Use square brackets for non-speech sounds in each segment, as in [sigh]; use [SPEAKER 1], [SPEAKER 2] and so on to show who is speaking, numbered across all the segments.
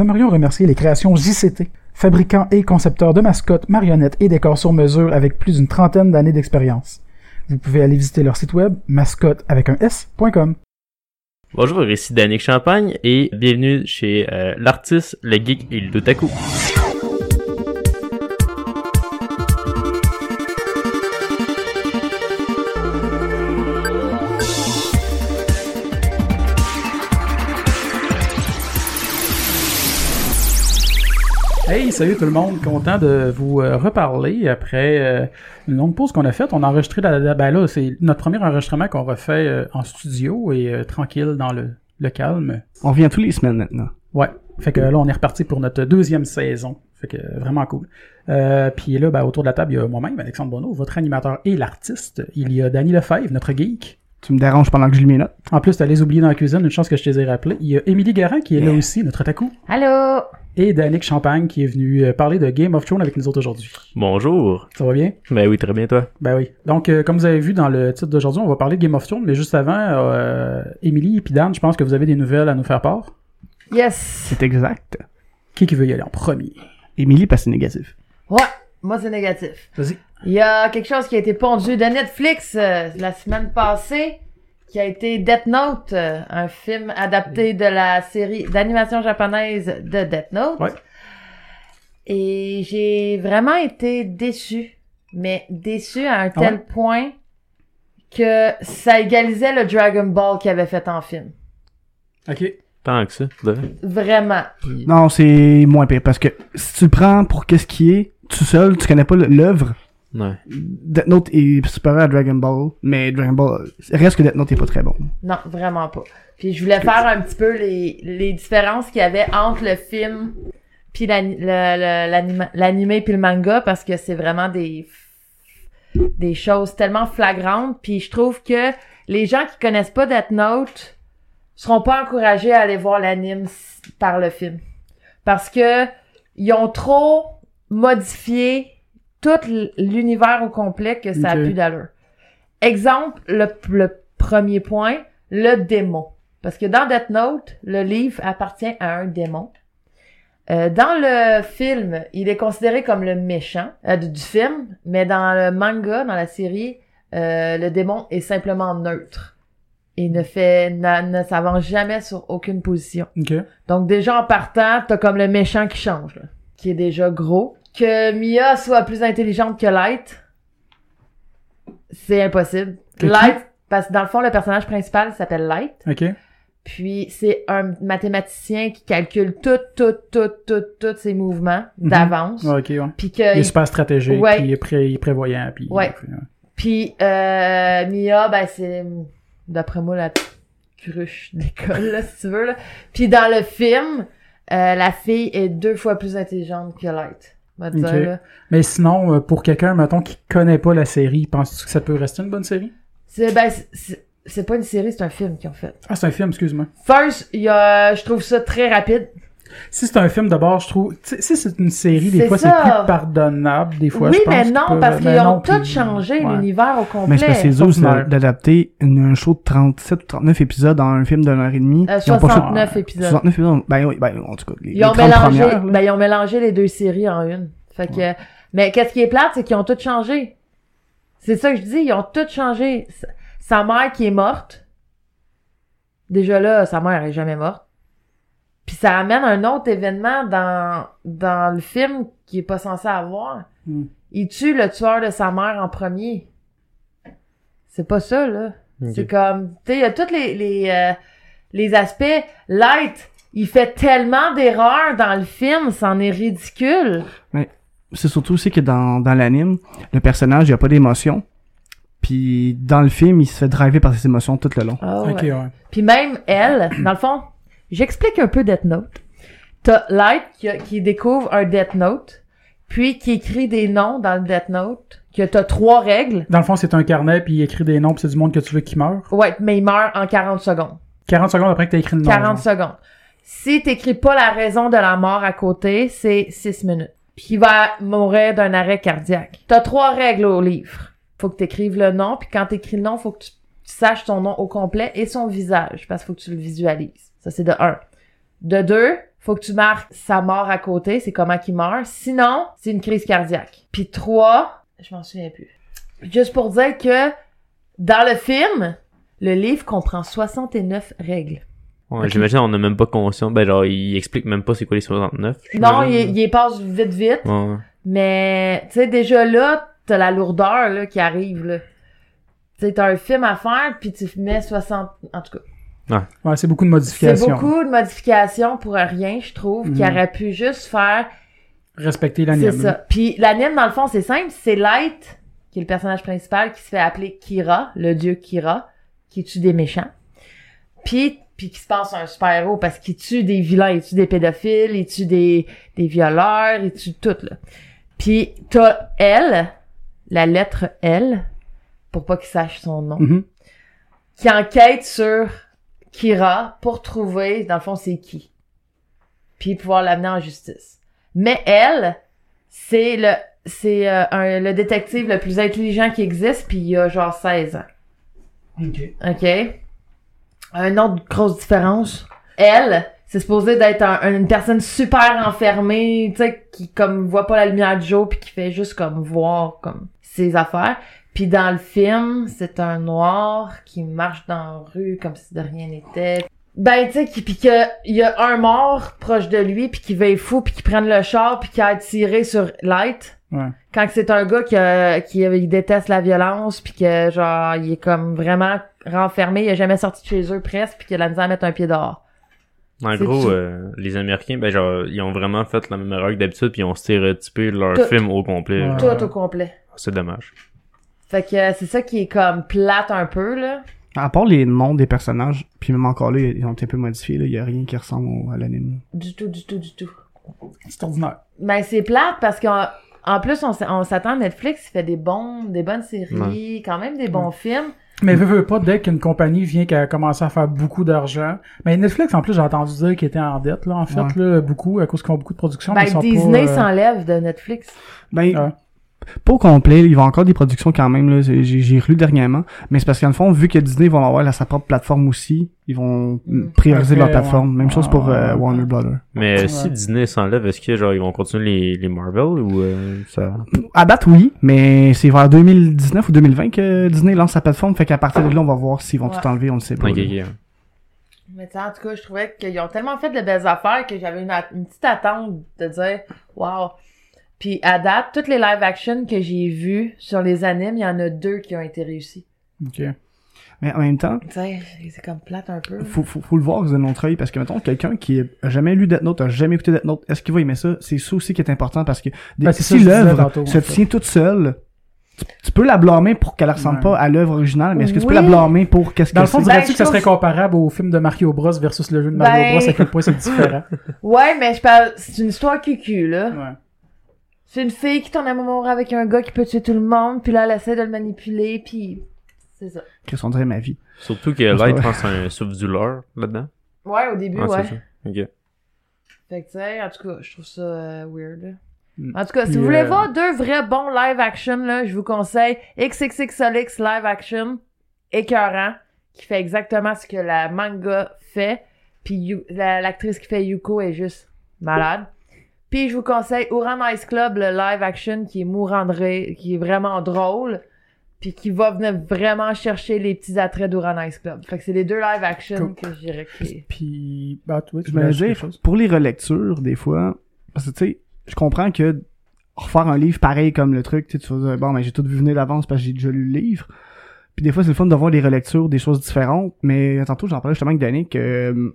[SPEAKER 1] Aimerions remercier les créations JCT, fabricants et concepteurs de mascottes, marionnettes et décors sur mesure avec plus d'une trentaine d'années d'expérience. Vous pouvez aller visiter leur site web mascotte avec un s.com.
[SPEAKER 2] Bonjour, ici Danick Champagne et bienvenue chez euh, l'artiste, le geek et le l'otaku.
[SPEAKER 1] Hey, salut tout le monde, content de vous euh, reparler après euh, une longue pause qu'on a faite. On a enregistré la, la- ben là, c'est notre premier enregistrement qu'on refait euh, en studio et euh, tranquille dans le, le calme.
[SPEAKER 3] On vient tous les semaines maintenant.
[SPEAKER 1] Ouais. Fait que là, on est reparti pour notre deuxième saison. Fait que euh, vraiment cool. Euh, puis là, ben, autour de la table, il y a moi-même, Alexandre Bonneau, votre animateur et l'artiste. Il y a Danny Lefebvre, notre geek.
[SPEAKER 3] Tu me déranges pendant que je lis mes notes.
[SPEAKER 1] En plus, t'as les oublier dans la cuisine, une chance que je te les ai rappelés. Il y a Émilie Garant qui est là
[SPEAKER 3] Yeah.
[SPEAKER 1] aussi, notre otaku,
[SPEAKER 4] Allô?
[SPEAKER 1] et Danick Champagne qui est venu euh, parler de Game of Thrones avec nous autres aujourd'hui.
[SPEAKER 2] Bonjour.
[SPEAKER 1] Ça va bien?
[SPEAKER 2] Ben oui, très bien toi.
[SPEAKER 1] Ben oui. Donc, euh, comme vous avez vu dans le titre d'aujourd'hui, on va parler de Game of Thrones, mais juste avant, euh, Émilie et puis Dan, je pense que vous avez des nouvelles à nous faire part.
[SPEAKER 4] Yes!
[SPEAKER 3] C'est exact.
[SPEAKER 1] Qui qui veut y aller en premier?
[SPEAKER 3] Émilie passe négatif.
[SPEAKER 4] Ouais, moi c'est négatif.
[SPEAKER 1] Vas-y.
[SPEAKER 4] Il y a quelque chose qui a été pondu de Netflix euh, la semaine passée, qui a été Death Note, euh, un film adapté de la série d'animation japonaise de Death Note.
[SPEAKER 1] Ouais.
[SPEAKER 4] Et j'ai vraiment été déçue, mais déçue à
[SPEAKER 1] Ah
[SPEAKER 4] un tel point que ça égalisait le Dragon Ball qu'il avait fait en film.
[SPEAKER 1] OK.
[SPEAKER 2] Tant que ça, de vrai.
[SPEAKER 4] Vraiment.
[SPEAKER 3] Non, c'est moins pire parce que si tu le prends pour qu'est-ce qui est, tout seul, tu connais pas le- l'œuvre.
[SPEAKER 2] Ouais.
[SPEAKER 3] Death Note est supérieur à Dragon Ball, mais Dragon Ball reste que Death Note est pas très bon.
[SPEAKER 4] Non, vraiment pas. Puis je voulais faire un petit peu les, les différences qu'il y avait entre le film puis l'ani- le- le- l'anima- l'animé puis le manga parce que c'est vraiment des des choses tellement flagrantes puis je trouve que les gens qui connaissent pas Death Note seront pas encouragés à aller voir l'anime s- par le film parce que ils ont trop modifié tout l- l'univers au complet que ça
[SPEAKER 1] Ok.
[SPEAKER 4] a plus d'allure. Exemple, le, le premier point, le démon. Parce que dans Death Note, le livre appartient à un démon. Euh, dans le film, il est considéré comme le méchant euh, du, du film, mais dans le manga, dans la série, euh, le démon est simplement neutre. Il ne fait, n'a- ne s'avance jamais sur aucune position.
[SPEAKER 1] OK.
[SPEAKER 4] Donc déjà en partant, t'as comme le méchant qui change, là, qui est déjà gros. Que Mia soit plus intelligente que Light, c'est impossible.
[SPEAKER 1] Que qui?
[SPEAKER 4] Light, parce que dans le fond, le personnage principal s'appelle Light.
[SPEAKER 1] OK.
[SPEAKER 4] Puis c'est un mathématicien qui calcule tout, tout, tout, tout, tous ses mouvements
[SPEAKER 1] Mhm.
[SPEAKER 4] d'avance.
[SPEAKER 1] Ouais, OK, ouais.
[SPEAKER 4] Puis que
[SPEAKER 1] Il est super stratégique,
[SPEAKER 4] Euh, Ouais.
[SPEAKER 1] puis il est, pré- il est prévoyant, puis...
[SPEAKER 4] Ouais. puis euh, Mia, ben c'est d'après moi la cruche d'école là, si tu veux là. Puis dans le film, euh, la fille est deux fois plus intelligente que Light. on va dire,
[SPEAKER 1] Ok.
[SPEAKER 4] là.
[SPEAKER 1] Mais sinon, euh, pour quelqu'un, mettons, qui connaît pas la série, penses-tu que ça peut rester une bonne série?
[SPEAKER 4] C'est ben c'est- c'est- c'est pas une série, c'est un film qu'ils ont fait.
[SPEAKER 1] Ah, c'est un film, excuse-moi.
[SPEAKER 4] First, il y a, je trouve ça très rapide.
[SPEAKER 1] Si c'est un film, d'abord, je trouve... tu sais, Si c'est une série, des
[SPEAKER 4] C'est
[SPEAKER 1] fois, c'est
[SPEAKER 4] ça.
[SPEAKER 1] plus pardonnable, des fois,
[SPEAKER 4] oui,
[SPEAKER 1] je pense
[SPEAKER 4] mais
[SPEAKER 1] qu'ils
[SPEAKER 4] non,
[SPEAKER 1] peuvent-
[SPEAKER 4] parce
[SPEAKER 1] ben
[SPEAKER 4] qu'ils ont
[SPEAKER 1] non,
[SPEAKER 4] tout
[SPEAKER 1] puis-
[SPEAKER 4] changé
[SPEAKER 1] Ouais.
[SPEAKER 4] l'univers au complet.
[SPEAKER 3] Mais c'est parce que c'est dur c'est
[SPEAKER 1] Ordinaire.
[SPEAKER 3] d'adapter une- un show de 37 ou 39 épisodes en un film d'une heure et demie.
[SPEAKER 4] Euh,
[SPEAKER 3] Ils ont pas fait-
[SPEAKER 4] 69 épisodes.
[SPEAKER 3] 69 épisodes. Ben oui, ben en tout cas, les,
[SPEAKER 4] Ils ont,
[SPEAKER 3] les 30
[SPEAKER 4] mélangé,
[SPEAKER 3] premières, là.
[SPEAKER 4] ben, ils ont mélangé les deux séries en une. Fait que, mais qu'est-ce qui est plate, c'est qu'ils ont tout changé. C'est ça que je dis, ils ont tout changé. S- Sa mère qui est morte. Déjà là, sa mère est jamais morte. Puis ça amène un autre événement dans, dans le film qui est pas censé avoir.
[SPEAKER 3] Hmm.
[SPEAKER 1] Mm.
[SPEAKER 4] Il tue le tueur de sa mère en premier. C'est pas ça, là.
[SPEAKER 2] Ok.
[SPEAKER 4] C'est comme, tu sais, il y a tous les, les, euh, les aspects. Light, il fait tellement d'erreurs dans le film, c'en est ridicule.
[SPEAKER 3] c'est surtout aussi que dans, dans l'anime, le personnage, il n'y a pas d'émotion. Puis dans le film, il se fait driver par ses émotions tout le long.
[SPEAKER 4] Ah ouais.
[SPEAKER 1] OK, ouais.
[SPEAKER 4] Puis même elle, dans le fond, j'explique un peu Death Note. T'as Light qui, a- qui découvre un Death Note, puis qui écrit des noms dans le Death Note, que t'as trois règles.
[SPEAKER 1] Dans le fond, c'est un carnet, puis il écrit des noms, puis c'est du monde que tu veux qui meurt.
[SPEAKER 4] Ouais, mais il meurt en 40 secondes.
[SPEAKER 1] 40 secondes après que t'as écrit le nom.
[SPEAKER 4] 40
[SPEAKER 1] genre.
[SPEAKER 4] secondes. Si t'écris pas la raison de la mort à côté, c'est 6 minutes. Puis il va mourir d'un arrêt cardiaque. T'as trois règles au livre. Faut que t'écrives le nom, puis quand t'écris le nom, faut que tu, tu saches son nom au complet et son visage, parce qu'il faut que tu le visualises. Ça, c'est de un. De deux, faut que tu marques sa mort à côté, c'est comment qu'il meurt. Sinon, c'est une crise cardiaque. Puis trois, je m'en souviens plus. Juste pour dire que dans le film, le livre comprend 69 règles.
[SPEAKER 2] Ouais, J'imagine on n'a même pas conscience. Ben genre, il explique même pas c'est quoi les 69.
[SPEAKER 4] Non,
[SPEAKER 2] j'imagine.
[SPEAKER 4] il, il les passe vite vite,
[SPEAKER 2] Ouais.
[SPEAKER 4] mais tu sais déjà là, t'as la lourdeur là qui arrive là. Tu sais, t'as un film à faire puis tu mets 60 en tout cas.
[SPEAKER 1] Ouais, c'est beaucoup de
[SPEAKER 4] C'est
[SPEAKER 1] modifications.
[SPEAKER 4] beaucoup de modifications pour rien, je trouve, qui
[SPEAKER 1] Mhm.
[SPEAKER 4] aurait pu juste faire
[SPEAKER 1] Respecter
[SPEAKER 4] C'est
[SPEAKER 1] l'anime.
[SPEAKER 4] ça. Puis l'anime, dans le fond, c'est simple. C'est Light, qui est le personnage principal, qui se fait appeler Kira, le dieu Kira, qui tue des méchants. Puis, puis qui se passe un super-héros parce qu'il tue des vilains, il tue des pédophiles, il tue des, des violeurs, il tue tout, là. Puis t'as L, la lettre L, pour pas qu'il sache son nom,
[SPEAKER 1] Mhm.
[SPEAKER 4] qui enquête sur Kira pour trouver, dans le fond, c'est qui. Puis pouvoir l'amener en justice. Mais elle, c'est le c'est euh, un- le détective le plus intelligent qui existe, puis il a genre 16 ans. OK. Un autre grosse différence. Elle, c'est supposé d'être un- une personne super enfermée, tu sais, qui comme voit pas la lumière du jour puis qui fait juste comme voir comme ses affaires. Puis dans le film, c'est un noir qui marche dans la rue comme si de rien n'était. Ben tu sais, qui- puis que il y a un mort proche de lui puis qui veille fou puis qui prenne le char puis qui a tiré sur Light
[SPEAKER 1] Ouais.
[SPEAKER 4] quand que c'est un gars qui, a- qui il déteste la violence puis que genre il est comme vraiment renfermé, il a jamais sorti de chez eux presque puis qu'il a de la misère à mettre un pied dehors.
[SPEAKER 2] En
[SPEAKER 4] C'est
[SPEAKER 2] gros,
[SPEAKER 4] tout.
[SPEAKER 2] euh, les Américains, ben genre, ils ont vraiment fait la même erreur que d'habitude, puis ils ont stéréotypé leur
[SPEAKER 4] Tout.
[SPEAKER 2] film au complet.
[SPEAKER 1] Ouais.
[SPEAKER 4] Tout au complet.
[SPEAKER 2] C'est dommage.
[SPEAKER 4] Fait que euh, c'est ça qui est comme plate un peu là.
[SPEAKER 3] À part les noms des personnages, puis même encore là, ils ont été un peu modifiés, là, il y a rien qui ressemble au- à l'anime.
[SPEAKER 4] Du tout, du tout, du tout.
[SPEAKER 1] C'est ordinaire.
[SPEAKER 4] Ben c'est plate parce qu'en en plus on, s- on s'attend à Netflix, il fait des bons, des bonnes séries, quand même des bons films.
[SPEAKER 1] Mais veux, veux pas, dès qu'une compagnie vient qu'elle a commencé à faire beaucoup d'argent. Mais Netflix, en plus, j'ai entendu dire qu'ils étaient en dette, là, en fait,
[SPEAKER 3] Ouais.
[SPEAKER 1] là, beaucoup, à cause qu'ils ont beaucoup de production. mais ils
[SPEAKER 4] Ben
[SPEAKER 1] sont
[SPEAKER 4] Disney
[SPEAKER 1] pas, euh,
[SPEAKER 4] s'enlève de Netflix.
[SPEAKER 3] Ben,
[SPEAKER 1] Ouais.
[SPEAKER 3] pas au complet, il y a encore des productions quand même, là, j'ai, j'ai relu dernièrement, mais c'est parce qu'en fond, vu que Disney vont avoir là, sa propre plateforme aussi, ils vont
[SPEAKER 4] Mm.
[SPEAKER 3] prioriser
[SPEAKER 1] Ok,
[SPEAKER 3] leur plateforme. Même chose pour
[SPEAKER 1] ouais.
[SPEAKER 3] euh, Warner Brothers.
[SPEAKER 2] Mais
[SPEAKER 1] Ouais.
[SPEAKER 2] si Disney s'enlève, est-ce que genre ils vont continuer les, les Marvel ou euh, ça
[SPEAKER 3] À date, oui, mais c'est vers 2019 ou 2020 que Disney lance sa plateforme, fait qu'à partir de là, on va voir s'ils vont
[SPEAKER 4] Ouais.
[SPEAKER 3] tout enlever, on ne sait pas.
[SPEAKER 2] Ok,
[SPEAKER 3] là.
[SPEAKER 2] ok.
[SPEAKER 4] Mais tu sais, en tout cas, je trouvais qu'ils ont tellement fait de belles affaires que j'avais une, at- une petite attente de dire Wow! Puis à date, toutes les live action que j'ai vues sur les animes, il y en a deux qui ont été réussies.
[SPEAKER 1] ok.
[SPEAKER 3] Mais en même temps,
[SPEAKER 4] Tu sais, c'est comme plate un
[SPEAKER 2] [laughs]
[SPEAKER 4] peu.
[SPEAKER 3] faut, faut, faut le voir de notre œil, parce que, mettons, quelqu'un qui a jamais lu Death Note, a jamais écouté Death Note, est-ce qu'il va aimer ça? C'est ça aussi qui est important, parce que des-
[SPEAKER 1] Ben, c'est ça
[SPEAKER 3] si
[SPEAKER 1] que je disais
[SPEAKER 3] l'œuvre
[SPEAKER 1] tantôt, en
[SPEAKER 3] se
[SPEAKER 1] fait.
[SPEAKER 3] tient toute seule, tu, tu peux la blâmer pour qu'elle ressemble
[SPEAKER 1] Ouais.
[SPEAKER 3] pas à l'œuvre originale, mais est-ce que tu peux
[SPEAKER 4] Oui.
[SPEAKER 3] la blâmer pour qu'est-ce
[SPEAKER 1] Dans
[SPEAKER 3] qu'elle
[SPEAKER 1] le fond,
[SPEAKER 3] c'est?
[SPEAKER 4] Ben,
[SPEAKER 1] dirais-tu que
[SPEAKER 4] je
[SPEAKER 1] ça serait
[SPEAKER 4] trouve-
[SPEAKER 1] comparable au film de Mario Bros versus le jeu de Mario
[SPEAKER 4] Ben-
[SPEAKER 1] Bros, à quel point
[SPEAKER 4] [laughs]
[SPEAKER 1] c'est différent?
[SPEAKER 4] Ouais, mais je parle. C'est une histoire cucu, là.
[SPEAKER 1] Ouais.
[SPEAKER 4] C'est une fille qui tombe en amour avec un gars qui peut tuer tout le monde, puis là, elle essaie de le manipuler, puis. C'est ça.
[SPEAKER 3] Qu'est-ce qu'on dirait ma vie?
[SPEAKER 2] Surtout que
[SPEAKER 3] Je sais
[SPEAKER 2] Light
[SPEAKER 3] pas.
[SPEAKER 2] pense un souffle du leurre là-dedans.
[SPEAKER 4] Ouais, au début,
[SPEAKER 2] Ah, c'est
[SPEAKER 4] ouais.
[SPEAKER 2] ça. Ok.
[SPEAKER 4] Fait que, tu sais, en tout cas, je trouve ça euh, weird. là.
[SPEAKER 1] Mm.
[SPEAKER 4] En tout cas, si
[SPEAKER 1] Puis,
[SPEAKER 4] vous voulez
[SPEAKER 1] euh,
[SPEAKER 4] voir deux vrais bons live action, là, je vous conseille XXXLX live action, écœurant, qui fait exactement ce que la manga fait. Puis Yu- la- l'actrice qui fait Yuko est juste malade. Puis je vous conseille Ouran Ice Club, le live action qui est mourant de rire, qui est vraiment drôle. Puis qui va venir vraiment chercher les petits attraits d'Ouran Ice Club. Fait que c'est les deux live action
[SPEAKER 1] Cool.
[SPEAKER 4] que je dirais que c'est-
[SPEAKER 1] Puis, bah, tu vois, tu
[SPEAKER 3] Je
[SPEAKER 1] voulais
[SPEAKER 3] me
[SPEAKER 1] ajouter
[SPEAKER 3] dire,
[SPEAKER 1] quelque chose?
[SPEAKER 3] pour les relectures, des fois, parce que tu sais, je comprends que refaire un livre pareil comme le truc, tu sais, tu vas dire, bon, mais j'ai tout vu venir d'avance parce que j'ai déjà lu le livre. Puis des fois, c'est le fun de voir les relectures des choses différentes, mais euh, tantôt, j'en parlais justement avec Danick, euh,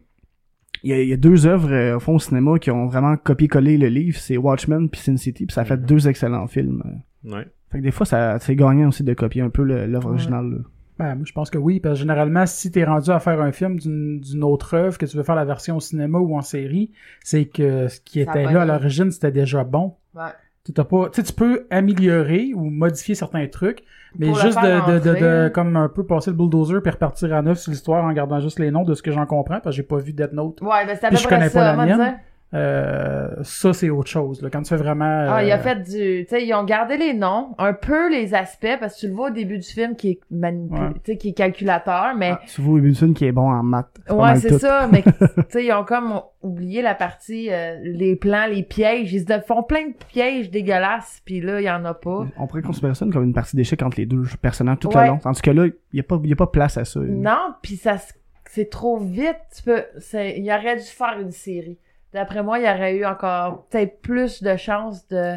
[SPEAKER 3] il y, a- il y a deux œuvres, euh, au fond, au cinéma qui ont vraiment copié-collé le livre, c'est Watchmen puis Sin City, puis ça a fait
[SPEAKER 2] Mhm.
[SPEAKER 3] deux excellents films.
[SPEAKER 2] Ouais.
[SPEAKER 3] Fait que des fois, ça, c'est gagnant aussi de copier un peu le- l'œuvre
[SPEAKER 4] Ouais.
[SPEAKER 3] originale. là.
[SPEAKER 1] Ben, moi, je pense que oui, parce que généralement, si t'es rendu à faire un film d'une d'une autre œuvre, que tu veux faire la version au cinéma ou en série, c'est que ce qui
[SPEAKER 4] Ça
[SPEAKER 1] était
[SPEAKER 4] va
[SPEAKER 1] là à
[SPEAKER 4] bien.
[SPEAKER 1] l'origine, c'était déjà bon.
[SPEAKER 4] Ouais.
[SPEAKER 1] Tu t'as pas, tu sais, tu peux améliorer ou modifier certains trucs, mais
[SPEAKER 4] Pour le
[SPEAKER 1] juste
[SPEAKER 4] faire
[SPEAKER 1] de, de, de, de-
[SPEAKER 4] rentrer.
[SPEAKER 1] comme un peu passer le bulldozer puis repartir à neuf sur l'histoire en gardant juste les noms de ce que j'en comprends, parce que j'ai pas vu Death Note.
[SPEAKER 4] Ouais, ben c'est à
[SPEAKER 1] Puis
[SPEAKER 4] peu
[SPEAKER 1] je
[SPEAKER 4] près
[SPEAKER 1] connais
[SPEAKER 4] ça,
[SPEAKER 1] pas la
[SPEAKER 4] on va
[SPEAKER 1] mienne.
[SPEAKER 4] dire.
[SPEAKER 1] euh, ça c'est autre chose. Là. Quand tu fais vraiment... euh,
[SPEAKER 4] Ah, il a fait du... Tu sais, ils ont gardé les noms, un peu les aspects, parce que tu le vois au début du film qui est manipulé,
[SPEAKER 1] Ouais.
[SPEAKER 4] tu sais, qui est calculateur, mais...
[SPEAKER 3] Tu vois Ibunsun qui est bon en maths. Ah, pas
[SPEAKER 4] ouais,
[SPEAKER 3] mal
[SPEAKER 4] c'est
[SPEAKER 3] tout.
[SPEAKER 4] ça, mais tu sais, ils ont comme oublié la partie, euh, les plans, les pièges. Ils se font plein de pièges dégueulasses, puis là, il y en a pas.
[SPEAKER 3] On pourrait considérer ça comme une partie d'échec entre les deux personnages tout
[SPEAKER 4] Ouais.
[SPEAKER 3] le long. Tandis que là, il n'y a, pas- y a pas place à ça.
[SPEAKER 4] Non, puis ça se- c'est trop vite. Tu peux, c'est, il aurait dû faire une série. D'après moi, il y aurait eu encore peut-être plus de chances de.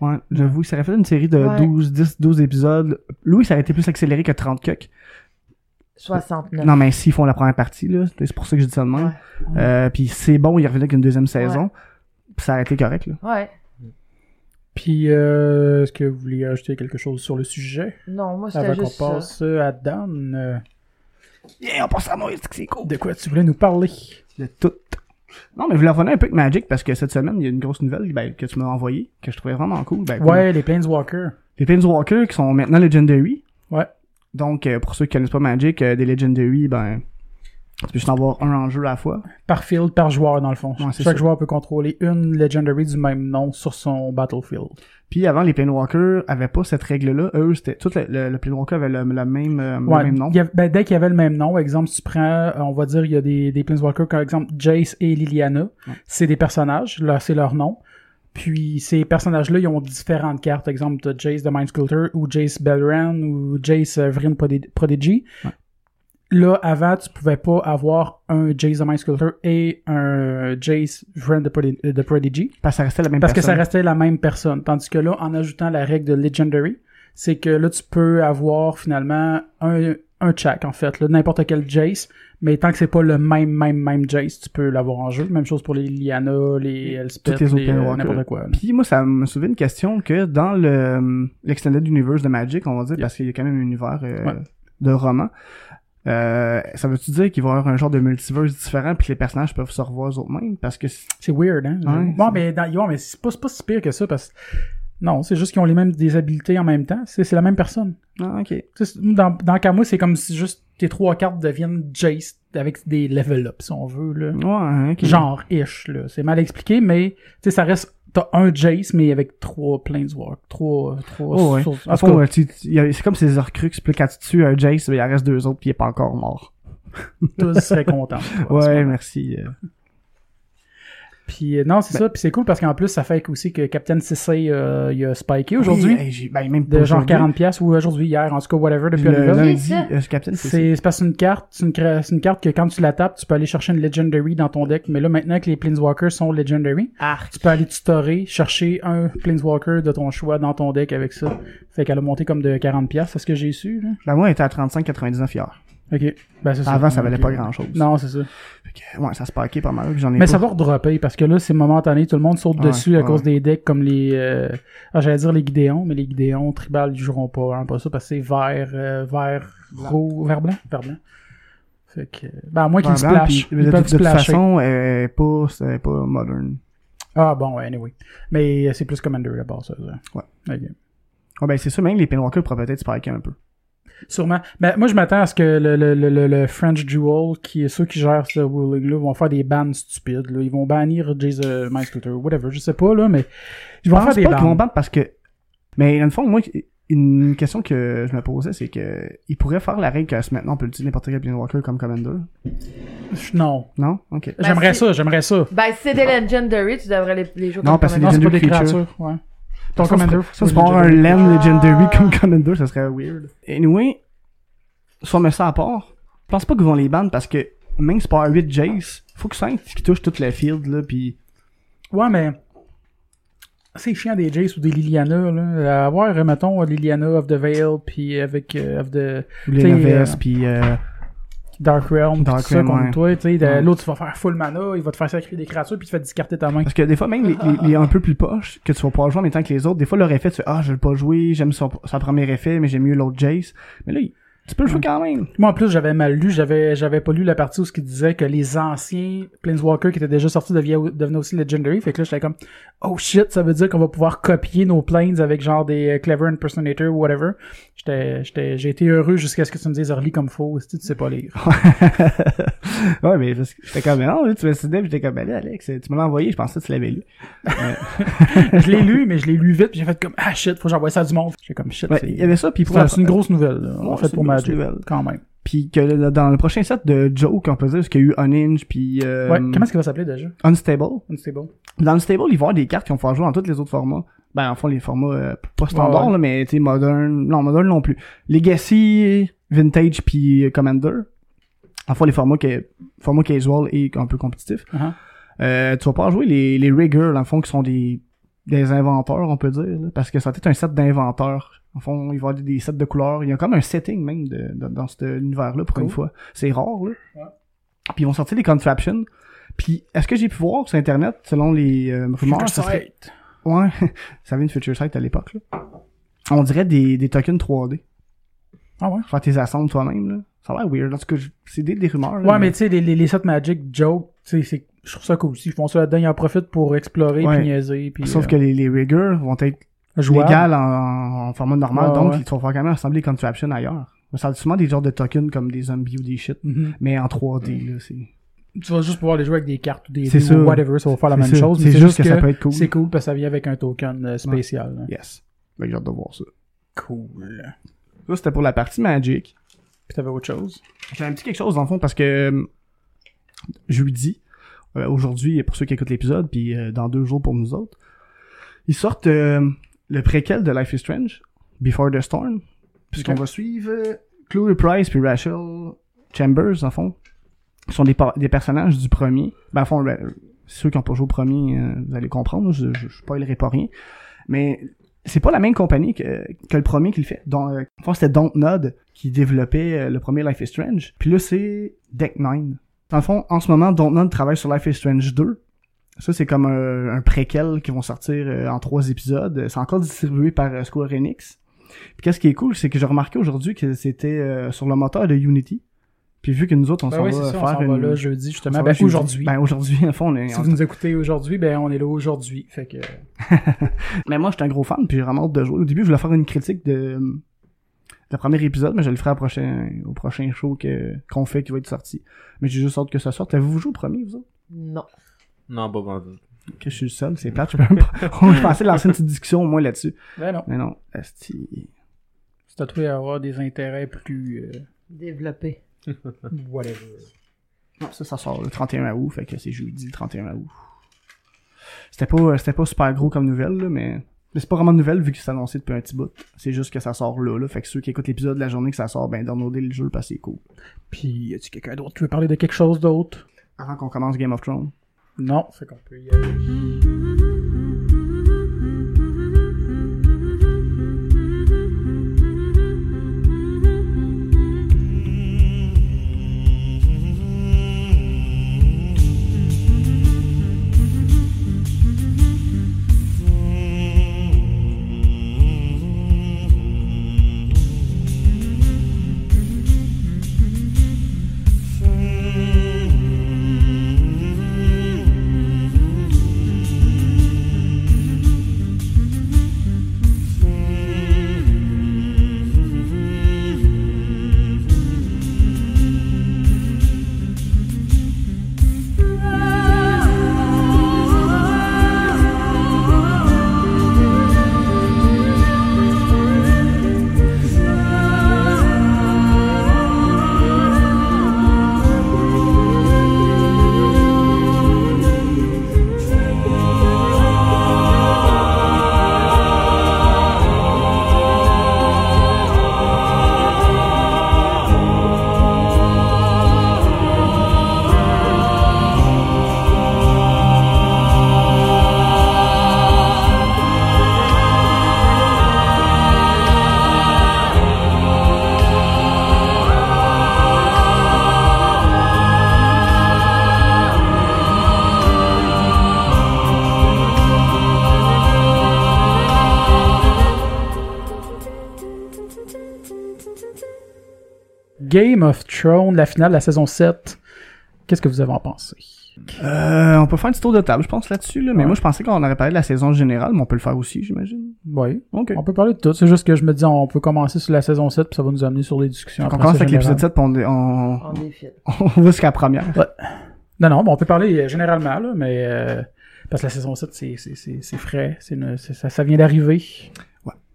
[SPEAKER 3] Ouais, j'avoue, ça aurait fait une série de
[SPEAKER 4] Ouais.
[SPEAKER 3] 12, 10, 12 épisodes. Louis, ça aurait été plus accéléré que 30 cucks.
[SPEAKER 4] 69.
[SPEAKER 3] Non, mais s'ils font la première partie, là, c'est pour ça que je dis ça de même.
[SPEAKER 1] Ouais.
[SPEAKER 3] Euh, puis c'est bon, il revenait avec une deuxième saison. Puis ça aurait été correct, là.
[SPEAKER 4] Ouais.
[SPEAKER 1] Puis, euh, est-ce que vous voulez ajouter quelque chose sur le sujet
[SPEAKER 4] Non, moi, c'était
[SPEAKER 1] avant qu'on
[SPEAKER 4] juste ça.
[SPEAKER 1] passe euh, à Dan? euh,
[SPEAKER 3] Yeah, on passe à moi, c'est que c'est cool.
[SPEAKER 1] de quoi tu voulais nous parler?
[SPEAKER 3] De tout. Non, mais je voulais revenir un peu avec Magic parce que cette semaine, il y a une grosse nouvelle ben, que tu m'as envoyée, que je trouvais vraiment cool. Ben, cool.
[SPEAKER 1] Ouais, les Planeswalkers.
[SPEAKER 3] Les Planeswalkers qui sont maintenant Legendary.
[SPEAKER 1] Ouais.
[SPEAKER 3] Donc, euh, pour ceux qui connaissent pas Magic, euh, des Legendary, ben, tu peux juste en avoir un en jeu à la fois.
[SPEAKER 1] Par field, par joueur, dans le fond.
[SPEAKER 3] Ouais, c'est
[SPEAKER 1] Chaque
[SPEAKER 3] ça.
[SPEAKER 1] joueur peut contrôler une Legendary du même nom sur son Battlefield.
[SPEAKER 3] Puis avant, les Planeswalkers avaient pas cette règle-là. Eux, c'était tout le, le, le Planeswalker avait le, le même, euh, le
[SPEAKER 1] Ouais,
[SPEAKER 3] même nom.
[SPEAKER 1] il y avait- ben, dès qu'il y avait le même nom, exemple, si tu prends, euh, on va dire, il y a des, des Planeswalkers, par exemple, Jace et Liliana, c'est des personnages, là, c'est leur nom. Puis ces personnages-là, ils ont différentes cartes. Exemple, t'as Jace de Mindsculptor ou Jace Belran ou Jace euh, Vryn Prodi- Prodigy.
[SPEAKER 3] Ouais.
[SPEAKER 1] Là, avant, tu pouvais pas avoir un Jace de Mindsculptor et un Jace Vryn de, Prodi- euh, de Prodigy.
[SPEAKER 3] Parce que ça restait la même
[SPEAKER 1] Parce que ça
[SPEAKER 3] personne.
[SPEAKER 1] restait la même personne. Tandis que là, en ajoutant la règle de Legendary, c'est que là, tu peux avoir finalement un, un check, en fait. là, N'importe quel Jace, mais tant que c'est pas le même, même, même Jace, tu peux l'avoir en jeu. Même chose pour les Liliana, les Elspeth,
[SPEAKER 3] Toutes les autres
[SPEAKER 1] les, euh,
[SPEAKER 3] Planeswalkers.
[SPEAKER 1] n'importe quoi. là.
[SPEAKER 3] Puis moi, ça me souvient une question que dans le l'extended universe de Magic, on va dire,
[SPEAKER 1] Yep.
[SPEAKER 3] parce qu'il y a quand même un univers euh,
[SPEAKER 1] Ouais.
[SPEAKER 3] de romans, euh, ça veut-tu dire qu'il va y avoir un genre de multiverse différent puis que les personnages peuvent se revoir eux-mêmes? Parce que c'est-
[SPEAKER 1] C'est weird, hein?
[SPEAKER 3] Ouais,
[SPEAKER 1] bon,
[SPEAKER 3] c'est-
[SPEAKER 1] mais, dans, ouais, mais c'est pas, c'est pas si pire que ça, parce que... Non, c'est juste qu'ils ont les mêmes des habiletés en même temps. C'est c'est la même personne.
[SPEAKER 3] Ah, ok.
[SPEAKER 1] Tu sais, Dans, dans le cas, moi, c'est comme si juste tes trois cartes deviennent Jace avec des level-up, si on veut, là.
[SPEAKER 3] Ouais, ok.
[SPEAKER 1] genre ish là c'est mal expliqué mais tu sais ça reste t'as un Jace mais avec trois Planeswalk trois trois
[SPEAKER 3] Oh, ouais.
[SPEAKER 1] sur- en
[SPEAKER 3] Parce
[SPEAKER 1] tout cas,
[SPEAKER 3] que c'est comme ces Horcrux, puis là, quand tu tues un Jace, ben, il en reste deux autres puis il est pas encore mort.
[SPEAKER 1] tous seraient contents
[SPEAKER 3] [laughs] Ouais, merci. euh.
[SPEAKER 1] puis euh, non c'est
[SPEAKER 3] Ben
[SPEAKER 1] ça puis c'est cool parce qu'en plus ça fait aussi que Captain CC euh, il a spiké
[SPEAKER 3] Oui,
[SPEAKER 1] aujourd'hui
[SPEAKER 3] hey, j'ai- ben, même pas
[SPEAKER 1] de genre
[SPEAKER 3] aujourd'hui.
[SPEAKER 1] 40 pièces ou aujourd'hui hier en tout cas whatever depuis la
[SPEAKER 3] Le
[SPEAKER 1] nouvelle.
[SPEAKER 3] lundi,
[SPEAKER 4] ça?
[SPEAKER 3] euh, ce Captain, c'est
[SPEAKER 1] c'est c'est parce que c'est une carte c'est une, cra- c'est une carte que quand tu la tapes tu peux aller chercher une legendary dans ton deck mais là maintenant que les Planeswalkers sont legendary
[SPEAKER 4] Arc.
[SPEAKER 1] tu peux aller tutorer, chercher un Planeswalker de ton choix dans ton deck avec ça. Fait qu'elle a monté comme de 40$, pièces, c'est ce que j'ai su. Là.
[SPEAKER 3] Ben, moi, elle était à 35,99 hier.
[SPEAKER 1] Ok. Ben, c'est ça.
[SPEAKER 3] Avant, ça valait
[SPEAKER 1] Ok.
[SPEAKER 3] pas grand-chose.
[SPEAKER 1] Non, c'est ça.
[SPEAKER 3] Fait que, Ouais, ça se parquait pas mal, puis j'en ai
[SPEAKER 1] Mais
[SPEAKER 3] pas.
[SPEAKER 1] ça va redropper parce que là, c'est momentané. Tout le monde saute
[SPEAKER 3] Ouais,
[SPEAKER 1] dessus à
[SPEAKER 3] ouais.
[SPEAKER 1] cause des decks comme les. euh, ah, J'allais dire les Guidéons, mais les Guidéons tribal, ils joueront pas. Hein, pas ça parce que c'est vert, euh, vert, rouge, vert blanc. Vert blanc. Fait que. Ben, à moins qu'ils
[SPEAKER 3] Ouais, blanc,
[SPEAKER 1] splashent.
[SPEAKER 3] puis de,
[SPEAKER 1] Ils peuvent
[SPEAKER 3] de- de toute
[SPEAKER 1] splasher.
[SPEAKER 3] façon, elle est pas, elle est pas modern.
[SPEAKER 1] Ah, bon, ouais, anyway. Mais euh, c'est plus Commander la base, ça. ça.
[SPEAKER 3] Ouais.
[SPEAKER 1] Ok.
[SPEAKER 3] Ah ben c'est sûr, même les Pinwalkers pourraient peut-être spiker un peu.
[SPEAKER 1] Sûrement. Ben, moi, je m'attends à ce que le, le, le, le- le French Jewel, qui est ceux qui gèrent ce ruling-là, vont faire des bans stupides. Là. Ils vont bannir Jason euh, Mindscooter, whatever, je sais pas, là, mais ils vont
[SPEAKER 3] Je
[SPEAKER 1] faire
[SPEAKER 3] pense
[SPEAKER 1] des
[SPEAKER 3] pas qu'ils
[SPEAKER 1] bans.
[SPEAKER 3] vont ban parce que... Mais dans le fond, moi, une question que je me posais, c'est que ils pourraient faire la règle que maintenant on peut utiliser n'importe quel Pinwalker comme Commander.
[SPEAKER 1] Non.
[SPEAKER 3] Non? Ok.
[SPEAKER 4] Ben,
[SPEAKER 1] j'aimerais
[SPEAKER 4] c'est-
[SPEAKER 1] ça, j'aimerais ça.
[SPEAKER 4] Ben, si c'est des Legendary, tu devrais les, les jouer
[SPEAKER 3] Non,
[SPEAKER 4] comme
[SPEAKER 3] parce que
[SPEAKER 1] Non,
[SPEAKER 4] Commander.
[SPEAKER 1] c'est pas des
[SPEAKER 3] Legendary creature.
[SPEAKER 1] créatures, ouais. Ton
[SPEAKER 3] Ça, ça
[SPEAKER 1] commander.
[SPEAKER 3] serait-
[SPEAKER 1] faut
[SPEAKER 3] Ça, c'est
[SPEAKER 1] le
[SPEAKER 3] pour avoir un
[SPEAKER 1] legendary.
[SPEAKER 3] land legendary [laughs]
[SPEAKER 4] Ah.
[SPEAKER 3] comme Commander, ça serait weird. Anyway, si on met ça à part, je pense pas qu'ils vont les ban parce que même si par 8 Jace, faut que 5 qui touchent toute la field, là, pis...
[SPEAKER 1] Ouais, mais. C'est chiant des Jace ou des Liliana, là. À Avoir, euh, mettons, Liliana of the Veil, puis avec euh, of the
[SPEAKER 3] ou Les
[SPEAKER 1] T'sais,
[SPEAKER 3] Noves,
[SPEAKER 1] euh,
[SPEAKER 3] pis... euh,
[SPEAKER 1] Dark Realm, puis tout
[SPEAKER 3] Dark
[SPEAKER 1] ça
[SPEAKER 3] Realm,
[SPEAKER 1] contre
[SPEAKER 3] ouais.
[SPEAKER 1] toi, tu sais. de-
[SPEAKER 3] Ouais.
[SPEAKER 1] L'autre, tu vas faire full mana, il va te faire sacrer des créatures, puis tu vas te discarter ta main.
[SPEAKER 3] Parce que des fois, même les, les- les un peu plus poches, que tu vas pouvoir jouer en même temps que les autres, des fois, leur effet, tu fais, ah, je veux pas jouer, j'aime son, son premier effet, mais j'aime mieux l'autre Jace. Mais là, il- Tu peux le jouer quand même.
[SPEAKER 1] Moi, en plus, j'avais mal lu. J'avais, j'avais pas lu la partie où ce qui disait que les anciens Planeswalkers qui étaient déjà sortis deviaient- devenaient aussi Legendary. Fait que là, j'étais comme, oh shit, ça veut dire qu'on va pouvoir copier nos Planes avec genre des euh, Clever Impersonators ou whatever. J'étais, j'étais, j'ai été heureux jusqu'à ce que tu me dises, relis comme faux. Si tu sais pas lire.
[SPEAKER 3] [laughs] ouais, mais parce que j'étais comme, non, là, tu m'incidais, j'étais comme, allez, Alex, tu me l'as envoyé, je pensais que tu l'avais lu.
[SPEAKER 1] je l'ai lu, mais je l'ai lu vite. puis J'ai fait comme, ah shit, faut que j'envoie ça à du monde. J'étais comme, shit,
[SPEAKER 3] Ouais,
[SPEAKER 1] c'est,
[SPEAKER 3] il y avait ça, puis pour
[SPEAKER 1] c'est-
[SPEAKER 3] la-
[SPEAKER 1] c'est une grosse nouvelle, là, en
[SPEAKER 3] Ouais,
[SPEAKER 1] fait,
[SPEAKER 3] c'est
[SPEAKER 1] pour
[SPEAKER 3] une grosse
[SPEAKER 1] Magic.
[SPEAKER 3] nouvelle.
[SPEAKER 1] Quand même.
[SPEAKER 3] Puis que le- dans le prochain set de Joke, on peut dire, parce qu'il y a eu Uninge, puis euh,
[SPEAKER 1] Ouais, comment est-ce qu'il va s'appeler déjà?
[SPEAKER 3] Unstable.
[SPEAKER 1] Unstable.
[SPEAKER 3] Dans le stable, ils vont avoir des cartes qui vont pouvoir jouer dans tous les autres formats. Ben, en fond, les formats euh, pas standards,
[SPEAKER 1] Ouais, ouais.
[SPEAKER 3] là, mais tu sais, modern, non, modern non plus. Legacy, Vintage, puis euh, Commander. En fond, les formats, que, formats casual et un peu compétitifs.
[SPEAKER 1] Uh-huh.
[SPEAKER 3] Euh, tu vas pouvoir jouer les, les riggers, en fond, qui sont des, des inventeurs, on peut dire, là, parce que ça va être un set d'inventeurs. En fond, il va y avoir des, des sets de couleurs. Il y a comme un setting même de, de- dans cet univers-là, pour une
[SPEAKER 1] Cool.
[SPEAKER 3] fois. C'est rare, là. Puis ils vont sortir des contraptions. Puis, est-ce que j'ai pu voir sur Internet, selon les euh, rumeurs, ça serait... Ouais, [laughs] ça vient de Future Sight à l'époque, là. On dirait des, des tokens 3D.
[SPEAKER 1] Ah ouais?
[SPEAKER 3] Faire tes assembles toi-même, là. Ça a l'air weird. En tout cas, je- c'est des, des rumeurs, là,
[SPEAKER 1] Ouais, mais tu sais, les, les, les sets Magic joke, tu sais, c'est- je trouve ça cool. S'ils font ça là-dedans, ils en profitent pour explorer,
[SPEAKER 3] Ouais.
[SPEAKER 1] puis niaiser, puis
[SPEAKER 3] Sauf que les, les riggers vont être
[SPEAKER 1] euh, jouer.
[SPEAKER 3] légal en, en format normal,
[SPEAKER 1] Ouais,
[SPEAKER 3] donc
[SPEAKER 1] ouais.
[SPEAKER 3] ils sont quand même assembler comme Contraption ailleurs. Ça a souvent des genres de tokens comme des zombies ou des shit,
[SPEAKER 1] Mhm.
[SPEAKER 3] mais en 3D, là, c'est...
[SPEAKER 1] Tu vas juste pouvoir les jouer avec des cartes ou des,
[SPEAKER 3] C'est
[SPEAKER 1] des-
[SPEAKER 3] ça.
[SPEAKER 1] ou whatever, ça va faire la
[SPEAKER 3] c'est
[SPEAKER 1] même
[SPEAKER 3] ça.
[SPEAKER 1] chose. mais
[SPEAKER 3] C'est juste que, ça peut être cool.
[SPEAKER 1] C'est cool parce que ça vient avec un token euh, spécial. hein.
[SPEAKER 3] Yes. Ben, j'ai hâte de voir ça.
[SPEAKER 1] Cool.
[SPEAKER 3] Ça, c'était pour la partie Magic.
[SPEAKER 1] Puis t'avais autre chose.
[SPEAKER 3] J'ai un petit quelque chose, dans le fond, parce que euh, jeudi, euh, aujourd'hui, pour ceux qui écoutent l'épisode, puis euh, dans deux jours pour nous autres, ils sortent euh, le préquel de Life is Strange, Before the Storm, puisqu'on
[SPEAKER 1] Ok.
[SPEAKER 3] va suivre euh, Chloe Price puis Rachel Chambers, en fond, qui sont des, par- des personnages du premier. Ben, en fond, Ra- ceux qui ont pas joué au premier, euh, vous allez comprendre, je, je, je spoilerai pas rien. Mais c'est pas la même compagnie que, que le premier qui le fait. Donc, euh, je pense que c'était Dontnod qui développait euh, le premier Life is Strange. Puis là, c'est Deck 9. Dans le fond, en ce moment, Dontnod travaille sur Life is Strange 2. Ça, c'est comme un, un préquel qui vont sortir euh, en trois épisodes. C'est encore distribué par euh, Square Enix. Puis qu'est-ce qui est cool, c'est que j'ai remarqué aujourd'hui que c'était euh, sur le moteur de Unity. Puis vu que nous autres, on
[SPEAKER 1] Ben
[SPEAKER 3] s'en
[SPEAKER 1] oui,
[SPEAKER 3] va
[SPEAKER 1] c'est ça, on
[SPEAKER 3] faire
[SPEAKER 1] s'en va
[SPEAKER 3] une-
[SPEAKER 1] là
[SPEAKER 3] on
[SPEAKER 1] jeudi,
[SPEAKER 3] s'en
[SPEAKER 1] justement.
[SPEAKER 3] va
[SPEAKER 1] Ben,
[SPEAKER 3] jeudi.
[SPEAKER 1] aujourd'hui.
[SPEAKER 3] Ben aujourd'hui, en fond, on est...
[SPEAKER 1] si
[SPEAKER 3] on-
[SPEAKER 1] vous nous écoutez aujourd'hui, ben on est là aujourd'hui. Fait que...
[SPEAKER 3] Mais moi, j'étais un gros fan, puis j'ai vraiment hâte de jouer. Au début, je voulais faire une critique de, de la premier épisode, mais je le ferai au prochain, au prochain show que, qu'on fait, qui va être sorti. Mais j'ai juste hâte que ça sorte. Avez-vous joué au premier, vous autres?
[SPEAKER 4] Non.
[SPEAKER 2] Non, pas vendu.
[SPEAKER 3] Que je suis le seul, c'est plate, je peux même pas. Oh, Je pensais lancer une petite discussion au moins là-dessus.
[SPEAKER 1] Ben non,
[SPEAKER 3] Mais non, asti.
[SPEAKER 1] c'est à toi d'avoir des intérêts plus... euh,
[SPEAKER 4] Développé.
[SPEAKER 1] whatever.
[SPEAKER 3] Non, ça, ça sort le 31 août, fait que c'est jeudi le 31 août. C'était pas, euh, c'était pas super gros comme nouvelle, là, mais... mais c'est pas vraiment de nouvelle vu que c'est annoncé depuis un petit bout. C'est juste que ça sort là, là. Fait que ceux qui écoutent l'épisode de la journée que ça sort, ben, downloadez le jeu parce que c'est cool.
[SPEAKER 1] Puis, y a-tu quelqu'un d'autre qui veut parler de quelque chose d'autre?
[SPEAKER 3] Avant qu'on commence Game of Thrones.
[SPEAKER 1] Non, fait qu'on peut y aller.
[SPEAKER 5] Mm-hmm.
[SPEAKER 1] Game of Thrones, la finale de la saison 7. Qu'est-ce que vous avez en pensé?
[SPEAKER 3] Euh, on peut faire un petit tour de table, je pense, là-dessus. Là. Mais
[SPEAKER 1] Ouais.
[SPEAKER 3] moi, je pensais qu'on aurait parlé de la saison générale, mais on peut le faire aussi, j'imagine.
[SPEAKER 1] Oui.
[SPEAKER 3] OK.
[SPEAKER 1] On peut parler de tout. C'est juste que je me dis, on peut commencer sur la saison 7, puis ça va nous amener sur les discussions.
[SPEAKER 3] Donc, on
[SPEAKER 1] après
[SPEAKER 3] commence
[SPEAKER 1] ça, Ah.
[SPEAKER 3] avec l'épisode
[SPEAKER 1] généralement.
[SPEAKER 3] 7, puis on, on,
[SPEAKER 4] On défile.
[SPEAKER 3] [laughs] on va jusqu'à la première.
[SPEAKER 1] Non, non, bon, on peut parler euh, généralement, là, mais euh, parce que la saison 7, c'est, c'est, c'est, c'est frais, c'est une- c'est- ça, ça vient d'arriver.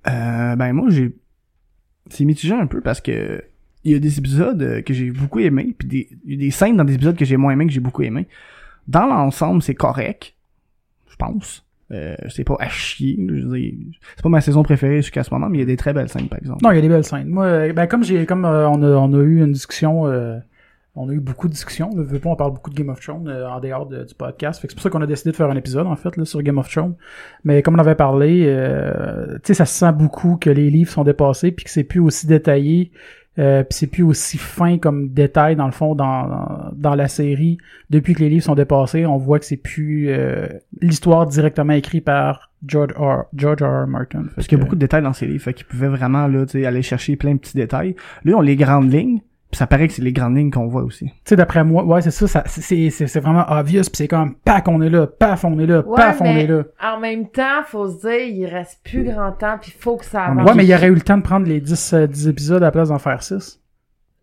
[SPEAKER 3] Euh, ben moi j'ai c'est mitigé un peu parce que il y a des épisodes euh, que j'ai beaucoup aimé puis des il y a des scènes dans des épisodes que j'ai moins aimé que j'ai beaucoup aimé. Dans l'ensemble, c'est correct, je pense. Euh, c'est pas à chier, là, je veux dire, c'est pas ma saison préférée jusqu'à ce moment, mais il y a des très belles scènes par exemple.
[SPEAKER 1] Non, il y a des belles scènes. Moi, euh, ben comme j'ai, comme euh, on, a, on a eu une discussion, euh, on a eu beaucoup de discussions. là, veux pas, on parle beaucoup de Game of Thrones euh, en dehors de- du podcast. Fait que c'est pour ça qu'on a décidé de faire un épisode en fait là, sur Game of Thrones. Mais comme on avait parlé, euh, tu sais, ça se sent beaucoup que les livres sont dépassés, puis que c'est plus aussi détaillé. Euh, puis c'est plus aussi fin comme détail dans le fond dans, dans, dans la série depuis que les livres sont dépassés on voit que c'est plus euh, l'histoire directement écrite par George R. George R. R. Martin Fait
[SPEAKER 3] Parce qu'il y a
[SPEAKER 1] que-
[SPEAKER 3] beaucoup de détails dans ces livres, fait qu'ils pouvaient vraiment là, tu sais, aller chercher plein de petits détails. Là, on les grandes lignes, puis ça paraît que c'est les grandes lignes qu'on voit aussi.
[SPEAKER 1] Tu sais, d'après moi, ouais, c'est ça, ça c'est- c'est c'est- c'est vraiment obvious, pis c'est comme, paf, on est là, paf, on est là,
[SPEAKER 4] Ouais,
[SPEAKER 1] paf, on
[SPEAKER 4] mais-
[SPEAKER 1] est là.
[SPEAKER 4] En même temps, faut se dire, il reste plus grand temps, puis faut que ça
[SPEAKER 3] Ouais, mais-
[SPEAKER 4] avance.
[SPEAKER 1] Ouais, mais il y aurait eu le temps de prendre les 10, euh, 10 épisodes à la place d'en faire 6.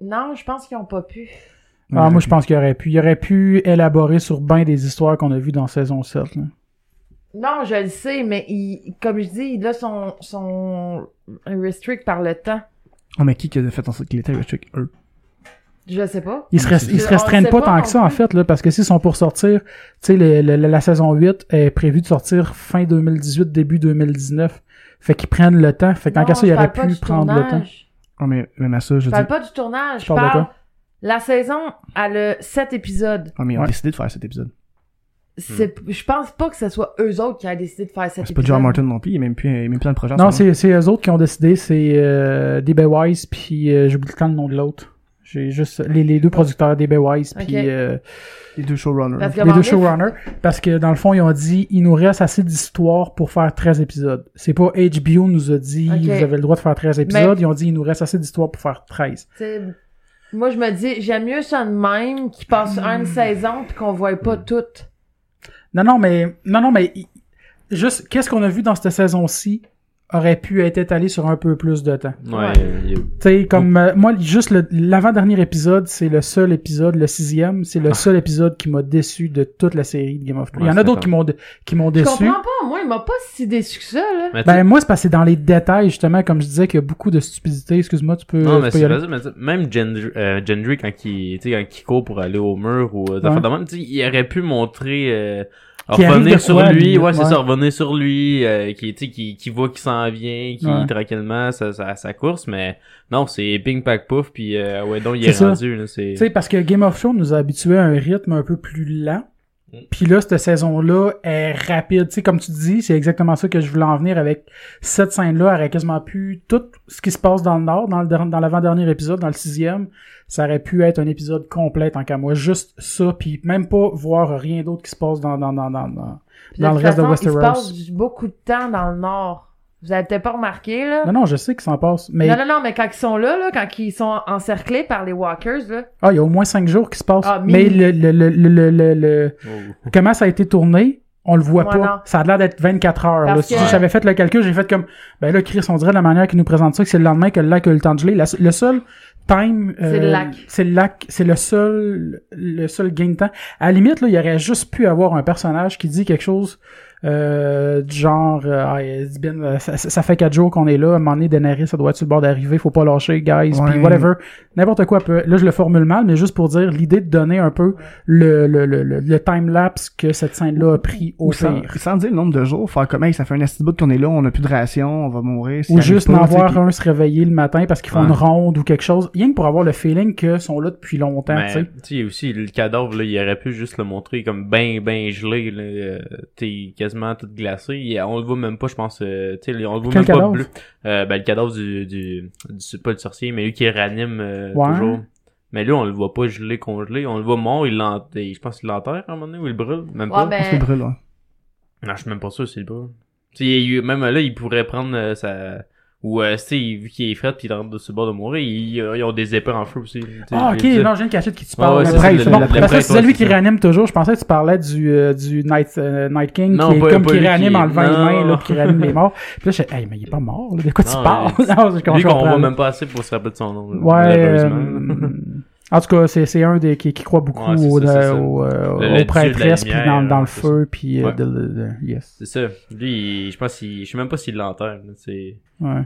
[SPEAKER 4] Non, je pense qu'ils ont pas pu.
[SPEAKER 1] Ah, moi, je pense qu'il aurait pu. Il aurait pu élaborer sur bien des histoires qu'on a vues dans saison 7. là.
[SPEAKER 4] Non, je le sais, mais ils, comme je dis, là, sont, sont restrict par le temps.
[SPEAKER 3] Oh, mais qui qui a fait en sorte qu'il était restrict eux
[SPEAKER 4] Je sais pas.
[SPEAKER 1] Ils se, rest- ils se
[SPEAKER 4] On
[SPEAKER 1] restreignent
[SPEAKER 4] sait
[SPEAKER 1] pas
[SPEAKER 4] pas
[SPEAKER 1] tant
[SPEAKER 4] non
[SPEAKER 1] que ça, en
[SPEAKER 4] plus.
[SPEAKER 1] fait, là, parce que s'ils sont pour sortir, tu sais, le- le- la saison 8 est prévue de sortir fin 2018, début 2019. Fait qu'ils prennent le temps. Fait qu'en
[SPEAKER 4] Non,
[SPEAKER 1] cas, ça,
[SPEAKER 4] je
[SPEAKER 1] ils
[SPEAKER 4] parle
[SPEAKER 1] auraient
[SPEAKER 4] pas
[SPEAKER 1] pu
[SPEAKER 4] du
[SPEAKER 1] prendre le temps.
[SPEAKER 4] tournage.
[SPEAKER 3] Oh, mais même à ça, je
[SPEAKER 4] Je
[SPEAKER 3] dis
[SPEAKER 4] parle pas du tournage.
[SPEAKER 1] Tu
[SPEAKER 4] Je
[SPEAKER 1] parles de
[SPEAKER 4] parle.
[SPEAKER 1] quoi?
[SPEAKER 4] La saison, elle a sept épisodes.
[SPEAKER 3] oh, mais on a
[SPEAKER 1] Ouais.
[SPEAKER 3] décidé de faire cet épisode.
[SPEAKER 4] C'est, je pense pas que ce soit eux autres qui aient décidé de faire sept
[SPEAKER 3] C'est
[SPEAKER 4] épisodes.
[SPEAKER 3] pas John Martin non plus, il est même plus, il est même plus dans le projet. en
[SPEAKER 1] Non,
[SPEAKER 3] ce moment.
[SPEAKER 1] c'est c'est eux autres qui ont décidé, c'est euh, DB Wise puis euh, j'oublie le temps le nom de l'autre. J'ai juste les, les deux producteurs DB Wise puis
[SPEAKER 4] Ok.
[SPEAKER 1] euh,
[SPEAKER 3] les deux showrunners.
[SPEAKER 4] Parce que
[SPEAKER 1] les
[SPEAKER 4] Mandé-
[SPEAKER 1] deux showrunners parce que dans le fond ils ont dit il nous reste assez d'histoires pour faire 13 épisodes. C'est pas HBO nous a dit
[SPEAKER 4] Ok.
[SPEAKER 1] vous avez le droit de faire 13 épisodes,
[SPEAKER 4] Mais-
[SPEAKER 1] ils ont dit il nous reste assez d'histoires pour faire 13.
[SPEAKER 4] T'sais, Moi, je me dis, j'aime mieux ça de même, qu'ils passe
[SPEAKER 1] Hmm.
[SPEAKER 4] une saison puis qu'on voit pas toutes.
[SPEAKER 1] Non non mais non non mais il- juste qu'est-ce qu'on a vu dans cette saison-ci aurait pu être étalé sur un peu plus de temps.
[SPEAKER 2] Ouais, il y a-
[SPEAKER 1] Tu sais, comme
[SPEAKER 2] Oh.
[SPEAKER 1] euh, moi, juste le- l'avant-dernier épisode, c'est le seul épisode, le sixième, c'est le seul épisode qui m'a déçu de toute la série de Game of Thrones.
[SPEAKER 2] Ah. Ouais,
[SPEAKER 1] Il y en
[SPEAKER 2] c'est
[SPEAKER 1] a d'autres qui m'ont dé- qui m'ont
[SPEAKER 4] Je
[SPEAKER 1] déçu.
[SPEAKER 4] comprends pas, moi, il m'a pas si déçu que ça, là.
[SPEAKER 2] mais tu-
[SPEAKER 1] Ben moi, c'est parce que c'est dans les détails, justement, comme je disais, qu'il y a beaucoup de stupidité. Excuse-moi, tu peux, tu
[SPEAKER 2] non, mais
[SPEAKER 1] peux
[SPEAKER 2] c'est
[SPEAKER 1] y aller.
[SPEAKER 2] pas ça, mais tu sais, même Gendry, euh, Gendry quand, il, tu sais, quand il court pour aller au mur ou euh,
[SPEAKER 1] Ouais.
[SPEAKER 2] des affaires de même, tu sais, il aurait pu montrer, euh,
[SPEAKER 1] Qu'il arrive de
[SPEAKER 2] revenir sur
[SPEAKER 1] quoi,
[SPEAKER 2] lui,
[SPEAKER 1] lui,
[SPEAKER 2] ouais, c'est
[SPEAKER 1] ouais.
[SPEAKER 2] ça, revenir sur lui, euh, qui, tu sais, qui, qui voit qu'il s'en vient, qui
[SPEAKER 1] Ouais.
[SPEAKER 2] tranquillement sa, sa, sa course, mais non, c'est ping pack pouf, puis euh, ouais, donc il est,
[SPEAKER 1] C'est ça.
[SPEAKER 2] rendu, là, c'est...
[SPEAKER 1] Tu sais, parce que Game of Thrones nous a habitués à un rythme un peu plus lent. Puis là, cette saison-là est rapide. Tu sais, comme tu dis, c'est exactement ça que je voulais en venir avec cette scène-là. Elle aurait quasiment pu... Tout ce qui se passe dans le Nord, dans, le, der- dans l'avant-dernier épisode, dans le sixième, ça aurait pu être un épisode complet, en qu'à moi. Juste ça, puis même pas voir rien d'autre qui se passe dans... dans, dans, dans, dans-
[SPEAKER 4] Puis
[SPEAKER 1] Dans
[SPEAKER 4] toute
[SPEAKER 1] le reste de
[SPEAKER 4] façon, Il se
[SPEAKER 1] Westeros.
[SPEAKER 4] passe du- beaucoup de temps dans le Nord. Vous avez peut-être pas remarqué, là.
[SPEAKER 1] Non, non, je sais qu'il s'en passe, mais...
[SPEAKER 4] Non, non, non, mais quand ils sont là, là, quand ils sont encerclés par les Walkers, là.
[SPEAKER 1] Ah, il y a au moins cinq jours qui se passent.
[SPEAKER 4] Ah,
[SPEAKER 1] mais
[SPEAKER 4] mille.
[SPEAKER 1] le, le, le, le, le- le-
[SPEAKER 2] Oh.
[SPEAKER 1] comment ça a été tourné, on le voit pas.
[SPEAKER 4] Ouais, non.
[SPEAKER 1] Ça a l'air d'être 24 heures. Là.
[SPEAKER 4] Parce
[SPEAKER 1] Si
[SPEAKER 4] que-
[SPEAKER 1] j'avais fait le calcul, j'ai fait comme, ben là, Chris, on dirait de la manière qu'il nous présente ça, que c'est le lendemain que le lac a eu le temps de geler. La- le seul time... euh,
[SPEAKER 4] C'est le lac.
[SPEAKER 1] C'est le lac. C'est le seul, le seul gain de temps. À la limite, là, il aurait juste pu avoir un personnage qui dit quelque chose euh, du genre, euh, Ah, il dit, Ben, euh, ça, ça- ça fait quatre jours qu'on est là, à un moment donné, Daenerys, ça doit être sur le bord d'arriver, faut pas lâcher, guys,
[SPEAKER 3] Ouais.
[SPEAKER 1] puis whatever. N'importe quoi. peu- Là, je le formule mal, mais juste pour dire l'idée de donner un peu le, le, le, le, le time-lapse que cette scène-là a pris au
[SPEAKER 3] Ou sans,
[SPEAKER 1] pire.
[SPEAKER 3] sans dire le nombre de jours, faire comme, hey, ça fait un acide bout qu'on est là, on a plus de ration, on va mourir.
[SPEAKER 1] Ou juste en
[SPEAKER 3] n'en
[SPEAKER 1] voir un se réveiller le matin parce qu'ils font
[SPEAKER 2] Ouais.
[SPEAKER 1] une ronde ou quelque chose. Rien que pour avoir le feeling qu'ils sont là depuis longtemps,
[SPEAKER 2] Mais,
[SPEAKER 1] tu
[SPEAKER 2] tu
[SPEAKER 1] sais.
[SPEAKER 2] sais, aussi, le cadavre, là, il aurait pu juste le montrer comme ben, ben gelé, là, euh, t'es quasiment tout glacé. Il- On le voit même pas, je pense, euh, tu sais, on le voit
[SPEAKER 1] Quel
[SPEAKER 2] même
[SPEAKER 1] cadavre?
[SPEAKER 2] pas bleu. Euh, ben, le cadavre du, du, du- pas le sorcier, mais lui qui ranime, euh,
[SPEAKER 1] Ouais.
[SPEAKER 2] toujours. Mais lui, on le voit pas gelé, congelé. On le voit mort, il l'en- et Je pense qu'il l'enterre, à un moment donné, ou il le brûle, même
[SPEAKER 4] Ouais,
[SPEAKER 2] pas.
[SPEAKER 4] ben,
[SPEAKER 3] On se fait brûler, ouais.
[SPEAKER 2] Non, je suis même pas sûr s'il le brûle. Tu sais, il- même là, il pourrait prendre euh, sa, Ou, euh, tu sais, vu qu'il est fret puis il est en train de se bord de mourir, ils, euh, ils ont des épées en feu aussi. tu sais,
[SPEAKER 1] Ah, ok,
[SPEAKER 2] je les ai-
[SPEAKER 1] non, j'ai une cachette qui te
[SPEAKER 2] Ah
[SPEAKER 1] parle.
[SPEAKER 2] ouais,
[SPEAKER 3] le
[SPEAKER 2] ça,
[SPEAKER 1] Après,
[SPEAKER 3] prêtre,
[SPEAKER 2] c'est
[SPEAKER 3] le-
[SPEAKER 1] bon,
[SPEAKER 3] le
[SPEAKER 1] après
[SPEAKER 3] prêtre,
[SPEAKER 1] ça, c'est celui qui
[SPEAKER 2] ouais,
[SPEAKER 1] réanime toujours. Je pensais que tu parlais du, euh, du Night, euh, Night King
[SPEAKER 2] Non,
[SPEAKER 1] qui est
[SPEAKER 2] pas-
[SPEAKER 1] comme
[SPEAKER 2] pas
[SPEAKER 1] qui
[SPEAKER 2] lui
[SPEAKER 1] réanime
[SPEAKER 2] qui-
[SPEAKER 1] en levant les
[SPEAKER 2] non.
[SPEAKER 1] mains, là, puis qui réanime les morts. Puis là, je hey, mais il est pas mort, là. De quoi tu
[SPEAKER 2] Non,
[SPEAKER 1] parles?
[SPEAKER 2] mais-
[SPEAKER 1] [laughs] Non, je
[SPEAKER 2] c'est ça. Lui
[SPEAKER 1] comprends
[SPEAKER 2] qu'on
[SPEAKER 1] pas,
[SPEAKER 2] voit
[SPEAKER 1] là.
[SPEAKER 2] même pas assez pour se rappeler de son nom. là,
[SPEAKER 1] Ouais. euh,
[SPEAKER 2] malheureusement.
[SPEAKER 1] [laughs] En tout cas, c'est c'est un des qui, qui croit beaucoup
[SPEAKER 2] Ouais, c'est
[SPEAKER 1] au,
[SPEAKER 2] ça, c'est ça.
[SPEAKER 1] au, euh,
[SPEAKER 2] Le-
[SPEAKER 1] aux
[SPEAKER 2] le dieu de la
[SPEAKER 1] prêtresses, puis dans,
[SPEAKER 2] lumière,
[SPEAKER 1] dans le
[SPEAKER 2] c'est
[SPEAKER 1] feu, puis euh,
[SPEAKER 2] Ouais.
[SPEAKER 1] de- de- de- yes.
[SPEAKER 2] C'est ça. Lui, il- je pense qu'il, je sais même pas s'il l'enterre, là, c'est,
[SPEAKER 1] Ouais.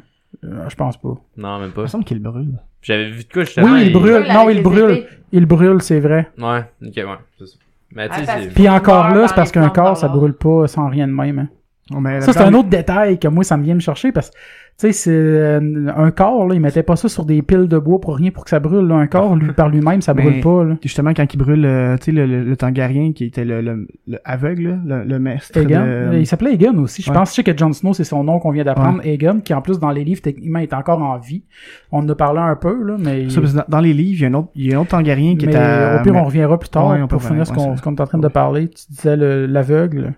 [SPEAKER 1] Euh, Je pense pas.
[SPEAKER 2] non, même
[SPEAKER 3] Il
[SPEAKER 2] pas.
[SPEAKER 3] me semble qu'il brûle.
[SPEAKER 2] J'avais vu de quoi, justement.
[SPEAKER 1] Oui, il brûle.
[SPEAKER 4] Avec
[SPEAKER 1] Non, il
[SPEAKER 4] les
[SPEAKER 1] brûle.
[SPEAKER 4] épées.
[SPEAKER 1] Il brûle, c'est vrai.
[SPEAKER 2] Ouais, ok, ouais, c'est ça. Mais tu
[SPEAKER 4] Ah,
[SPEAKER 2] sais,
[SPEAKER 4] parce-
[SPEAKER 2] c'est-
[SPEAKER 1] Puis encore
[SPEAKER 4] meurt
[SPEAKER 1] là,
[SPEAKER 4] dans
[SPEAKER 1] c'est parce
[SPEAKER 4] les
[SPEAKER 1] qu'un
[SPEAKER 4] flammes
[SPEAKER 1] corps, ça
[SPEAKER 4] parlantes.
[SPEAKER 1] brûle pas sans rien de même. hein.
[SPEAKER 3] Oh, mais
[SPEAKER 1] Ça, c'est un autre détail que moi, ça me vient me chercher parce que, tu sais, c'est euh, un corps, là, il mettait pas ça sur des piles de bois pour rien pour que ça brûle. là. Un corps, lui, par lui-même, ça
[SPEAKER 3] Mais-
[SPEAKER 1] brûle pas. Là.
[SPEAKER 3] Justement, quand il brûle, euh, tu sais, le, le, le Tangarien qui était le, le, le aveugle, là, le, le maître.
[SPEAKER 1] Egan. Euh,
[SPEAKER 3] de-
[SPEAKER 1] Il s'appelait Egan aussi. Je
[SPEAKER 3] Ouais.
[SPEAKER 1] pense je sais que Jon Snow, c'est son nom qu'on vient d'apprendre. Egan, qui en plus, dans les livres, techniquement, est encore en vie. On en a parlé un peu, là, mais,
[SPEAKER 3] Ça, parce que dans, dans les livres, il y a un autre, il y a un autre Tangarien qui
[SPEAKER 1] mais
[SPEAKER 3] est à...
[SPEAKER 1] au pire, on reviendra plus tard
[SPEAKER 3] Ouais, on peut
[SPEAKER 1] pour finir
[SPEAKER 3] revenir,
[SPEAKER 1] ce qu'on
[SPEAKER 3] ouais,
[SPEAKER 1] ce qu'on est en train de parler. Tu disais le- l'aveugle,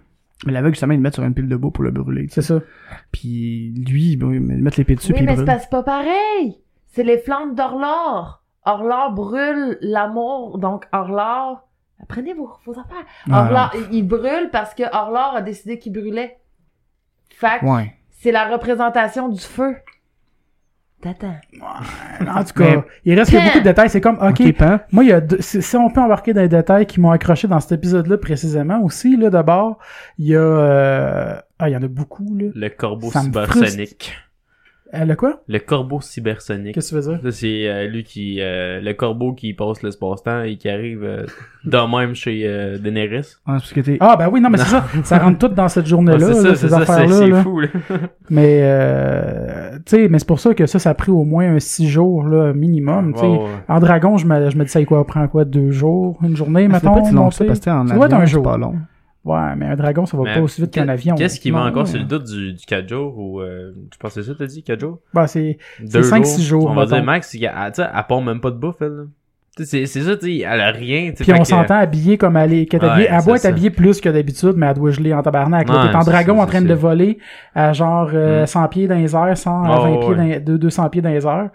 [SPEAKER 3] Mais l'aveugle, justement, il le met sur une pile de bois pour le brûler. tu sais.
[SPEAKER 1] c'est ça.
[SPEAKER 3] Puis lui, bon, il met l'épée dessus,
[SPEAKER 4] Oui,
[SPEAKER 3] puis il
[SPEAKER 4] mais c'est
[SPEAKER 3] brûle.
[SPEAKER 4] pas- c'est pas pareil. C'est les flammes d'Orlor. Orlor brûle l'amour, donc Orlor... Prenez vos, vos affaires. Orlor, il, il brûle parce que Orlor a décidé qu'il brûlait. Fait que
[SPEAKER 3] Ouais.
[SPEAKER 4] c'est la représentation du feu. T'attends.
[SPEAKER 1] En tout cas, il reste que beaucoup de détails. C'est comme,
[SPEAKER 3] Ok,
[SPEAKER 1] ok,
[SPEAKER 3] pan.
[SPEAKER 1] Moi, il y a deux- si, si on peut embarquer dans les détails qui m'ont accroché dans cet épisode-là précisément aussi, là, d'abord, il y a... euh, Ah, il y en a beaucoup, là.
[SPEAKER 2] le corbeau
[SPEAKER 1] Ça me
[SPEAKER 2] cybersonique.
[SPEAKER 1] Euh, le quoi?
[SPEAKER 2] Le corbeau cybersonique.
[SPEAKER 1] Qu'est-ce que tu veux dire?
[SPEAKER 2] Ça, c'est euh, lui qui. euh, le corbeau qui passe l'espace-temps et qui arrive euh, de même chez euh, Daenerys.
[SPEAKER 3] Ouais, parce que t'es...
[SPEAKER 1] Ah, ben oui, non, mais c'est ça. Ça rentre tout dans
[SPEAKER 3] [laughs]
[SPEAKER 1] cette
[SPEAKER 2] Ah,
[SPEAKER 1] journée-là,
[SPEAKER 2] c'est
[SPEAKER 1] là,
[SPEAKER 2] ça, c'est
[SPEAKER 1] ces
[SPEAKER 2] ça, c'est-
[SPEAKER 1] affaires-là.
[SPEAKER 2] c'est
[SPEAKER 1] là.
[SPEAKER 2] fou, là.
[SPEAKER 1] Mais, euh, tu sais, mais c'est pour ça que ça, ça a pris au moins un six jours, là, minimum, tu sais.
[SPEAKER 2] Ouais, ouais.
[SPEAKER 1] En dragon, je me, je me dis, ça quoi, prend quoi, deux jours, une journée,
[SPEAKER 3] Mais Ah, c'est
[SPEAKER 1] mettons,
[SPEAKER 3] pas si long que ça,
[SPEAKER 1] monter?
[SPEAKER 3] parce que t'es en
[SPEAKER 1] Ça doit être
[SPEAKER 3] avion,
[SPEAKER 1] un
[SPEAKER 3] c'est
[SPEAKER 1] jour.
[SPEAKER 3] pas long.
[SPEAKER 1] Ouais, mais un dragon, ça va
[SPEAKER 2] Mais
[SPEAKER 1] pas aussi vite qu'un
[SPEAKER 2] qu'est-
[SPEAKER 1] avion.
[SPEAKER 2] Qu'est-ce qui
[SPEAKER 1] Non,
[SPEAKER 2] va encore?
[SPEAKER 1] ouais.
[SPEAKER 2] C'est le doute du, du 4 jours ou. euh, tu penses que c'est ça, t'as dit 4 jours?
[SPEAKER 1] Bah, c'est...
[SPEAKER 2] Deux
[SPEAKER 1] cinq, six jours,
[SPEAKER 2] On va
[SPEAKER 1] mettons.
[SPEAKER 2] dire max, c'est qu'elle- elle, tu sais, elle pompe même pas de bouffe, elle. là. Tu sais, C'est c'est ça, tu sais, elle a rien. tu sais,
[SPEAKER 1] Puis
[SPEAKER 2] fait
[SPEAKER 1] on
[SPEAKER 2] que-
[SPEAKER 1] s'entend habillé comme elle est. qu'elle est
[SPEAKER 2] Ouais,
[SPEAKER 1] habillée. Elle
[SPEAKER 2] c'est
[SPEAKER 1] doit être
[SPEAKER 2] ça.
[SPEAKER 1] habillée plus que d'habitude, mais elle doit geler en tabarnak. là.
[SPEAKER 2] Ouais,
[SPEAKER 1] T'es en
[SPEAKER 2] c'est
[SPEAKER 1] dragon
[SPEAKER 2] ça,
[SPEAKER 1] en train
[SPEAKER 2] c'est
[SPEAKER 1] de
[SPEAKER 2] ça.
[SPEAKER 1] voler à genre euh,
[SPEAKER 2] Mm.
[SPEAKER 1] 100 pieds dans les airs, 100, à
[SPEAKER 2] Oh,
[SPEAKER 1] 20 pieds
[SPEAKER 2] ouais.
[SPEAKER 1] dans les- deux- 200 pieds dans les airs.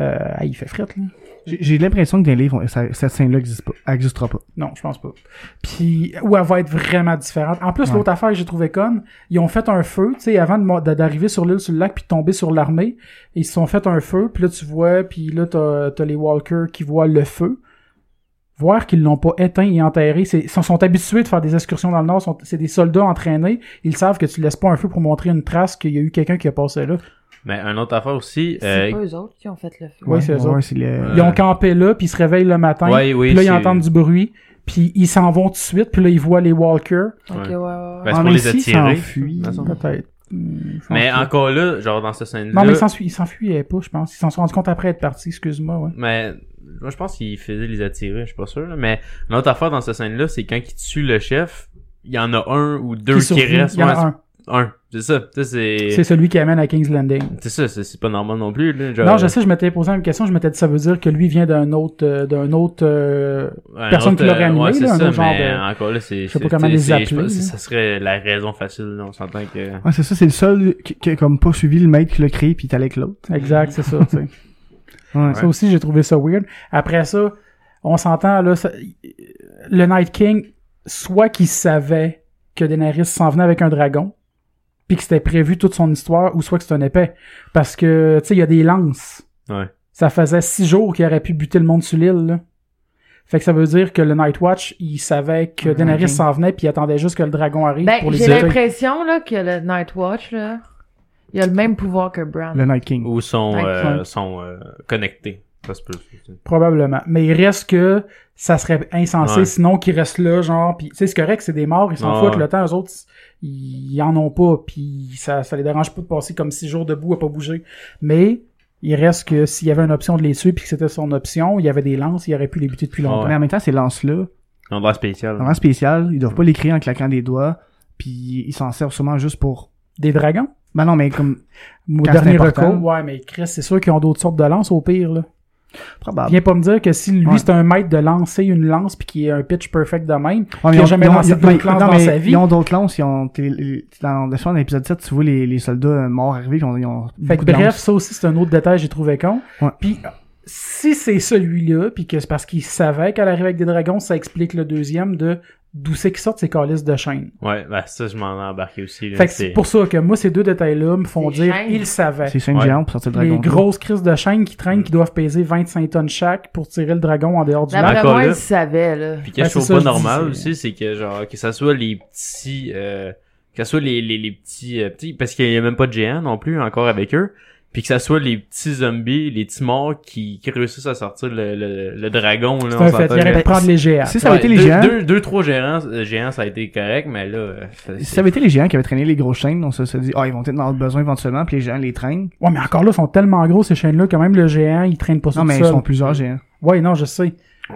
[SPEAKER 1] Euh, ah, il fait frette, là.
[SPEAKER 3] J'ai j'ai l'impression que dans les livres, on- ça- cette scène-là n'existe pas. Elle n'existera pas.
[SPEAKER 1] Non, je pense pas. Puis, ou elle va être vraiment différente. En plus,
[SPEAKER 3] Ouais.
[SPEAKER 1] l'autre affaire que j'ai trouvé conne, ils ont fait un feu, tu sais, avant de mo- d'a- d'arriver sur l'île, sur le lac, puis de tomber sur l'armée. Ils se sont fait un feu, puis là, tu vois, puis là, t'as t'as les walkers qui voient le feu. Voir qu'ils l'ont pas éteint et enterré, c'est- ils sont, sont habitués de faire des excursions dans le Nord, sont- c'est des soldats entraînés, ils savent que tu laisses pas un feu pour montrer une trace qu'il y a eu quelqu'un qui a passé là.
[SPEAKER 2] Mais une autre affaire aussi.
[SPEAKER 4] C'est
[SPEAKER 2] euh,
[SPEAKER 4] pas eux autres qui ont fait le feu.
[SPEAKER 1] Ouais, c'est ça.
[SPEAKER 3] Ouais, c'est le...
[SPEAKER 1] Ils ont campé là, puis ils se réveillent le matin,
[SPEAKER 2] ouais, oui,
[SPEAKER 1] puis là, ils
[SPEAKER 2] c'est-
[SPEAKER 1] entendent du bruit, puis ils s'en vont tout de suite, puis là, ils voient les walkers.
[SPEAKER 4] Ok, ouais, ouais, ouais.
[SPEAKER 2] Ben, c'est
[SPEAKER 3] Ah,
[SPEAKER 2] pour
[SPEAKER 3] mais
[SPEAKER 2] les
[SPEAKER 3] si, ça
[SPEAKER 2] attirer.
[SPEAKER 3] enfuit.
[SPEAKER 2] de toute façon.
[SPEAKER 1] Peut-être. Hmm, je pense
[SPEAKER 2] Mais
[SPEAKER 1] pas.
[SPEAKER 2] encore là, genre dans cette scène-là.
[SPEAKER 1] Non, mais ils s'enfuy- ils s'enfuyaient pas, je pense. Ils s'en sont rendus compte après être partis, excuse-moi, ouais.
[SPEAKER 2] Mais moi je pense qu'il faisait les attirer, je suis pas sûr. là. Mais l'autre affaire dans cette scène-là, c'est quand il tue le chef, il y en a un ou deux qui,
[SPEAKER 1] survit,
[SPEAKER 2] restent.
[SPEAKER 1] Il y en a
[SPEAKER 2] Ouais,
[SPEAKER 1] un.
[SPEAKER 2] c'est- un. C'est ça. Tu sais,
[SPEAKER 1] C'est
[SPEAKER 2] c'est.
[SPEAKER 1] celui qui amène à King's Landing.
[SPEAKER 2] C'est ça, c'est c'est pas normal non plus. Là, genre,
[SPEAKER 1] Non, je sais, je m'étais posé la même question, je m'étais dit, ça veut dire que lui vient d'un autre, euh, d'un autre, euh,
[SPEAKER 2] un
[SPEAKER 1] personne qui
[SPEAKER 2] euh,
[SPEAKER 1] l'aurait animé,
[SPEAKER 2] ouais, c'est
[SPEAKER 1] là, un
[SPEAKER 2] ça,
[SPEAKER 1] autre genre
[SPEAKER 2] mais
[SPEAKER 1] de-
[SPEAKER 2] Encore là, c'est.
[SPEAKER 1] je sais pas
[SPEAKER 2] c'est-
[SPEAKER 1] comment
[SPEAKER 2] tu
[SPEAKER 1] les
[SPEAKER 2] c'est- je
[SPEAKER 1] appeler,
[SPEAKER 2] pense-
[SPEAKER 1] là.
[SPEAKER 2] Ça serait la raison facile, là, on s'entend que.
[SPEAKER 3] Ouais, c'est ça, c'est le seul qui, qui a comme pas suivi le maître qui l'a créé puis il est allé avec l'autre.
[SPEAKER 1] exact, c'est ça, tu sais.
[SPEAKER 3] Ouais.
[SPEAKER 1] Ça aussi, j'ai trouvé ça weird. Après ça, on s'entend, là, ça- le Night King, soit qu'il savait que Daenerys s'en venait avec un dragon, puis que c'était prévu toute son histoire, ou soit que c'est un épais. Parce que, tu sais, il y a des lances.
[SPEAKER 2] Ouais.
[SPEAKER 1] Ça faisait six jours qu'il aurait pu buter le monde sur l'île, là. Fait que ça veut dire que le Night Watch, il savait que
[SPEAKER 3] Ouais,
[SPEAKER 1] Daenerys
[SPEAKER 3] ok.
[SPEAKER 1] s'en venait, puis il attendait juste que le dragon arrive pour
[SPEAKER 4] Ah, Ben,
[SPEAKER 1] les
[SPEAKER 4] j'ai
[SPEAKER 1] tuer.
[SPEAKER 4] l'impression, là, que le Night Watch, là, il a le même pouvoir que Bran.
[SPEAKER 3] Le Night King.
[SPEAKER 2] Ou sont,
[SPEAKER 4] Ouais,
[SPEAKER 2] euh,
[SPEAKER 1] ouais.
[SPEAKER 2] sont euh, connectés. Ça se peut. ça.
[SPEAKER 1] Probablement. Mais il reste que ça serait insensé,
[SPEAKER 2] Ouais.
[SPEAKER 1] sinon qu'ils restent là, genre, pis tu sais, c'est correct, c'est des morts, ils s'en
[SPEAKER 2] Ah
[SPEAKER 1] foutent,
[SPEAKER 2] ouais.
[SPEAKER 1] le temps, eux autres, ils ils en ont pas, puis ça, ça les dérange pas de passer comme six jours debout à pas bouger. Mais, il reste que s'il y avait une option de les tuer, puis que c'était son option, il y avait des lances, il aurait pu les buter depuis longtemps.
[SPEAKER 3] Mais en même temps, ces lances-là,
[SPEAKER 2] Un endroit spécial.
[SPEAKER 3] vraiment spéciales, ils doivent pas les créer en claquant des doigts, puis ils s'en servent sûrement juste pour...
[SPEAKER 1] Des dragons?
[SPEAKER 3] Ben non, mais comme...
[SPEAKER 1] Au
[SPEAKER 3] Quand c'est
[SPEAKER 1] dernier
[SPEAKER 3] important.
[SPEAKER 1] recours, ouais, mais Chris, c'est sûr qu'ils ont d'autres sortes de lances, au pire, là.
[SPEAKER 3] Probable.
[SPEAKER 1] Viens pas me dire que si lui
[SPEAKER 3] Ah. Ouais.
[SPEAKER 1] c'est un maître de lancer une lance puis qu'il est un pitch perfect de même,
[SPEAKER 3] Ouais, mais
[SPEAKER 1] qu'il
[SPEAKER 3] ils
[SPEAKER 1] a
[SPEAKER 3] ont-
[SPEAKER 1] jamais
[SPEAKER 3] ils ont-
[SPEAKER 1] lancé
[SPEAKER 3] ils ont-
[SPEAKER 1] de
[SPEAKER 3] non,
[SPEAKER 1] lance
[SPEAKER 3] non,
[SPEAKER 1] dans
[SPEAKER 3] mais
[SPEAKER 1] sa vie.
[SPEAKER 3] Ils ont d'autres lances. Ils ont, t'es- les- dans la fin de l'épisode 7, tu vois les, les soldats euh, morts arriver, ils ont, ils ont
[SPEAKER 1] Fait
[SPEAKER 3] beaucoup
[SPEAKER 1] que
[SPEAKER 3] de
[SPEAKER 1] bref,
[SPEAKER 3] lances.
[SPEAKER 1] ça aussi c'est un autre détail que j'ai trouvé con.
[SPEAKER 3] Ouais.
[SPEAKER 1] Puis si c'est celui-là, puis que c'est parce qu'il savait qu'elle arrive avec des dragons, ça explique le deuxième de d'où c'est qu'ils sortent ces calices de chaîne.
[SPEAKER 2] Ouais, bah ça, je m'en ai embarqué aussi. là,
[SPEAKER 1] Fait que
[SPEAKER 2] c'est-
[SPEAKER 1] c'est pour ça que moi ces deux détails-là me font
[SPEAKER 4] Ces
[SPEAKER 1] dire
[SPEAKER 4] chaînes.
[SPEAKER 1] il savait.
[SPEAKER 3] C'est cinq
[SPEAKER 2] Ouais.
[SPEAKER 3] géants pour sortir le
[SPEAKER 1] Les
[SPEAKER 3] dragon.
[SPEAKER 1] grosses crises de chaînes qui traînent,
[SPEAKER 2] Mm.
[SPEAKER 1] qui doivent peser 25 tonnes chaque pour tirer le dragon en dehors du lac.
[SPEAKER 4] D'après
[SPEAKER 2] Encore
[SPEAKER 4] moi,
[SPEAKER 2] là.
[SPEAKER 4] il savait, là.
[SPEAKER 2] Puis qu'est-ce
[SPEAKER 1] Ben,
[SPEAKER 2] que je
[SPEAKER 1] c'est
[SPEAKER 2] trouve pas
[SPEAKER 1] ça, je dis,
[SPEAKER 2] normal
[SPEAKER 1] c'est-
[SPEAKER 2] aussi, c'est que genre que ça soit les petits, euh, que ça soit les les, les petits, euh, petits, parce qu'il y a même pas de géants non plus encore avec eux, puis que ça soit les petits zombies, les petits morts qui, qui réussissent à sortir le le, le dragon là.
[SPEAKER 1] C'est
[SPEAKER 2] on
[SPEAKER 1] un fait.
[SPEAKER 2] s'entend,
[SPEAKER 1] Il aurait
[SPEAKER 2] là.
[SPEAKER 1] pu prendre les GA.
[SPEAKER 3] Si ça avait
[SPEAKER 2] Ouais,
[SPEAKER 3] été les
[SPEAKER 2] deux,
[SPEAKER 3] géants,
[SPEAKER 2] deux, deux, trois géants, euh, géants, ça a été correct, mais là, euh,
[SPEAKER 3] si
[SPEAKER 2] c'est-
[SPEAKER 3] ça avait été les géants qui avaient traîné les grosses chaînes, on se se dit, ah, ils vont peut-être en avoir besoin éventuellement, puis les géants les traînent.
[SPEAKER 1] Ouais, mais encore là, ils sont tellement gros ces chaînes-là que même le géant, il traîne pas ça
[SPEAKER 3] Non,
[SPEAKER 1] tout
[SPEAKER 3] mais ils
[SPEAKER 1] seul.
[SPEAKER 3] sont plusieurs géants.
[SPEAKER 1] Ouais, non, je sais.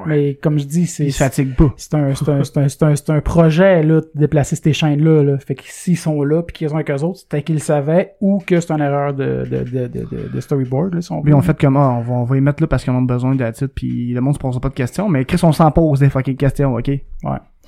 [SPEAKER 1] Mais comme je dis, c'est
[SPEAKER 3] Ils se fatiguent pas.
[SPEAKER 1] c'est un c'est un c'est un c'est un, c'est un projet là de déplacer ces chaînes là là. Fait que s'ils sont là puis qu'ils ont avec eux autres, c'était qu'ils le savaient ou que c'est une erreur de de de de, de- de storyboard là. Si on
[SPEAKER 3] Puis
[SPEAKER 1] veut.
[SPEAKER 3] on fait comme, ah, on va, on va y mettre là parce qu'ils en ont besoin de la titre, puis le monde se posera pas de questions, mais Chris, on s'en pose des fucking questions, ok?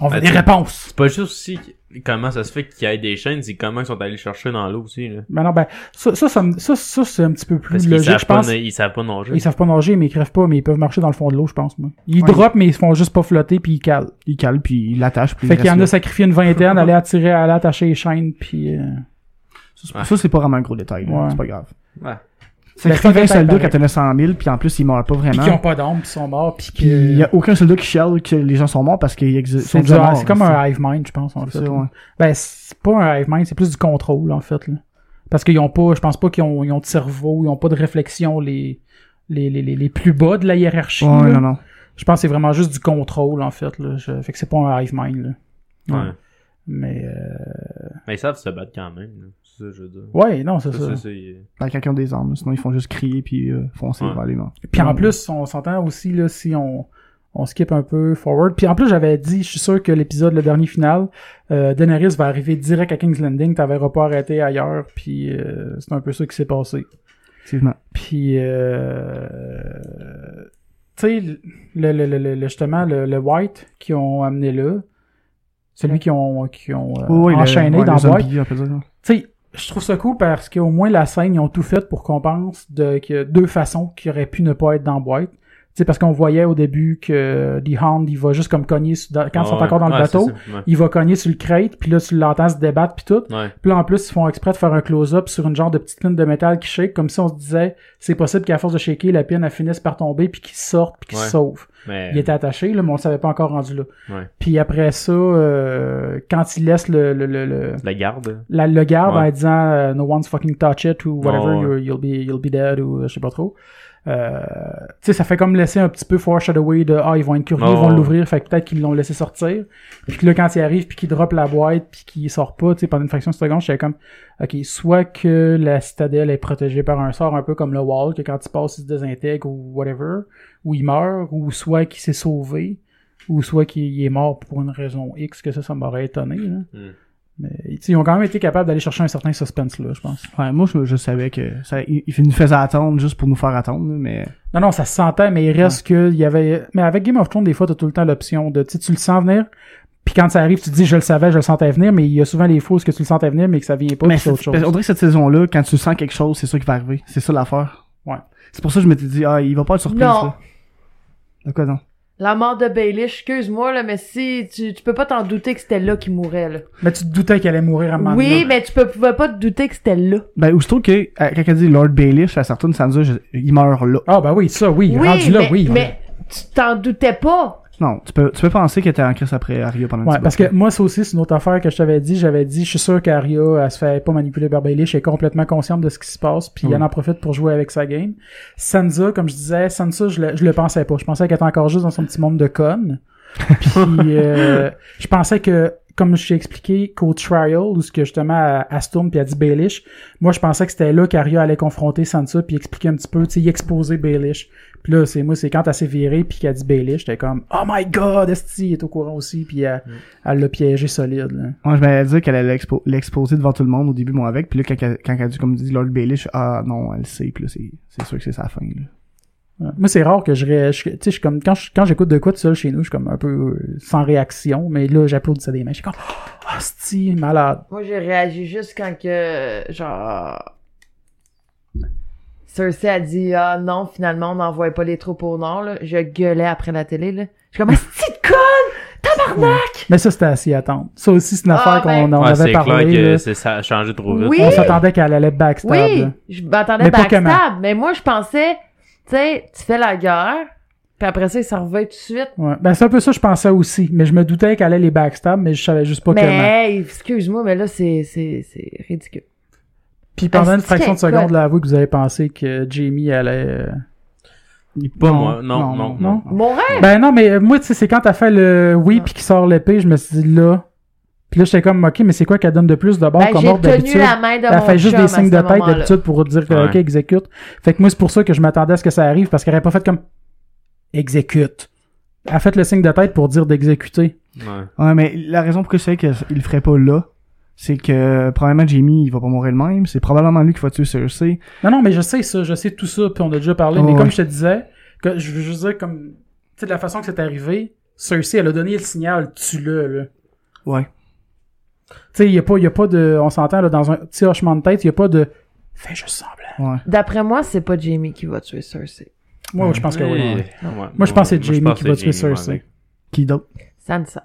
[SPEAKER 1] On veut
[SPEAKER 2] Ben,
[SPEAKER 1] des
[SPEAKER 2] tu-
[SPEAKER 1] réponses.
[SPEAKER 2] c'est pas juste aussi comment ça se fait qu'il y ait des chaînes, c'est comment ils sont allés chercher dans l'eau aussi là.
[SPEAKER 1] Ben non, ben ça ça ça, me- ça, ça, c'est un petit peu plus
[SPEAKER 2] Parce qu'ils
[SPEAKER 1] logique,
[SPEAKER 2] savent
[SPEAKER 1] je
[SPEAKER 2] pas,
[SPEAKER 1] pense.
[SPEAKER 2] na- ils savent pas nager.
[SPEAKER 1] Ils savent pas nager, mais ils crèvent pas, mais ils peuvent marcher dans le fond de l'eau, je pense moi. Ils
[SPEAKER 3] Ouais.
[SPEAKER 1] dropent, mais ils se font juste pas flotter puis ils calent.
[SPEAKER 3] Ils calent, puis ils l'attachent, puis
[SPEAKER 1] Fait
[SPEAKER 3] ils
[SPEAKER 1] qu'il y en a
[SPEAKER 3] restent
[SPEAKER 1] sacrifié une vingtaine, aller attirer, aller attacher les chaînes, puis euh,
[SPEAKER 3] là. Ça, c'est pas vraiment un gros détail, là.
[SPEAKER 1] Ouais.
[SPEAKER 3] c'est pas grave.
[SPEAKER 2] Ouais.
[SPEAKER 3] C'est
[SPEAKER 1] Mais c'est
[SPEAKER 3] que 20
[SPEAKER 1] un détail
[SPEAKER 3] soldats
[SPEAKER 1] pareil.
[SPEAKER 3] quand t'en as 100 000, puis en plus, ils meurent pas
[SPEAKER 1] puis qui ont
[SPEAKER 3] vraiment.
[SPEAKER 1] pas d'ombre, qui sont morts, puis
[SPEAKER 3] Puis il
[SPEAKER 1] que
[SPEAKER 3] y a aucun soldat qui chiale que les gens sont morts parce qu'ils exi- sont
[SPEAKER 1] c'est
[SPEAKER 3] déjà
[SPEAKER 1] du-
[SPEAKER 3] morts.
[SPEAKER 1] c'est comme
[SPEAKER 3] là,
[SPEAKER 1] un hive mind, je pense en
[SPEAKER 3] c'est-
[SPEAKER 1] fait.
[SPEAKER 3] c'est-
[SPEAKER 1] là.
[SPEAKER 3] ouais.
[SPEAKER 1] Ben, c'est pas un hive mind, c'est plus du contrôle, en fait. Là. Parce qu'ils ont pas, je pense pas qu'ils ont, ils ont de cerveau, ils ont pas de réflexion, les, les, les, les, les plus bas de la hiérarchie.
[SPEAKER 3] Ouais,
[SPEAKER 1] là.
[SPEAKER 3] non, non.
[SPEAKER 1] Je pense que c'est vraiment juste du contrôle, en fait. Là. Je- fait que c'est pas un hive mind. Là.
[SPEAKER 2] Ouais.
[SPEAKER 1] Mais, euh,
[SPEAKER 2] Mais ils savent se battre quand même. là. C'est ça, je veux dire.
[SPEAKER 1] ouais, non, c'est ça.
[SPEAKER 2] Ça, ça, c'est- euh,
[SPEAKER 3] Dans quelqu'un des armes, là. sinon ils font juste crier, puis euh, foncer
[SPEAKER 2] Ouais.
[SPEAKER 3] vers les morts.
[SPEAKER 1] Puis en
[SPEAKER 3] Ouais.
[SPEAKER 1] plus, on s'entend aussi, là, si on, on skip un peu forward. Puis en plus, j'avais dit, je suis sûr que l'épisode, le dernier final, euh, Daenerys va arriver direct à King's Landing, t'avais pas arrêté ailleurs, puis euh, c'est un peu ça qui s'est passé.
[SPEAKER 3] Effectivement.
[SPEAKER 1] Puis, euh, tu sais, le, le, le, le- le- justement, le, le White qui ont amené là, celui qui ont, qui ont euh,
[SPEAKER 3] Oui, oui, le-
[SPEAKER 1] enchaîné
[SPEAKER 3] ouais,
[SPEAKER 1] dans
[SPEAKER 3] le
[SPEAKER 1] White,
[SPEAKER 3] zombie, on peut dire, là.
[SPEAKER 1] tu sais, je trouve ça cool parce qu'au moins la scène, ils ont tout fait pour qu'on pense de que deux façons qui auraient pu ne pas être dans boîte. Tu sais, parce qu'on voyait au début que The Hound, il va juste comme cogner sur- dans- quand ils sont
[SPEAKER 2] Ouais,
[SPEAKER 1] encore dans
[SPEAKER 2] ouais,
[SPEAKER 1] le bateau,
[SPEAKER 2] c'est ça, ouais.
[SPEAKER 1] il va cogner sur le crate, puis là tu l'entends se débattre puis tout.
[SPEAKER 2] Ouais.
[SPEAKER 1] Puis là, en plus, ils font exprès de faire un close-up sur une genre de petite pine de métal qui shake, comme si on se disait, c'est possible qu'à force de shaker, la pine, elle finisse par tomber, puis qu'il sorte, puis qu'il se
[SPEAKER 2] Ouais.
[SPEAKER 1] sauve.
[SPEAKER 2] Mais...
[SPEAKER 1] Il était attaché, là, mais on ne savait pas encore rendu là.
[SPEAKER 2] Ouais.
[SPEAKER 1] Puis après ça, euh, quand il laisse le, le, le, le,
[SPEAKER 2] La garde. hein.
[SPEAKER 1] la- le garde
[SPEAKER 2] Ouais.
[SPEAKER 1] en disant euh, No one's fucking touch it ou whatever,
[SPEAKER 2] Ouais,
[SPEAKER 1] you're- you'll, be, you'll be dead ou euh, je sais pas trop. Euh, tu sais, ça fait comme laisser un petit peu foreshadowing de Ah, ils vont être curieux,
[SPEAKER 2] Ouais,
[SPEAKER 1] ils vont
[SPEAKER 2] ouais.
[SPEAKER 1] l'ouvrir, fait que peut-être qu'ils l'ont laissé sortir. Puis que là, quand il arrive, puis qu'il drop la boîte, puis qu'il sort pas, tu sais, pendant une fraction de seconde, j'étais comme Ok, soit que la citadelle est protégée par un sort un peu comme le wall, que quand il passe, il se désintègre ou whatever, ou il meurt, ou soit qu'il s'est sauvé, ou soit qu'il est mort pour une raison X, que ça, ça m'aurait étonné. Là.
[SPEAKER 2] Mm.
[SPEAKER 1] Mais tu sais, ils ont quand même été capables d'aller chercher un certain suspense, là, je pense.
[SPEAKER 3] Ouais, moi, je, je savais que ça, il, il nous faisait attendre juste pour nous faire attendre, là, mais
[SPEAKER 1] Non, non, ça se sentait, mais il reste que. Il y avait... Mais avec Game of Thrones, des fois, t'as tout le temps l'option de. Tu sais, tu le sens venir, puis quand ça arrive, tu te dis je le savais, je le sentais venir, mais il y a souvent les fausses que tu le sentais venir, mais que ça vient pas,
[SPEAKER 3] mais ben,
[SPEAKER 1] puis c'est autre
[SPEAKER 3] c'est- parce- on
[SPEAKER 1] chose.
[SPEAKER 3] dirait que cette saison-là, quand tu sens quelque chose, c'est ça qui va arriver. C'est ça l'affaire.
[SPEAKER 1] Ouais.
[SPEAKER 3] C'est pour ça que je m'étais dit, ah, il va pas être surprise.
[SPEAKER 4] Non.
[SPEAKER 3] là. De quoi, non?
[SPEAKER 4] La mort de Baelish, excuse-moi, là, mais si, tu, tu peux pas t'en douter que c'était là qu'il mourait, là.
[SPEAKER 1] Mais tu te doutais qu'elle allait mourir à un moment
[SPEAKER 4] Oui,
[SPEAKER 1] donné.
[SPEAKER 4] mais tu peux, pouvais pas te douter que c'était là.
[SPEAKER 3] Ben, aussitôt que, euh, quand elle dit Lord Baelish, à certaines, ça nous dit, je- il meurt là.
[SPEAKER 1] Ah, bah oui, ça, oui,
[SPEAKER 4] Oui,
[SPEAKER 1] rendu là,
[SPEAKER 4] mais,
[SPEAKER 1] oui.
[SPEAKER 4] mais tu t'en doutais pas.
[SPEAKER 3] Non, tu peux, tu peux penser qu'elle était en crise après Aria pendant un
[SPEAKER 1] Ouais,
[SPEAKER 3] petit
[SPEAKER 1] parce
[SPEAKER 3] bout.
[SPEAKER 1] que moi, ça aussi, c'est une autre affaire que je t'avais dit. J'avais dit, je suis sûr qu'Aria, elle se fait pas manipuler par Baelish, elle est complètement consciente de ce qui se passe, puis
[SPEAKER 3] Oui.
[SPEAKER 1] elle en profite pour jouer avec sa game. Sansa, comme je disais, Sansa, je le, je le pensais pas. Je pensais qu'elle était encore juste dans son petit monde de
[SPEAKER 3] [laughs]
[SPEAKER 1] connes. Puis, euh, je pensais que, comme je t'ai expliqué, qu'au trial, où ce que justement, elle, elle se tourne puis elle dit Baelish, moi, je pensais que c'était là qu'Aria allait confronter Sansa puis expliquer un petit peu, tu sais, y exposer Baelish. Puis là, c'est moi, c'est quand elle s'est virée puis qu'elle dit Baelish, j'étais comme « Oh my God, Esti, il est au courant aussi. » Puis euh, elle elle l'a piégé solide. Là.
[SPEAKER 3] Moi, je m'allais dire qu'elle allait l'expo- l'exposer devant tout le monde au début, moi avec. Puis là, quand, elle- quand elle a dit, comme dit Lord Baelish, ah non, elle sait. Puis là, c'est c'est sûr que c'est sa fin. Là.
[SPEAKER 1] Ouais. Moi, c'est rare que je, ré... je- tu sais, je suis comme, quand je- quand j'écoute de quoi tout seul chez nous, je suis comme un peu euh, sans réaction, mais là, j'applaudis ça des mains. Je suis comme, ah, hostie, malade.
[SPEAKER 4] Moi, j'ai réagi juste quand que, genre, Cersei a dit, ah non, finalement, on n'envoie pas les troupes au nord, là. Je gueulais après la télé, là. Je suis comme, c'est de conne! Tabarnak!
[SPEAKER 1] Mais ça, c'était assez à attendre. Ça aussi, c'est une
[SPEAKER 4] Ah,
[SPEAKER 1] affaire qu'on
[SPEAKER 4] ben-
[SPEAKER 1] on
[SPEAKER 2] Ouais,
[SPEAKER 1] avait
[SPEAKER 2] c'est clair
[SPEAKER 1] parlé.
[SPEAKER 2] que
[SPEAKER 1] là.
[SPEAKER 2] c'est- ça a changé trop vite.
[SPEAKER 4] Oui!
[SPEAKER 1] On s'attendait qu'elle allait backstab.
[SPEAKER 4] Oui!
[SPEAKER 1] là.
[SPEAKER 4] Je m'attendais
[SPEAKER 1] Mais pas
[SPEAKER 4] backstab, mais moi, je pensais, tu sais, tu fais la guerre, puis après ça, ils s'en revêtent tout de suite.
[SPEAKER 1] Ouais. Ben, c'est un peu ça, je pensais aussi. Mais je me doutais qu'elle allait les backstab, mais je savais juste pas
[SPEAKER 4] mais,
[SPEAKER 1] comment.
[SPEAKER 4] hey, excuse-moi, mais là, c'est, c'est, c'est ridicule.
[SPEAKER 1] Puis pendant
[SPEAKER 4] Ah,
[SPEAKER 1] une
[SPEAKER 4] c'est
[SPEAKER 1] fraction de
[SPEAKER 4] qu'elle
[SPEAKER 1] seconde,
[SPEAKER 4] colle.
[SPEAKER 1] là, avouez que vous avez pensé que Jamie allait. euh,
[SPEAKER 2] Pas moi, non, non, non.
[SPEAKER 4] Mon rêve!
[SPEAKER 1] Ben non, mais euh, moi, tu sais, c'est quand t'as fait le
[SPEAKER 4] Ah.
[SPEAKER 1] oui puis qu'il sort l'épée, je me suis dit là. Puis là, j'étais comme, ok, mais c'est quoi qu'elle donne de plus d'abord
[SPEAKER 4] Ben,
[SPEAKER 1] comme
[SPEAKER 4] j'ai
[SPEAKER 1] ordre
[SPEAKER 4] tenu
[SPEAKER 1] d'habitude?
[SPEAKER 4] la main de
[SPEAKER 1] Elle
[SPEAKER 4] mon
[SPEAKER 1] fait juste
[SPEAKER 4] chum
[SPEAKER 1] des
[SPEAKER 4] à
[SPEAKER 1] signes
[SPEAKER 4] ce
[SPEAKER 1] de tête
[SPEAKER 4] moment-là.
[SPEAKER 1] d'habitude pour dire que,
[SPEAKER 2] Ouais.
[SPEAKER 1] ok, exécute. Fait que moi, c'est pour ça que je m'attendais à ce que ça arrive parce qu'elle aurait pas fait comme exécute. Elle a fait le signe de tête pour dire d'exécuter.
[SPEAKER 2] Ouais.
[SPEAKER 3] Ouais, mais la raison pour que je sais qu'il le ferait pas là, c'est que probablement Jamie, il va pas mourir le même. C'est probablement lui qui va tuer Cersei.
[SPEAKER 1] Non, non, mais je sais ça, je sais tout ça, puis on a déjà parlé, mais
[SPEAKER 3] Oh, Ouais.
[SPEAKER 1] comme je te disais, que je veux juste dire, comme, tu sais, de la façon que c'est arrivé, Cersei, elle a donné le signal, tue-le, là.
[SPEAKER 3] Ouais.
[SPEAKER 1] Tu sais, il n'y a, pas- y a pas de. On s'entend là, dans un petit hochement de tête, il n'y a pas de. Fais juste semblant.
[SPEAKER 3] Ouais.
[SPEAKER 4] D'après moi, c'est pas Jamie qui va tuer Cersei.
[SPEAKER 1] Moi,
[SPEAKER 3] Ouais.
[SPEAKER 1] je pense que oui. ouais.
[SPEAKER 2] Ouais. Ouais.
[SPEAKER 1] Moi, je pense que c'est
[SPEAKER 2] Moi, je
[SPEAKER 1] Jamie
[SPEAKER 2] pense
[SPEAKER 1] qui
[SPEAKER 2] que
[SPEAKER 1] va
[SPEAKER 2] c'est
[SPEAKER 1] tuer
[SPEAKER 2] Jamie,
[SPEAKER 1] Cersei.
[SPEAKER 2] ouais.
[SPEAKER 3] Qui d'autre?
[SPEAKER 4] Sansa.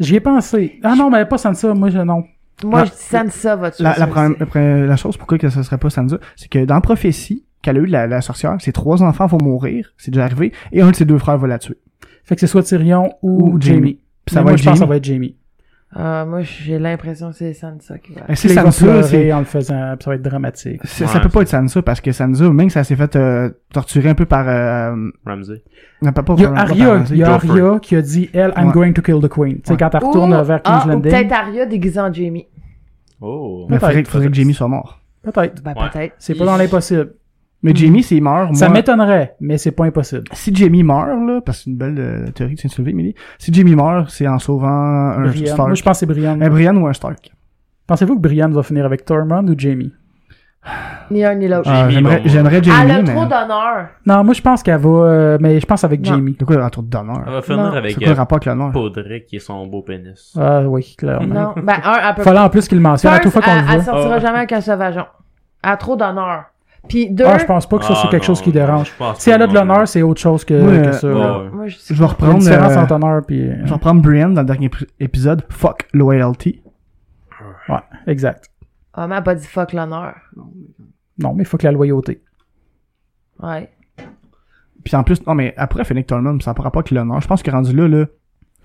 [SPEAKER 1] J'y ai pensé. Ah non, mais pas Sansa. Moi, je, non.
[SPEAKER 4] Moi,
[SPEAKER 3] Non.
[SPEAKER 4] je dis Sansa va tuer
[SPEAKER 3] La, la,
[SPEAKER 4] Cersei.
[SPEAKER 3] première- la première- la chose pourquoi que ce serait pas Sansa, c'est que dans Prophétie, qu'elle a eu de la, la sorcière, ses trois enfants vont mourir, c'est déjà arrivé, et un de ses deux frères va la tuer.
[SPEAKER 1] Fait que c'est soit Tyrion ou,
[SPEAKER 3] Ou Jaime.
[SPEAKER 1] Jamie.
[SPEAKER 3] Puis ça
[SPEAKER 1] moi,
[SPEAKER 3] va
[SPEAKER 1] je pense
[SPEAKER 3] être
[SPEAKER 1] que ça
[SPEAKER 3] Jamie.
[SPEAKER 1] va être Jamie.
[SPEAKER 4] Euh, moi, j'ai l'impression que c'est Sansa qui va.
[SPEAKER 3] Si
[SPEAKER 1] Puis là, il va
[SPEAKER 3] Sansa, c'est-
[SPEAKER 1] pleurer en le faisant. puis ça va être dramatique.
[SPEAKER 3] c'est-
[SPEAKER 2] Ouais,
[SPEAKER 3] ça peut
[SPEAKER 2] c'est-
[SPEAKER 3] pas être Sansa, parce que Sansa, même que ça s'est fait euh, torturer un peu par... Euh,
[SPEAKER 2] Ramsey.
[SPEAKER 3] non, pas, pas,
[SPEAKER 1] Il y a
[SPEAKER 3] pas par
[SPEAKER 1] Arya,
[SPEAKER 3] Ramsay.
[SPEAKER 1] il y a
[SPEAKER 2] Joffrey.
[SPEAKER 1] Arya qui a dit, elle, I'm
[SPEAKER 3] Ouais.
[SPEAKER 1] going to kill the queen. Tu sais,
[SPEAKER 3] Ouais.
[SPEAKER 1] quand elle retourne
[SPEAKER 4] Ou-
[SPEAKER 1] vers
[SPEAKER 4] ah,
[SPEAKER 1] King's
[SPEAKER 4] ou
[SPEAKER 1] Landing.
[SPEAKER 4] peut-être Arya déguisant Jamie.
[SPEAKER 2] Oh.
[SPEAKER 3] Mais faudrait,
[SPEAKER 1] peut-être, Hmm.
[SPEAKER 3] faudrait que
[SPEAKER 1] peut-être.
[SPEAKER 3] Jamie soit mort.
[SPEAKER 1] Peut-être.
[SPEAKER 4] Ben,
[SPEAKER 2] Ouais.
[SPEAKER 4] peut-être.
[SPEAKER 1] C'est pas dans l'impossible.
[SPEAKER 3] Mais Jamie, s'il meurt,
[SPEAKER 1] Ça
[SPEAKER 3] moi,
[SPEAKER 1] m'étonnerait, mais c'est pas impossible.
[SPEAKER 3] si Jamie meurt, là, parce que c'est une belle euh, théorie que tu viens de soulever, Emily, si Jamie meurt, c'est en sauvant un
[SPEAKER 1] Brienne.
[SPEAKER 3] Stark.
[SPEAKER 1] Moi, je pense que c'est Brienne.
[SPEAKER 3] Un Brian ou un Stark.
[SPEAKER 1] Pensez-vous que Brienne va finir avec Tormund ou Jamie?
[SPEAKER 4] Ni un ni l'autre.
[SPEAKER 2] Jamie
[SPEAKER 3] Ah,
[SPEAKER 2] va
[SPEAKER 3] J'aimerais
[SPEAKER 2] mourir.
[SPEAKER 3] j'aimerais Jamie,
[SPEAKER 4] Elle a
[SPEAKER 3] mais...
[SPEAKER 1] hein.
[SPEAKER 4] trop d'honneur.
[SPEAKER 1] Non, moi je pense qu'elle va, euh, mais je pense avec
[SPEAKER 4] Non.
[SPEAKER 1] Jamie.
[SPEAKER 3] De quoi, un tour
[SPEAKER 2] Elle
[SPEAKER 3] d'honneur?
[SPEAKER 2] va finir
[SPEAKER 4] Non.
[SPEAKER 2] avec
[SPEAKER 3] C'est quoi le
[SPEAKER 2] euh,
[SPEAKER 3] rapport avec l'honneur?
[SPEAKER 2] Podrick qui est son beau pénis.
[SPEAKER 1] Ah oui, clairement.
[SPEAKER 4] Non. Ben, un, elle peut
[SPEAKER 1] Fallait en plus qu'il le mentionne à
[SPEAKER 4] First,
[SPEAKER 1] toute fois qu'on le
[SPEAKER 4] elle, elle
[SPEAKER 1] voit.
[SPEAKER 4] sortira
[SPEAKER 2] Ah.
[SPEAKER 4] jamais avec un sauvageon. Elle a trop d'honneur. Puis deux,
[SPEAKER 1] Ah, je pense pas que ça c'est
[SPEAKER 2] Ah,
[SPEAKER 1] quelque chose
[SPEAKER 2] non,
[SPEAKER 1] qui dérange.
[SPEAKER 2] je pense
[SPEAKER 1] Si
[SPEAKER 2] pas,
[SPEAKER 1] elle a de
[SPEAKER 2] non.
[SPEAKER 1] l'honneur, c'est euh, autre chose que,
[SPEAKER 3] Ouais,
[SPEAKER 1] que ça.
[SPEAKER 2] Ouais,
[SPEAKER 1] là.
[SPEAKER 2] ouais.
[SPEAKER 4] moi, je
[SPEAKER 3] Je
[SPEAKER 1] Il y
[SPEAKER 3] vais
[SPEAKER 1] a une
[SPEAKER 3] reprendre,
[SPEAKER 1] différence
[SPEAKER 3] euh,
[SPEAKER 1] entre honneur puis euh,
[SPEAKER 3] je vais reprendre Brian dans le dernier ép- épisode. Fuck loyalty.
[SPEAKER 1] ouais, exact.
[SPEAKER 4] Ah, mais elle a pas dit fuck l'honneur.
[SPEAKER 1] Non, mais il faut que la loyauté.
[SPEAKER 4] Ouais.
[SPEAKER 3] Puis en plus, non mais après Phoenix Tormund, ça n'a pas rapport avec l'honneur. Je pense que rendu là, là,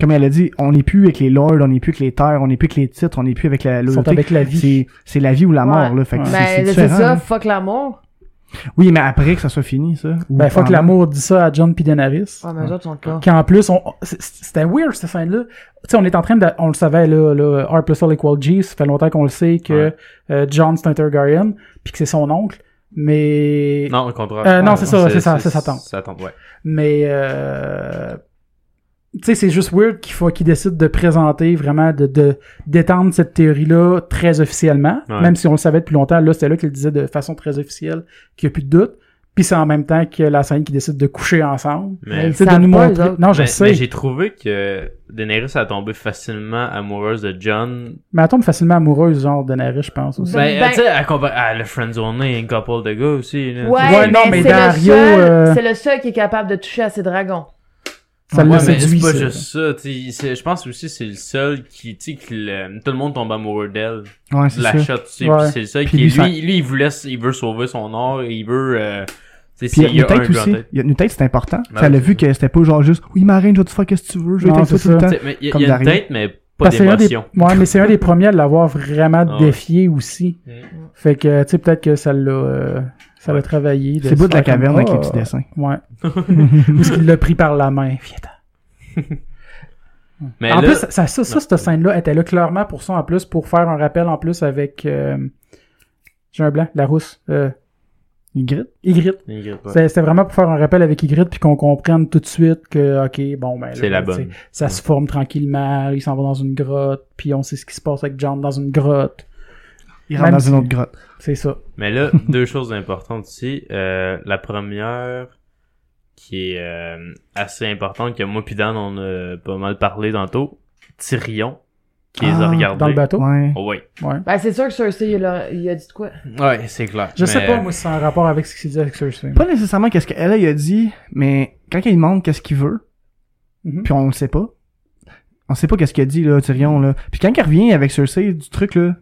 [SPEAKER 3] comme elle a dit, on n'est plus avec les lords, on n'est plus avec les terres, on n'est plus avec les titres, on n'est plus avec la
[SPEAKER 1] Ils
[SPEAKER 3] loyauté.
[SPEAKER 1] sont avec la vie.
[SPEAKER 3] C'est- C'est la vie ou la mort,
[SPEAKER 4] Ouais.
[SPEAKER 3] là. Fait que
[SPEAKER 1] Ouais.
[SPEAKER 3] c'est- c'est
[SPEAKER 4] Ben, c'est
[SPEAKER 3] différent.
[SPEAKER 4] ça,
[SPEAKER 1] hein.
[SPEAKER 3] là.
[SPEAKER 4] fuck l'amour.
[SPEAKER 3] Oui, mais après que ça soit fini, ça. ou
[SPEAKER 1] Ben, faut que
[SPEAKER 3] pendant.
[SPEAKER 1] l'amour dit ça à John P. Daenerys.
[SPEAKER 4] Ouais, Ah, mais eux autres sont là.
[SPEAKER 1] Qu'en plus, on, c'est- c'était weird cette scène-là. Tu sais, on est en train de, on le savait là, là R plus L equal G, ça fait longtemps qu'on le sait que euh, John c'est un Targaryen, puis que c'est son oncle, mais
[SPEAKER 2] Non, au contraire.
[SPEAKER 1] Euh, non,
[SPEAKER 2] Ouais,
[SPEAKER 1] c'est ça, c'est ça, c'est sa tante.
[SPEAKER 2] Sa tante, ouais.
[SPEAKER 1] mais euh, tu sais c'est juste weird qu'il faut qu'il décide de présenter vraiment de de- d'étendre cette théorie là très officiellement
[SPEAKER 2] Ouais.
[SPEAKER 1] même si on le savait depuis longtemps là c'était là qu'il le disait de façon très officielle qu'il n'y a plus de doute puis c'est en même temps que la scène qui décide de coucher ensemble
[SPEAKER 2] Mais,
[SPEAKER 4] ils
[SPEAKER 1] Tu sais, de
[SPEAKER 4] savent
[SPEAKER 1] nous
[SPEAKER 4] pas,
[SPEAKER 1] montrer
[SPEAKER 4] eux autres.
[SPEAKER 1] non je
[SPEAKER 2] mais-
[SPEAKER 1] sais
[SPEAKER 2] mais
[SPEAKER 1] mais,
[SPEAKER 2] j'ai trouvé que Daenerys a tombé facilement amoureuse de John.
[SPEAKER 1] elle tombe facilement amoureuse genre Daenerys je pense aussi
[SPEAKER 4] Ben,
[SPEAKER 2] Ben, tu sais, elle, compa- elle a friendzoné une couple de gars aussi. Là,
[SPEAKER 4] Ouais,
[SPEAKER 2] Tu sais,
[SPEAKER 1] Ouais, non, mais
[SPEAKER 4] mais, c'est le
[SPEAKER 1] Dario,
[SPEAKER 4] seul-
[SPEAKER 1] euh,
[SPEAKER 4] c'est le seul qui est capable de toucher à ses dragons.
[SPEAKER 1] ça
[SPEAKER 3] Ouais,
[SPEAKER 1] l'a
[SPEAKER 2] Ouais, mais
[SPEAKER 1] séduit
[SPEAKER 2] c'est pas
[SPEAKER 1] ça.
[SPEAKER 2] juste ça. tu sais, c'est- Je pense aussi que c'est le seul qui, tu sais, que le- tout le monde tombe amoureux d'elle.
[SPEAKER 3] Ouais,
[SPEAKER 2] de
[SPEAKER 3] c'est
[SPEAKER 2] la
[SPEAKER 3] ça.
[SPEAKER 2] shot, tu sais,
[SPEAKER 1] Ouais.
[SPEAKER 2] puis c'est le seul
[SPEAKER 3] Puis
[SPEAKER 2] qui
[SPEAKER 3] lui, ça-
[SPEAKER 2] lui, lui, il voulait, il veut sauver son or, il veut, euh, tu sais,
[SPEAKER 3] Puis
[SPEAKER 2] s'il y
[SPEAKER 3] une
[SPEAKER 2] a un
[SPEAKER 3] tête
[SPEAKER 2] gars en
[SPEAKER 3] aussi.
[SPEAKER 2] tête.
[SPEAKER 3] Il y a Une tête, c'est important.
[SPEAKER 2] Ben
[SPEAKER 3] Ça
[SPEAKER 2] oui,
[SPEAKER 3] l'a
[SPEAKER 2] c'est
[SPEAKER 3] vu
[SPEAKER 2] ça.
[SPEAKER 3] que c'était pas genre juste, oui, marraine, je vais te faire qu'est-ce que tu veux, je vais
[SPEAKER 1] Non,
[SPEAKER 3] être avec toi
[SPEAKER 1] c'est
[SPEAKER 3] tout le
[SPEAKER 1] ça.
[SPEAKER 3] temps.
[SPEAKER 2] Tu sais, mais Il y a,
[SPEAKER 3] Comme
[SPEAKER 2] il y a une
[SPEAKER 3] Dario.
[SPEAKER 2] tête, mais pas
[SPEAKER 1] Hein, Parce que c'est un des-
[SPEAKER 2] d'émotion.
[SPEAKER 1] ouais, mais c'est un des premiers à l'avoir vraiment
[SPEAKER 2] Ah ouais.
[SPEAKER 1] défié aussi.
[SPEAKER 2] Mm.
[SPEAKER 1] Fait que, tu sais, peut-être que ça l'a, euh, ça l'a travaillé.
[SPEAKER 3] C'est le bout de la
[SPEAKER 1] se faire
[SPEAKER 3] caverne
[SPEAKER 1] comme,
[SPEAKER 3] avec les
[SPEAKER 1] Ah,
[SPEAKER 3] petits dessins.
[SPEAKER 1] Ouais.
[SPEAKER 2] [laughs]
[SPEAKER 1] Ou ce qu'il l'a pris par la main. Viens-t'en.
[SPEAKER 2] Mais
[SPEAKER 1] en
[SPEAKER 2] là,
[SPEAKER 1] plus, ça, ça, ça, cette scène-là était là clairement pour ça, en plus, pour faire un rappel en plus avec, euh, j'ai un blanc, la rousse, euh,
[SPEAKER 3] Une gritte.
[SPEAKER 1] Ygritte.
[SPEAKER 2] il y a pas-
[SPEAKER 1] C'était c'était vraiment pour faire un rappel avec Ygritte puis qu'on comprenne tout de suite que, ok, bon, ben. là,
[SPEAKER 2] c'est la
[SPEAKER 1] tu sais,
[SPEAKER 2] bonne.
[SPEAKER 1] Ça se forme tranquillement, il s'en va dans une grotte, puis on sait ce qui se passe avec John dans une grotte.
[SPEAKER 3] Il
[SPEAKER 1] Même
[SPEAKER 3] rentre dans
[SPEAKER 1] si-
[SPEAKER 3] une autre grotte.
[SPEAKER 1] C'est ça. [laughs]
[SPEAKER 2] Mais là, deux choses importantes aussi. Euh, la première, qui est euh, assez importante que moi puis Dan on a pas mal parlé tantôt. Tyrion qui les
[SPEAKER 3] Ah,
[SPEAKER 2] a
[SPEAKER 1] Dans le
[SPEAKER 2] regardés.
[SPEAKER 1] bateau?
[SPEAKER 3] Ouais.
[SPEAKER 2] Oh, ouais.
[SPEAKER 1] Ouais.
[SPEAKER 4] Ben, c'est sûr que Cersei, il a, il a dit de quoi.
[SPEAKER 2] Ouais, c'est clair.
[SPEAKER 1] Je sais
[SPEAKER 2] Mais,
[SPEAKER 1] pas, moi, si c'est en rapport avec ce qu'il dit avec Cersei.
[SPEAKER 3] Pas nécessairement qu'est-ce qu'elle elle a dit, mais quand il demande qu'est-ce qu'il veut,
[SPEAKER 1] Mhm.
[SPEAKER 3] puis on le sait pas. On sait pas qu'est-ce qu'il a dit, là, Tyrion, là. Puis quand il revient avec Cersei du truc, là,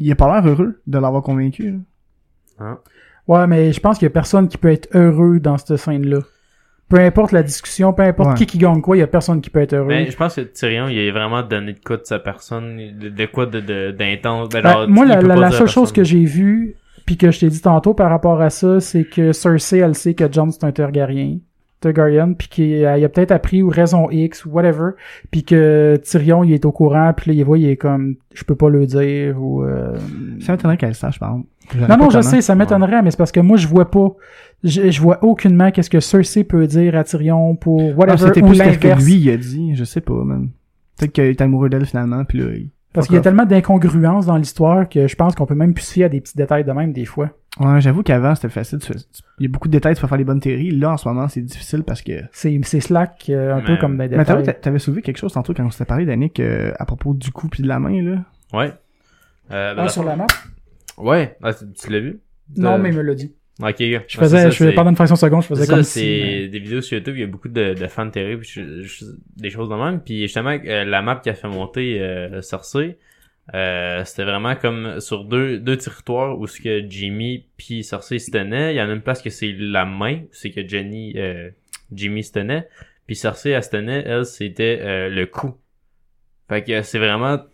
[SPEAKER 3] il a pas l'air heureux de l'avoir convaincu, là.
[SPEAKER 1] Ouais, mais je pense qu'il y a personne qui peut être heureux dans cette scène-là. Peu importe la discussion, peu importe
[SPEAKER 3] Ouais.
[SPEAKER 1] qui qui gagne quoi, il y a personne qui peut être heureux.
[SPEAKER 2] Mais je pense que Tyrion, il a vraiment donné de quoi de sa personne, de, de quoi de- de- d'intense. De,
[SPEAKER 1] Ben, moi, la, la- la seule chose que j'ai vue, puis que je t'ai dit tantôt par rapport à ça, c'est que Cersei, elle sait que Jon, c'est un Targaryen. Targaryen, puis qu'il euh, il a peut-être appris ou raison X ou whatever, puis que Tyrion, il est au courant, puis là, il voit, il est comme, je peux pas le dire, ou... euh,
[SPEAKER 3] C'est maintenant qu'elle le sache, par exemple.
[SPEAKER 1] Non,
[SPEAKER 3] J'aurais
[SPEAKER 1] non,
[SPEAKER 3] pas
[SPEAKER 1] je
[SPEAKER 3] comment.
[SPEAKER 1] sais, ça m'étonnerait, mais c'est parce que moi, je vois pas, je, je vois aucunement qu'est-ce que Cersei peut dire à Tyrion pour
[SPEAKER 3] Ah,
[SPEAKER 1] whatever,
[SPEAKER 3] C'était
[SPEAKER 1] ou
[SPEAKER 3] plus qu'est-ce que
[SPEAKER 1] l'inverse.
[SPEAKER 3] lui, il a dit, je sais pas, man. Peut-être qu'il est amoureux d'elle, finalement, puis là, il...
[SPEAKER 1] Parce
[SPEAKER 3] Fuck
[SPEAKER 1] qu'il y a
[SPEAKER 3] off.
[SPEAKER 1] tellement d'incongruences dans l'histoire que je pense qu'on peut même plus se fier à des petits détails de même, des fois.
[SPEAKER 3] Ouais, j'avoue qu'avant, c'était facile. tu- tu- Il y a beaucoup de détails, tu peux faire les bonnes théories. Là, en ce moment, c'est difficile parce que...
[SPEAKER 1] C'est c'est slack, euh, un
[SPEAKER 2] Mais-
[SPEAKER 1] peu comme des
[SPEAKER 3] Mais t'as
[SPEAKER 1] détails.
[SPEAKER 3] vu, t'a- t'avais soulevé quelque chose tantôt quand on s'était parlé, Danick, euh, à propos du cou puis de la main, là.
[SPEAKER 2] j'ai. Ouais. Euh, ben,
[SPEAKER 1] Ah,
[SPEAKER 2] la-
[SPEAKER 1] sur la map?
[SPEAKER 2] Ouais. Ah, tu tu l'as vu?
[SPEAKER 1] Non,
[SPEAKER 2] Euh,
[SPEAKER 1] mais il me l'a dit.
[SPEAKER 2] Ok, gars.
[SPEAKER 1] Je faisais,
[SPEAKER 2] Ah, c'est ça,
[SPEAKER 1] je faisais
[SPEAKER 2] c'est-
[SPEAKER 1] pendant une fraction de seconde, je faisais
[SPEAKER 2] C'est ça,
[SPEAKER 1] comme
[SPEAKER 2] c'est
[SPEAKER 1] si...
[SPEAKER 2] des vidéos sur YouTube, il y a beaucoup de, de fans terribles, je- je- des choses de même. Puis justement, euh, la map qui a fait monter euh, Cersei, euh, c'était vraiment comme sur deux, deux territoires où ce que Jimmy puis Cersei se tenaient. Il y en a une place que c'est la main, c'est que Jenny, euh, Jimmy se tenait. Puis Cersei, elle se tenait, elle, c'était euh, le cou. Fait que c'est vraiment, tu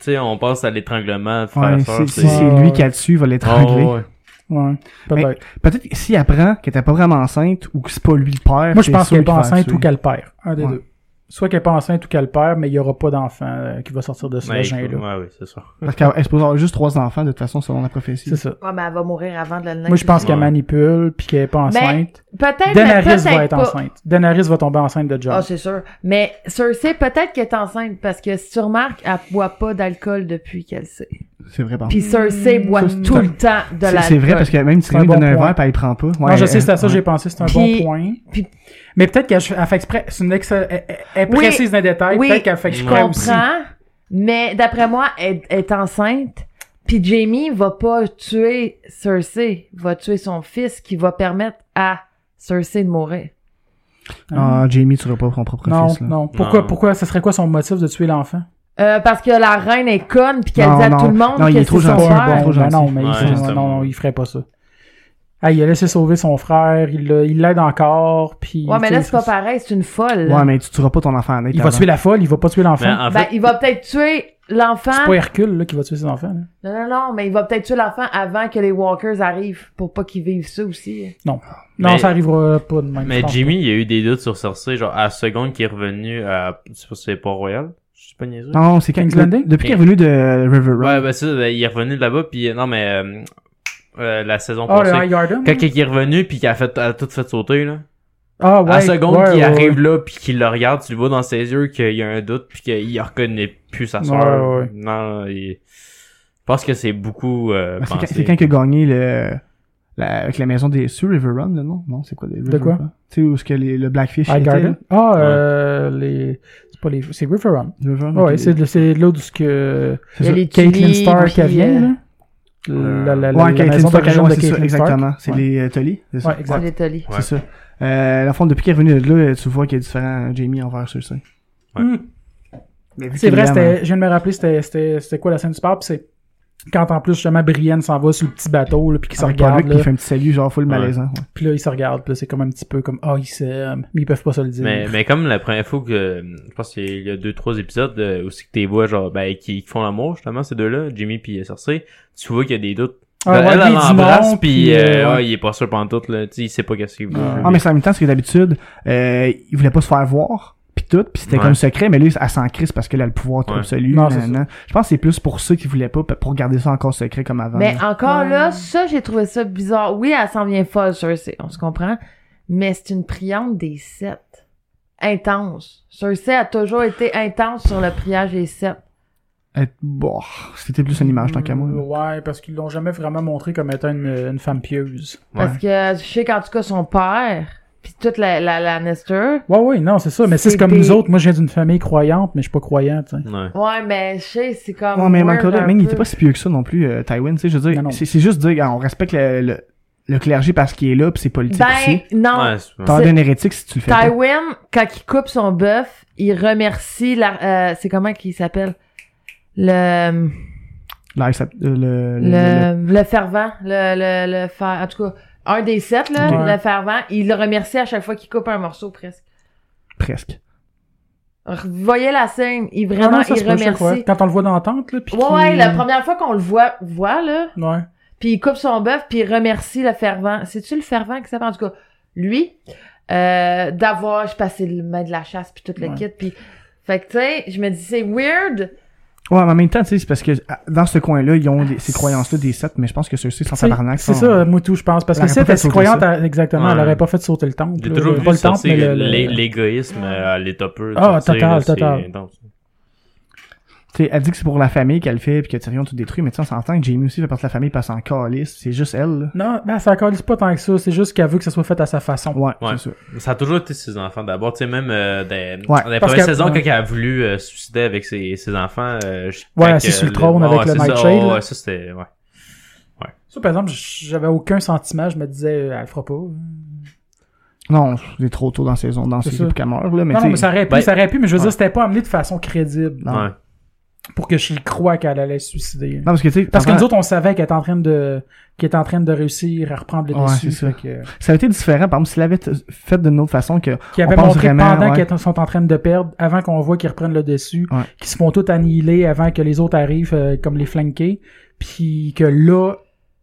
[SPEAKER 2] sais, on passe à l'étranglement, frère,
[SPEAKER 3] Ouais,
[SPEAKER 2] sœur,
[SPEAKER 3] si
[SPEAKER 2] c'est...
[SPEAKER 3] si c'est
[SPEAKER 1] Ouais,
[SPEAKER 3] lui
[SPEAKER 1] ouais.
[SPEAKER 3] qui a dessus, il va l'étrangler.
[SPEAKER 2] Oh, ouais.
[SPEAKER 1] Ouais, peut-être.
[SPEAKER 3] Peut-être que s'il apprend qu'elle était pas vraiment enceinte ou que c'est pas lui le
[SPEAKER 1] Moi,
[SPEAKER 3] père.
[SPEAKER 1] je
[SPEAKER 3] c'est
[SPEAKER 1] pense
[SPEAKER 3] sûr
[SPEAKER 1] qu'elle est pas
[SPEAKER 3] qu'il va la
[SPEAKER 1] enceinte
[SPEAKER 3] tuer.
[SPEAKER 1] ou qu'elle perd. Un des
[SPEAKER 3] Ouais.
[SPEAKER 1] deux. Soit qu'elle est pas enceinte ou qu'elle perd, mais il y aura pas d'enfant euh, qui va sortir de ce
[SPEAKER 2] Ouais,
[SPEAKER 1] vagin-là.
[SPEAKER 2] ouais, ouais, c'est sûr.
[SPEAKER 3] Parce qu'elle est supposée avoir juste trois enfants, de toute façon, selon la prophétie.
[SPEAKER 1] C'est ça.
[SPEAKER 4] Ouais, Ah, mais elle va mourir avant de le
[SPEAKER 1] Moi, je pense qu'elle
[SPEAKER 2] Ouais.
[SPEAKER 1] manipule, puis qu'elle est pas
[SPEAKER 4] Mais-
[SPEAKER 1] enceinte.
[SPEAKER 4] Peut-être, Ben, mais
[SPEAKER 1] Daenerys va
[SPEAKER 4] peut-être
[SPEAKER 1] être
[SPEAKER 4] pas.
[SPEAKER 1] enceinte. Daenerys va tomber enceinte de
[SPEAKER 4] Ah,
[SPEAKER 1] Jon.
[SPEAKER 4] c'est sûr. Mais Cersei, peut-être qu'elle est enceinte, parce que si tu remarques, elle boit pas d'alcool depuis qu'elle sait.
[SPEAKER 3] C'est vrai, pardon.
[SPEAKER 4] Puis Cersei boit
[SPEAKER 3] Ah. c'est-
[SPEAKER 4] tout le temps de
[SPEAKER 3] C'est
[SPEAKER 4] l'alcool.
[SPEAKER 3] c'est vrai parce que même si
[SPEAKER 1] C'est un
[SPEAKER 3] lui
[SPEAKER 1] bon
[SPEAKER 3] donne un
[SPEAKER 1] point.
[SPEAKER 3] verre, puis elle prend pas. Ouais,
[SPEAKER 1] non, je sais, c'est à ça
[SPEAKER 3] euh,
[SPEAKER 1] que j'ai pensé, c'est un
[SPEAKER 4] Puis-
[SPEAKER 1] bon point.
[SPEAKER 4] puis-
[SPEAKER 1] mais peut-être qu'elle elle fait exprès, c'est une ex, elle, elle- elle est
[SPEAKER 4] Oui,
[SPEAKER 1] précise dans les détails,
[SPEAKER 4] oui,
[SPEAKER 1] peut-être qu'elle fait
[SPEAKER 4] Je
[SPEAKER 2] Ouais.
[SPEAKER 1] exprès
[SPEAKER 4] comprends,
[SPEAKER 1] aussi.
[SPEAKER 4] mais d'après moi, elle elle est enceinte. Puis Jamie va pas tuer Cersei, va tuer son fils qui va permettre à Cersei de mourir.
[SPEAKER 3] Ah, Jamie, tu seras pas son propre
[SPEAKER 1] Non,
[SPEAKER 3] fils, là.
[SPEAKER 1] non. Pourquoi,
[SPEAKER 2] Non.
[SPEAKER 1] pourquoi, ça serait quoi son motif de tuer l'enfant?
[SPEAKER 4] Euh, parce que la reine est conne puis qu'elle
[SPEAKER 3] Non,
[SPEAKER 4] dit à
[SPEAKER 3] non.
[SPEAKER 4] tout le monde
[SPEAKER 3] Non, il
[SPEAKER 4] que
[SPEAKER 3] est
[SPEAKER 4] c'est
[SPEAKER 3] trop
[SPEAKER 4] son
[SPEAKER 1] C'est
[SPEAKER 3] gentil.
[SPEAKER 1] pas
[SPEAKER 4] père.
[SPEAKER 1] un bon
[SPEAKER 3] trop
[SPEAKER 1] gars.
[SPEAKER 3] gentil.
[SPEAKER 1] Non, mais il-
[SPEAKER 2] Ouais,
[SPEAKER 1] non,
[SPEAKER 2] justement.
[SPEAKER 1] non, il ferait pas ça. Ah, il a laissé sauver son frère, il l'a- il l'aide encore, puis...
[SPEAKER 4] Ouais, mais là,
[SPEAKER 1] tu
[SPEAKER 4] c'est
[SPEAKER 1] sais,
[SPEAKER 4] pas pareil, c'est une folle. là.
[SPEAKER 3] Ouais, mais tu tueras pas ton enfant à naître
[SPEAKER 1] Il va
[SPEAKER 3] avant.
[SPEAKER 1] tuer la folle, il va pas tuer
[SPEAKER 2] Mais
[SPEAKER 1] l'enfant.
[SPEAKER 2] en
[SPEAKER 4] Ben,
[SPEAKER 2] fait,
[SPEAKER 4] il va peut-être tuer l'enfant.
[SPEAKER 1] C'est pas Hercule, là, qui va tuer ses enfants, là.
[SPEAKER 4] Non, non, non, mais il va peut-être tuer l'enfant avant que les Walkers arrivent pour pas qu'ils vivent ça aussi.
[SPEAKER 1] Non,
[SPEAKER 2] Mais-
[SPEAKER 1] ça arrivera pas de même. je
[SPEAKER 2] Mais
[SPEAKER 1] pense
[SPEAKER 2] Jimmy, il y a eu des doutes sur Cersei, genre à la seconde qu'il est revenu à je sais pas si c'est Port-Royal, je suis pas niaiseux.
[SPEAKER 3] Non, c'est quand
[SPEAKER 1] King's Landing?
[SPEAKER 3] Depuis qu'il est revenu de River Rock.
[SPEAKER 2] Ouais, ben ça, ben, il est revenu de là-bas puis euh, non mais euh, euh, la saison
[SPEAKER 1] pas. Ah, le
[SPEAKER 2] passée
[SPEAKER 1] High Garden?
[SPEAKER 2] quand il est revenu puis qu'il a fait a tout fait sauter là.
[SPEAKER 1] Ah, ouais.
[SPEAKER 2] à la seconde
[SPEAKER 1] ouais,
[SPEAKER 2] qu'il
[SPEAKER 1] ouais,
[SPEAKER 2] arrive
[SPEAKER 1] ouais.
[SPEAKER 2] là puis qu'il le regarde, tu le vois dans ses yeux qu'il y a un doute puis qu'il reconnaît plus sa soeur.
[SPEAKER 1] Ouais, ouais, ouais.
[SPEAKER 2] Non, il... je pense que c'est beaucoup euh,
[SPEAKER 3] Ben, c'est quand-
[SPEAKER 2] pensé.
[SPEAKER 3] C'est quand qui a gagné le. la- avec la maison des. Sur River Run, là, non? Non, c'est quoi? River
[SPEAKER 1] quoi?
[SPEAKER 3] Run? Tu sais, où ce que les- le Blackfish
[SPEAKER 1] High
[SPEAKER 3] était,
[SPEAKER 1] Garden?
[SPEAKER 3] là?
[SPEAKER 1] Ah, euh, les... C'est pas les... C'est Riverrun.
[SPEAKER 3] River Run,
[SPEAKER 1] Ouais,
[SPEAKER 3] ok.
[SPEAKER 1] c'est de- c'est de là d'où ce que...
[SPEAKER 3] C'est
[SPEAKER 4] Il y a
[SPEAKER 3] ça.
[SPEAKER 4] les
[SPEAKER 1] Caitlyn
[SPEAKER 4] Tully,
[SPEAKER 1] Stark, euh,
[SPEAKER 4] puis,
[SPEAKER 1] elle vient,
[SPEAKER 4] euh,
[SPEAKER 1] là? La, la, la,
[SPEAKER 3] Ouais,
[SPEAKER 1] la
[SPEAKER 3] Caitlyn
[SPEAKER 1] maison
[SPEAKER 3] Stark,
[SPEAKER 1] de
[SPEAKER 3] ouais,
[SPEAKER 1] de
[SPEAKER 3] c'est
[SPEAKER 1] Caitlyn
[SPEAKER 3] ça,
[SPEAKER 1] Stark.
[SPEAKER 3] exactement. C'est
[SPEAKER 1] Ouais.
[SPEAKER 3] les euh, Tully, c'est ça?
[SPEAKER 1] Ouais,
[SPEAKER 4] C'est
[SPEAKER 1] exact.
[SPEAKER 4] les Tully.
[SPEAKER 2] Ouais.
[SPEAKER 3] C'est ça. Euh, la fond, depuis qu'il est revenu de là, tu vois qu'il est différent euh, Jamie envers Cersei.
[SPEAKER 2] Ouais.
[SPEAKER 1] Hmm.
[SPEAKER 3] Mais vu
[SPEAKER 1] C'est
[SPEAKER 3] qu'il
[SPEAKER 1] vrai,
[SPEAKER 3] l'aime,
[SPEAKER 1] c'était, je viens de me rappeler, c'était, c'était, c'était quoi la scène du pape, c'est quand en plus justement Brienne s'en va sur le petit bateau, là, puis qu'ils se
[SPEAKER 3] avec Pollock,
[SPEAKER 1] regardent,
[SPEAKER 3] puis il
[SPEAKER 1] là,
[SPEAKER 3] fait un petit salut, genre full
[SPEAKER 2] Ouais.
[SPEAKER 3] malaisant. ouais.
[SPEAKER 1] puis là ils se regardent, puis là c'est comme un petit peu comme ah ils s'aiment, mais ils peuvent pas se le dire.
[SPEAKER 2] Mais, mais comme la première fois que euh, je pense qu'il y a deux trois épisodes euh, aussi que t'es vois genre ben qui, qui font l'amour justement ces deux-là, Jimmy puis euh, Cersei, tu vois qu'il y a des doutes. Ben,
[SPEAKER 1] Ah,
[SPEAKER 2] elle
[SPEAKER 1] ouais,
[SPEAKER 2] elle
[SPEAKER 1] lui, il dit
[SPEAKER 2] l'embrasse
[SPEAKER 1] non,
[SPEAKER 2] puis
[SPEAKER 1] puis,
[SPEAKER 2] euh,
[SPEAKER 1] euh,
[SPEAKER 2] ouais, il est pas sûr pendant tout là, tu sais, il sait pas qu'est-ce qu'il veut.
[SPEAKER 1] Ah,
[SPEAKER 3] Ah, mais c'est en même temps, c'est que d'habitude, euh, il voulait pas se faire voir, pis tout, pis c'était
[SPEAKER 2] Ouais.
[SPEAKER 3] comme secret, mais lui, elle s'en crisse parce qu'elle a le pouvoir
[SPEAKER 2] Ouais.
[SPEAKER 3] absolu.
[SPEAKER 1] Non, c'est
[SPEAKER 3] nanana. Je pense que c'est plus pour ça qu'il voulait pas, pour garder ça encore secret comme avant.
[SPEAKER 4] Mais
[SPEAKER 3] là.
[SPEAKER 4] encore là, ça, j'ai trouvé ça bizarre. Oui, elle s'en vient folle, Cersei, on se comprend. Mais c'est une priante des sept. Intense. Cersei a toujours été intense sur le priage des sept.
[SPEAKER 3] Être- Bon, c'était plus une image, tant qu'à moi. là.
[SPEAKER 1] Hum, Ouais, parce qu'ils l'ont jamais vraiment montré comme étant une, une femme pieuse.
[SPEAKER 2] Ouais.
[SPEAKER 4] Parce que je sais qu'en tout cas, son père, puis toute la, la, la Nestor.
[SPEAKER 1] Ouais, ouais, non, c'est ça. Mais c'est
[SPEAKER 4] C'est
[SPEAKER 1] comme nous
[SPEAKER 4] des-
[SPEAKER 1] autres. Moi, je viens d'une famille croyante, mais je suis pas croyant, tu sais.
[SPEAKER 2] Ouais.
[SPEAKER 4] Ouais, mais je sais, c'est comme.
[SPEAKER 3] Ouais, mais
[SPEAKER 4] weird
[SPEAKER 3] Michael
[SPEAKER 4] Mm. un
[SPEAKER 3] Manning, il
[SPEAKER 4] peu.
[SPEAKER 3] était pas si pieux que ça non plus, euh, Tywin, tu sais, je veux
[SPEAKER 1] Non, non.
[SPEAKER 3] dire, c'est c'est juste dire, ah, on respecte le, le, le clergé parce qu'il est là, pis c'est politique
[SPEAKER 4] Ben,
[SPEAKER 3] aussi.
[SPEAKER 4] non.
[SPEAKER 2] Ouais, c'est-
[SPEAKER 3] T'en
[SPEAKER 4] c'est-
[SPEAKER 3] donnes hérétique si tu le fais pas.
[SPEAKER 4] Tywin, quand il coupe son bœuf, il remercie la. euh, c'est comment qu'il s'appelle? Le,
[SPEAKER 3] Là, ça- euh, le, le- le-
[SPEAKER 4] le, le fervent, le, le, le fer- en tout cas, un des sept, là,
[SPEAKER 1] Ok.
[SPEAKER 4] le fervent, il le remercie à chaque fois qu'il coupe un morceau, presque.
[SPEAKER 3] presque.
[SPEAKER 4] Re- Voyez la scène, il
[SPEAKER 1] Ah
[SPEAKER 4] vraiment,
[SPEAKER 1] non, ça se
[SPEAKER 4] il
[SPEAKER 1] peut, je sais
[SPEAKER 4] remercie.
[SPEAKER 1] quoi. Quand on le voit dans la tente, là, puis
[SPEAKER 4] Ouais,
[SPEAKER 1] qu'il-
[SPEAKER 4] ouais, la première fois qu'on le voit, voit, là,
[SPEAKER 1] Ouais.
[SPEAKER 4] puis il coupe son bœuf, puis il remercie le fervent. C'est-tu le fervent qui s'appelle? En tout cas, lui, euh, d'avoir, je passais le main de la chasse, puis tout le
[SPEAKER 1] Ouais.
[SPEAKER 4] kit, puis... Fait que, tu sais, je me dis, c'est weird.
[SPEAKER 3] Ouais, mais en même temps, tu sais, c'est parce que ah, dans ce coin-là, ils ont des- ces croyances-là des sept, mais je pense que ceux-ci sont
[SPEAKER 1] C'est
[SPEAKER 3] tabarnak.
[SPEAKER 1] c'est
[SPEAKER 3] sont-
[SPEAKER 1] ça, Moutou, je pense. Parce
[SPEAKER 3] Elle
[SPEAKER 1] que si
[SPEAKER 3] aurait
[SPEAKER 1] elle était
[SPEAKER 3] pas fait
[SPEAKER 1] si
[SPEAKER 3] sauter
[SPEAKER 1] croyante, elle- exactement, elle
[SPEAKER 2] Ouais.
[SPEAKER 1] aurait pas fait sauter le temple.
[SPEAKER 2] J'ai
[SPEAKER 1] là.
[SPEAKER 2] toujours
[SPEAKER 1] pas
[SPEAKER 2] vu
[SPEAKER 1] le temple,
[SPEAKER 2] sortir
[SPEAKER 1] mais le- le-
[SPEAKER 2] l'é- l'égoïsme euh, à l'état peu.
[SPEAKER 1] Ah,
[SPEAKER 2] tu sais,
[SPEAKER 1] total,
[SPEAKER 2] là, c'est
[SPEAKER 1] total.
[SPEAKER 2] intense.
[SPEAKER 3] Tu sais, elle dit que c'est pour la famille qu'elle fait, puis que Tyrion tout détruit, mais tu sais, on s'entend que Jamie aussi fait partie de la famille parce qu'en calice, c'est juste elle, là.
[SPEAKER 1] Non, ben, ça calise pas tant que ça. C'est juste qu'elle veut que ça soit fait à sa façon.
[SPEAKER 3] Ouais,
[SPEAKER 2] Ouais.
[SPEAKER 3] c'est ça.
[SPEAKER 2] Ça a toujours été ses enfants d'abord. Tu sais, même euh, dans,
[SPEAKER 3] Ouais,
[SPEAKER 2] dans les
[SPEAKER 1] parce
[SPEAKER 2] premières
[SPEAKER 1] que-
[SPEAKER 2] saisons,
[SPEAKER 1] ouais.
[SPEAKER 2] quand elle a voulu euh, se suicider avec ses, ses enfants... Euh, je-
[SPEAKER 1] Ouais,
[SPEAKER 2] quand
[SPEAKER 1] assis
[SPEAKER 2] que
[SPEAKER 1] sur le trône avec
[SPEAKER 2] ouais,
[SPEAKER 1] le
[SPEAKER 2] c'est ça.
[SPEAKER 1] nightshade,
[SPEAKER 2] Oh,
[SPEAKER 1] là.
[SPEAKER 2] ouais, ça, c'était... Ouais.
[SPEAKER 1] Ça, par exemple, j'avais aucun sentiment. Je me disais, euh, elle le fera pas.
[SPEAKER 3] Non, c'est trop tôt dans la saison, dans
[SPEAKER 1] C'est
[SPEAKER 3] ces
[SPEAKER 1] ça.
[SPEAKER 3] pour qu'elle meure, là, mais
[SPEAKER 1] non, non,
[SPEAKER 3] tu
[SPEAKER 1] mais ça
[SPEAKER 3] sais.
[SPEAKER 1] aurait pu,
[SPEAKER 2] ben-
[SPEAKER 1] ça aurait pu, mais je veux
[SPEAKER 3] Ouais.
[SPEAKER 1] dire, c'était pas amené de façon crédible
[SPEAKER 3] Non.
[SPEAKER 2] Ouais.
[SPEAKER 1] pour que je croie qu'elle allait se suicider.
[SPEAKER 3] Non, parce que tu sais,
[SPEAKER 1] Parce que
[SPEAKER 3] pendant-
[SPEAKER 1] nous autres, on savait qu'elle était en train de, qu'elle était en train de réussir à reprendre le
[SPEAKER 3] Ouais,
[SPEAKER 1] dessus.
[SPEAKER 3] c'est ça.
[SPEAKER 1] fait que-
[SPEAKER 3] ça a été différent. Par exemple, s'il l'avait t- fait d'une autre façon que,
[SPEAKER 1] qui
[SPEAKER 3] On
[SPEAKER 1] avait
[SPEAKER 3] pense
[SPEAKER 1] montré
[SPEAKER 3] vraiment,
[SPEAKER 1] pendant
[SPEAKER 3] ouais.
[SPEAKER 1] qu'ils sont en train de perdre, avant qu'on voit qu'ils reprennent le dessus,
[SPEAKER 3] Ouais.
[SPEAKER 1] qu'ils se font tout annihiler avant que les autres arrivent euh, comme les flanquer, puis que là,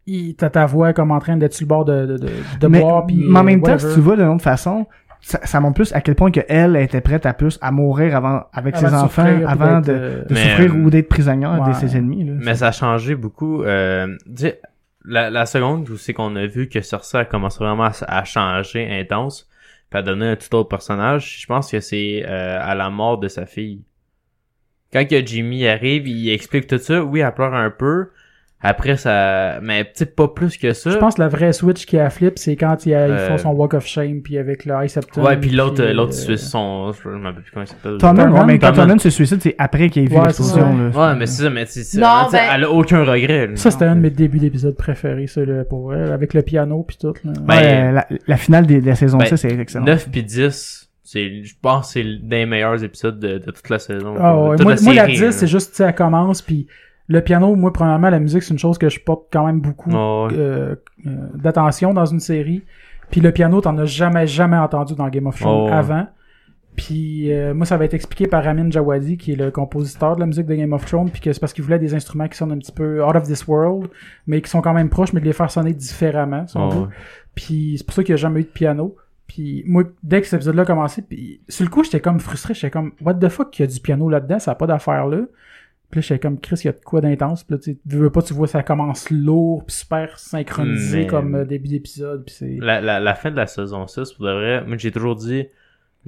[SPEAKER 1] il- t'as ta voix comme en train d'être sur le bord de, de, de, de
[SPEAKER 3] mais,
[SPEAKER 1] boire, puis
[SPEAKER 3] mais en
[SPEAKER 1] euh,
[SPEAKER 3] même temps,
[SPEAKER 1] whatever.
[SPEAKER 3] si tu vois d'une autre façon, ça, ça montre plus à quel point que elle était prête à plus à mourir avant avec
[SPEAKER 1] Avant
[SPEAKER 3] ses
[SPEAKER 1] de
[SPEAKER 3] enfants,
[SPEAKER 1] souffrir, puis
[SPEAKER 3] avant
[SPEAKER 1] d'être,
[SPEAKER 3] de,
[SPEAKER 1] euh,
[SPEAKER 3] de
[SPEAKER 2] Mais,
[SPEAKER 3] souffrir
[SPEAKER 2] euh,
[SPEAKER 3] ou d'être prisonnière
[SPEAKER 1] ouais.
[SPEAKER 3] de ses ennemis. Là.
[SPEAKER 2] Mais ça a changé beaucoup. Euh, tu sais, la, la seconde où c'est qu'on a vu que Cersei a commencé vraiment à, s- à changer intense, puis à donner un tout autre personnage, je pense que c'est euh, à la mort de sa fille. Quand que Jimmy arrive, il explique tout ça. Oui, elle pleure un peu. Après, ça... Mais tu sais, pas plus que ça.
[SPEAKER 1] Je pense que la vraie switch qui a flip, c'est quand il a- ils font
[SPEAKER 2] Euh,
[SPEAKER 1] son walk of shame, puis avec le Ice Septon.
[SPEAKER 2] Ouais, puis l'autre,
[SPEAKER 1] euh,
[SPEAKER 2] l'autre suisse, son... Je me rappelle plus comment il s'appelle.
[SPEAKER 3] Tommen,
[SPEAKER 1] Tommen,
[SPEAKER 3] ouais, mais quand
[SPEAKER 2] Tommen.
[SPEAKER 3] Tommen se suicide, c'est après qu'il ait vu
[SPEAKER 1] Ouais,
[SPEAKER 3] l'explosion.
[SPEAKER 4] c'est
[SPEAKER 3] là.
[SPEAKER 2] Ouais, mais c'est ça, mais tu sais,
[SPEAKER 4] Non,
[SPEAKER 2] tu sais,
[SPEAKER 4] ben-
[SPEAKER 2] elle a aucun regret. là.
[SPEAKER 1] Ça, c'était un de mes débuts d'épisodes préférés, ça, là, pour vrai, avec le piano, puis tout. là.
[SPEAKER 2] Ben,
[SPEAKER 3] Ouais, la, la finale des- de la saison
[SPEAKER 2] ben,
[SPEAKER 3] 6 est excellente.
[SPEAKER 2] 9 puis 10, c'est, je pense que c'est l'un des meilleurs épisodes de, de toute la saison.
[SPEAKER 1] Ah ouais,
[SPEAKER 2] De toute
[SPEAKER 1] Moi,
[SPEAKER 2] la
[SPEAKER 1] moi, la
[SPEAKER 2] série,
[SPEAKER 1] 10,
[SPEAKER 2] là.
[SPEAKER 1] c'est juste, tu sais, elle commence, puis le piano, moi, premièrement, la musique, c'est une chose que je porte quand même beaucoup
[SPEAKER 2] Ouais, ouais.
[SPEAKER 1] euh, euh, d'attention dans une série. Puis le piano, t'en as jamais, jamais entendu dans Game of Thrones
[SPEAKER 2] Oh.
[SPEAKER 1] avant. Puis euh, moi, ça va être expliqué par Ramin Djawadi, qui est le compositeur de la musique de Game of Thrones, puis que c'est parce qu'il voulait des instruments qui sonnent un petit peu out of this world, mais qui sont quand même proches, mais de les faire sonner différemment, si on
[SPEAKER 2] Ouais,
[SPEAKER 1] veut.
[SPEAKER 2] ouais.
[SPEAKER 1] Puis c'est pour ça qu'il n'y a jamais eu de piano. Puis moi, dès que cet épisode-là a commencé, puis sur le coup, j'étais comme frustré. J'étais comme, what the fuck, qu'il y a du piano là-dedans, ça n'a pas d'affaire là. Puis là, j'étais comme, Chris, il y a de quoi d'intense. Puis là, tu sais, tu veux pas, tu vois, ça commence lourd, puis super synchronisé
[SPEAKER 2] Mais-
[SPEAKER 1] comme euh, début d'épisode. Puis c'est.
[SPEAKER 2] La, la, la fin de la saison 6, pour de vrai, moi, j'ai toujours dit,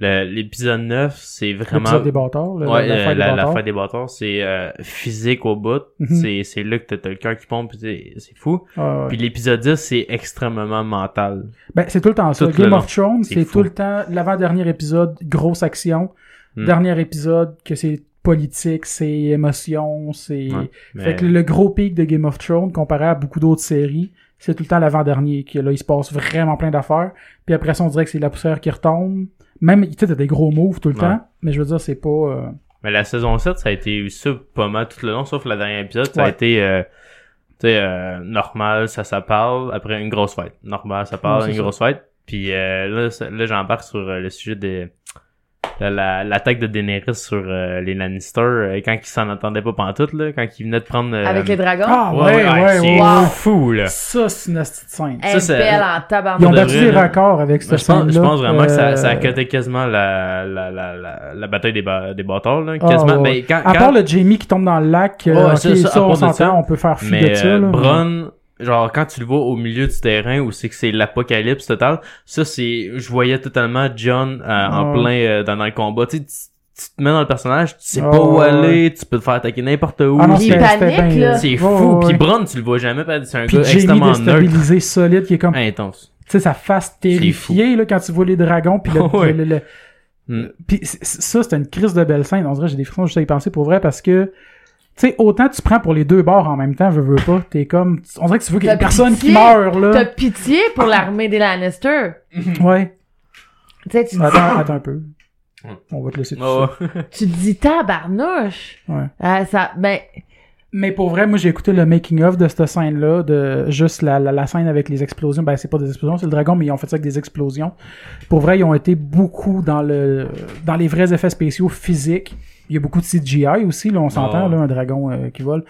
[SPEAKER 2] le- l'épisode 9, c'est vraiment...
[SPEAKER 1] L'épisode des bâtards, là,
[SPEAKER 2] Ouais,
[SPEAKER 1] l'affaire
[SPEAKER 2] euh,
[SPEAKER 1] des
[SPEAKER 2] la, la
[SPEAKER 1] bâtards.
[SPEAKER 2] fin des bâtards, c'est euh, physique au bout.
[SPEAKER 1] Mhm.
[SPEAKER 2] C'est c'est là que t'as- t'as le cœur qui pompe, pis c'est c'est fou.
[SPEAKER 1] Ah, ouais.
[SPEAKER 2] Puis l'épisode 10, c'est extrêmement mental.
[SPEAKER 1] Ben, c'est tout le temps ça.
[SPEAKER 2] Tout le
[SPEAKER 1] Game
[SPEAKER 2] long.
[SPEAKER 1] of Thrones,
[SPEAKER 2] C'est
[SPEAKER 1] c'est
[SPEAKER 2] fou.
[SPEAKER 1] tout le temps l'avant-dernier épisode, grosse action.
[SPEAKER 2] Mm.
[SPEAKER 1] Dernier épisode, que c'est politique, c'est émotion, c'est.
[SPEAKER 2] Ouais, Mais,
[SPEAKER 1] Fait que le gros pic de Game of Thrones, comparé à beaucoup d'autres séries, c'est tout le temps l'avant-dernier, que là, il se passe vraiment plein d'affaires. Puis après ça, on dirait que c'est la poussière qui retombe. Même, tu sais, t'as des gros moves tout le
[SPEAKER 2] Ouais.
[SPEAKER 1] temps, mais je veux dire, c'est pas... euh,
[SPEAKER 2] mais la saison 7, ça a été ça pas mal tout le long, sauf le dernier épisode, ça a
[SPEAKER 1] Ouais.
[SPEAKER 2] été... euh, tu sais, euh, normal, ça, ça parle, après une grosse fête. Normal, ça parle,
[SPEAKER 1] Ouais, c'est
[SPEAKER 2] une
[SPEAKER 1] ça.
[SPEAKER 2] grosse fête. Puis euh, là, ça- là j'embarque sur euh, le sujet de de la- l'attaque de Daenerys sur euh, les Lannister, euh, quand ils s'en attendaient pas pantoute, là, quand ils venaient de prendre... euh,
[SPEAKER 4] Avec les dragons.
[SPEAKER 1] Ah
[SPEAKER 2] ouais, ouais, ouais, c'est
[SPEAKER 4] ouais.
[SPEAKER 2] fou, là.
[SPEAKER 1] Ça, c'est une astuce scène.
[SPEAKER 4] elle
[SPEAKER 2] c'est-
[SPEAKER 4] belle en
[SPEAKER 1] Ils ont
[SPEAKER 2] de
[SPEAKER 4] tabarnak.
[SPEAKER 1] battu
[SPEAKER 2] vrai,
[SPEAKER 1] des
[SPEAKER 2] là.
[SPEAKER 1] records avec
[SPEAKER 2] Moi,
[SPEAKER 1] cette
[SPEAKER 2] je, pense, je
[SPEAKER 1] scène-là.
[SPEAKER 2] pense vraiment que ça,
[SPEAKER 1] Euh,
[SPEAKER 2] ça a coté quasiment la, la, la, la, la bataille des, ba- des bâtards, là.
[SPEAKER 1] Ah,
[SPEAKER 2] Quasiment.
[SPEAKER 1] ouais.
[SPEAKER 2] ben, quand,
[SPEAKER 1] À
[SPEAKER 2] quand-
[SPEAKER 1] part le Jamie qui tombe dans le lac, euh,
[SPEAKER 2] Ouais,
[SPEAKER 1] ok,
[SPEAKER 2] ça,
[SPEAKER 1] ça,
[SPEAKER 2] ça, à
[SPEAKER 1] on
[SPEAKER 2] part de ça.
[SPEAKER 1] s'entend, on peut faire fi
[SPEAKER 2] Mais
[SPEAKER 1] de ça.
[SPEAKER 2] euh,
[SPEAKER 1] là.
[SPEAKER 2] Bronn, genre quand tu le vois au milieu du terrain où c'est que c'est l'apocalypse total, ça c'est je voyais totalement John euh, en
[SPEAKER 1] Ah Ouais.
[SPEAKER 2] plein euh, dans, dans le combat, tu sais, tu, tu te mets dans le personnage, tu sais
[SPEAKER 1] Ah,
[SPEAKER 2] pas où
[SPEAKER 1] ouais,
[SPEAKER 2] aller, tu peux te faire attaquer n'importe où.
[SPEAKER 1] Ah non,
[SPEAKER 4] Il
[SPEAKER 1] c'était- c'était
[SPEAKER 4] panique,
[SPEAKER 1] bien-
[SPEAKER 4] là.
[SPEAKER 2] c'est
[SPEAKER 1] Ouais,
[SPEAKER 2] fou,
[SPEAKER 1] ouais,
[SPEAKER 2] puis
[SPEAKER 1] ouais.
[SPEAKER 2] Bronn, tu le vois jamais, parce que c'est un
[SPEAKER 1] Puis
[SPEAKER 2] gars
[SPEAKER 1] Jamie
[SPEAKER 2] extrêmement neutre,
[SPEAKER 1] déstabilisé, solide, qui est comme...
[SPEAKER 2] intense.
[SPEAKER 1] sais, ça fasse terrifier, là, quand tu vois les dragons, puis le,
[SPEAKER 2] [laughs] Ouais.
[SPEAKER 1] le- le- le-
[SPEAKER 2] Mm.
[SPEAKER 1] puis c- c- ça, c'était une crise de belle scène. On dirait, j'ai des frissons juste à y penser pour vrai, parce que, tu sais, autant tu prends pour les deux bords en même temps, je veux pas, t'es comme, on dirait que tu veux qu'il y ait
[SPEAKER 4] T'as
[SPEAKER 1] personne
[SPEAKER 4] pitié.
[SPEAKER 1] qui meurt,
[SPEAKER 4] T'as
[SPEAKER 1] là.
[SPEAKER 4] pitié
[SPEAKER 1] Ah.
[SPEAKER 4] pour l'armée des Lannister.
[SPEAKER 1] Ouais.
[SPEAKER 4] Tu sais, tu te dis,
[SPEAKER 1] Attends, attends un peu.
[SPEAKER 2] Ouais.
[SPEAKER 1] On va te laisser tout
[SPEAKER 2] Oh,
[SPEAKER 1] ça.
[SPEAKER 4] tu te dis tabarnouche.
[SPEAKER 1] Ouais.
[SPEAKER 4] Ah, ça, ben,
[SPEAKER 1] Mais pour vrai, moi, j'ai écouté le making-of de cette scène-là, de juste la, la, la scène avec les explosions. Ben, c'est pas des explosions, c'est le dragon, mais ils ont fait ça avec des explosions. Pour vrai, ils ont été beaucoup dans le dans les vrais effets spéciaux physiques. Il y a beaucoup de CGI aussi, là, on s'entend,
[SPEAKER 2] ouais.
[SPEAKER 1] là, un dragon euh, qui vole.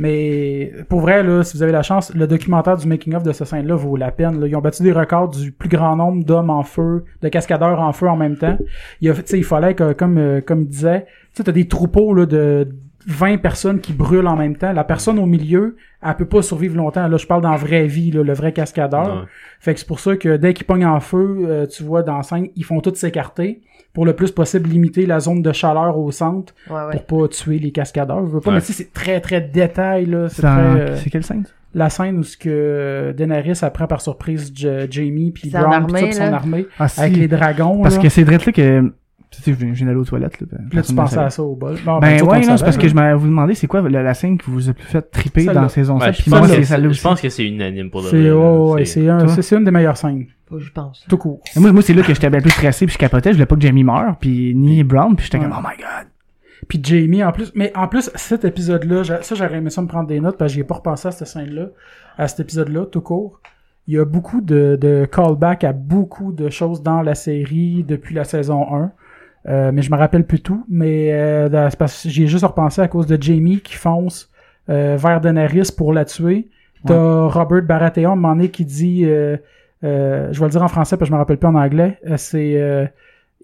[SPEAKER 1] Mais pour vrai, là, si vous avez la chance, le documentaire du making-of de cette scène-là vaut la peine. là. Ils ont battu des records du plus grand nombre d'hommes en feu, de cascadeurs en feu en même temps. Il, y a, tu sais, il fallait que, comme, euh, comme il disait, tu sais, t'as des troupeaux là, de 20 personnes qui brûlent en même temps. La personne au milieu, elle peut pas survivre longtemps. Là, je parle dans la vraie vie, là, le vrai cascadeur.
[SPEAKER 2] Ouais.
[SPEAKER 1] Fait que c'est pour ça que dès qu'ils pognent en feu, euh, tu vois, dans la scène, ils font tous s'écarter pour le plus possible limiter la zone de chaleur au centre
[SPEAKER 4] ouais, ouais.
[SPEAKER 1] pour pas tuer les cascadeurs. Je veux pas,
[SPEAKER 2] Ouais.
[SPEAKER 1] mais tu sais, c'est très, très détail, là. C'est
[SPEAKER 3] C'est en-
[SPEAKER 1] très, euh,
[SPEAKER 3] c'est quelle scène? ça?
[SPEAKER 1] la scène où ce que euh, Daenerys apprend par surprise Ja- Jamie puis
[SPEAKER 4] Son
[SPEAKER 1] Bronn
[SPEAKER 4] armée,
[SPEAKER 1] puis toute son
[SPEAKER 4] là.
[SPEAKER 1] armée
[SPEAKER 3] Ah, si,
[SPEAKER 1] avec les dragons.
[SPEAKER 3] Parce
[SPEAKER 1] là.
[SPEAKER 3] que c'est drette là que... Tu sais, je viens je viens d'aller aux toilettes, là. ben,
[SPEAKER 1] Puis là, tu
[SPEAKER 3] personne ne
[SPEAKER 1] pensais
[SPEAKER 3] savait.
[SPEAKER 1] à ça au bol. Bon,
[SPEAKER 3] Ben
[SPEAKER 1] tu vois,
[SPEAKER 3] ouais,
[SPEAKER 1] on
[SPEAKER 3] non,
[SPEAKER 1] savait,
[SPEAKER 3] c'est parce que
[SPEAKER 1] là.
[SPEAKER 3] je m'avais vous demandé c'est quoi la, la scène qui vous a plus fait triper
[SPEAKER 1] Celle-là.
[SPEAKER 3] dans saison
[SPEAKER 2] Ouais,
[SPEAKER 3] 7,
[SPEAKER 2] je
[SPEAKER 3] puis moi
[SPEAKER 2] pense que
[SPEAKER 3] c'est
[SPEAKER 2] c'est-
[SPEAKER 3] celle-là
[SPEAKER 2] je
[SPEAKER 3] aussi.
[SPEAKER 2] pense que c'est unanime pour le
[SPEAKER 1] C'est oh, ouais,
[SPEAKER 2] c'est
[SPEAKER 1] c'est un-
[SPEAKER 3] Toi?
[SPEAKER 1] c'est- c'est une des meilleures scènes,
[SPEAKER 4] Faut que je pense.
[SPEAKER 1] tout court.
[SPEAKER 3] Et Moi, moi c'est là que j'étais bien plus stressé, puis je capotais, je voulais pas que Jamie meure, puis ni Brown, puis j'étais comme «
[SPEAKER 1] Ouais.
[SPEAKER 3] Oh my God!
[SPEAKER 1] Puis Jamie, en plus, mais en plus, cet épisode-là, j'a- ça j'aurais aimé ça me prendre des notes parce que j'y ai pas repensé à cette scène-là, à cet épisode-là, tout court. Il y a beaucoup de, de callbacks à beaucoup de choses dans la série depuis la saison 1. Euh, mais je me rappelle plus tout. Mais euh, dans- c'est parce que j'y ai juste repensé à cause de Jamie qui fonce euh, vers Daenerys pour la tuer. T'as Robert Baratheon, à un moment donné, qui dit... euh, euh, je vais le dire en français parce que je me rappelle plus en anglais. Euh, C'est... euh,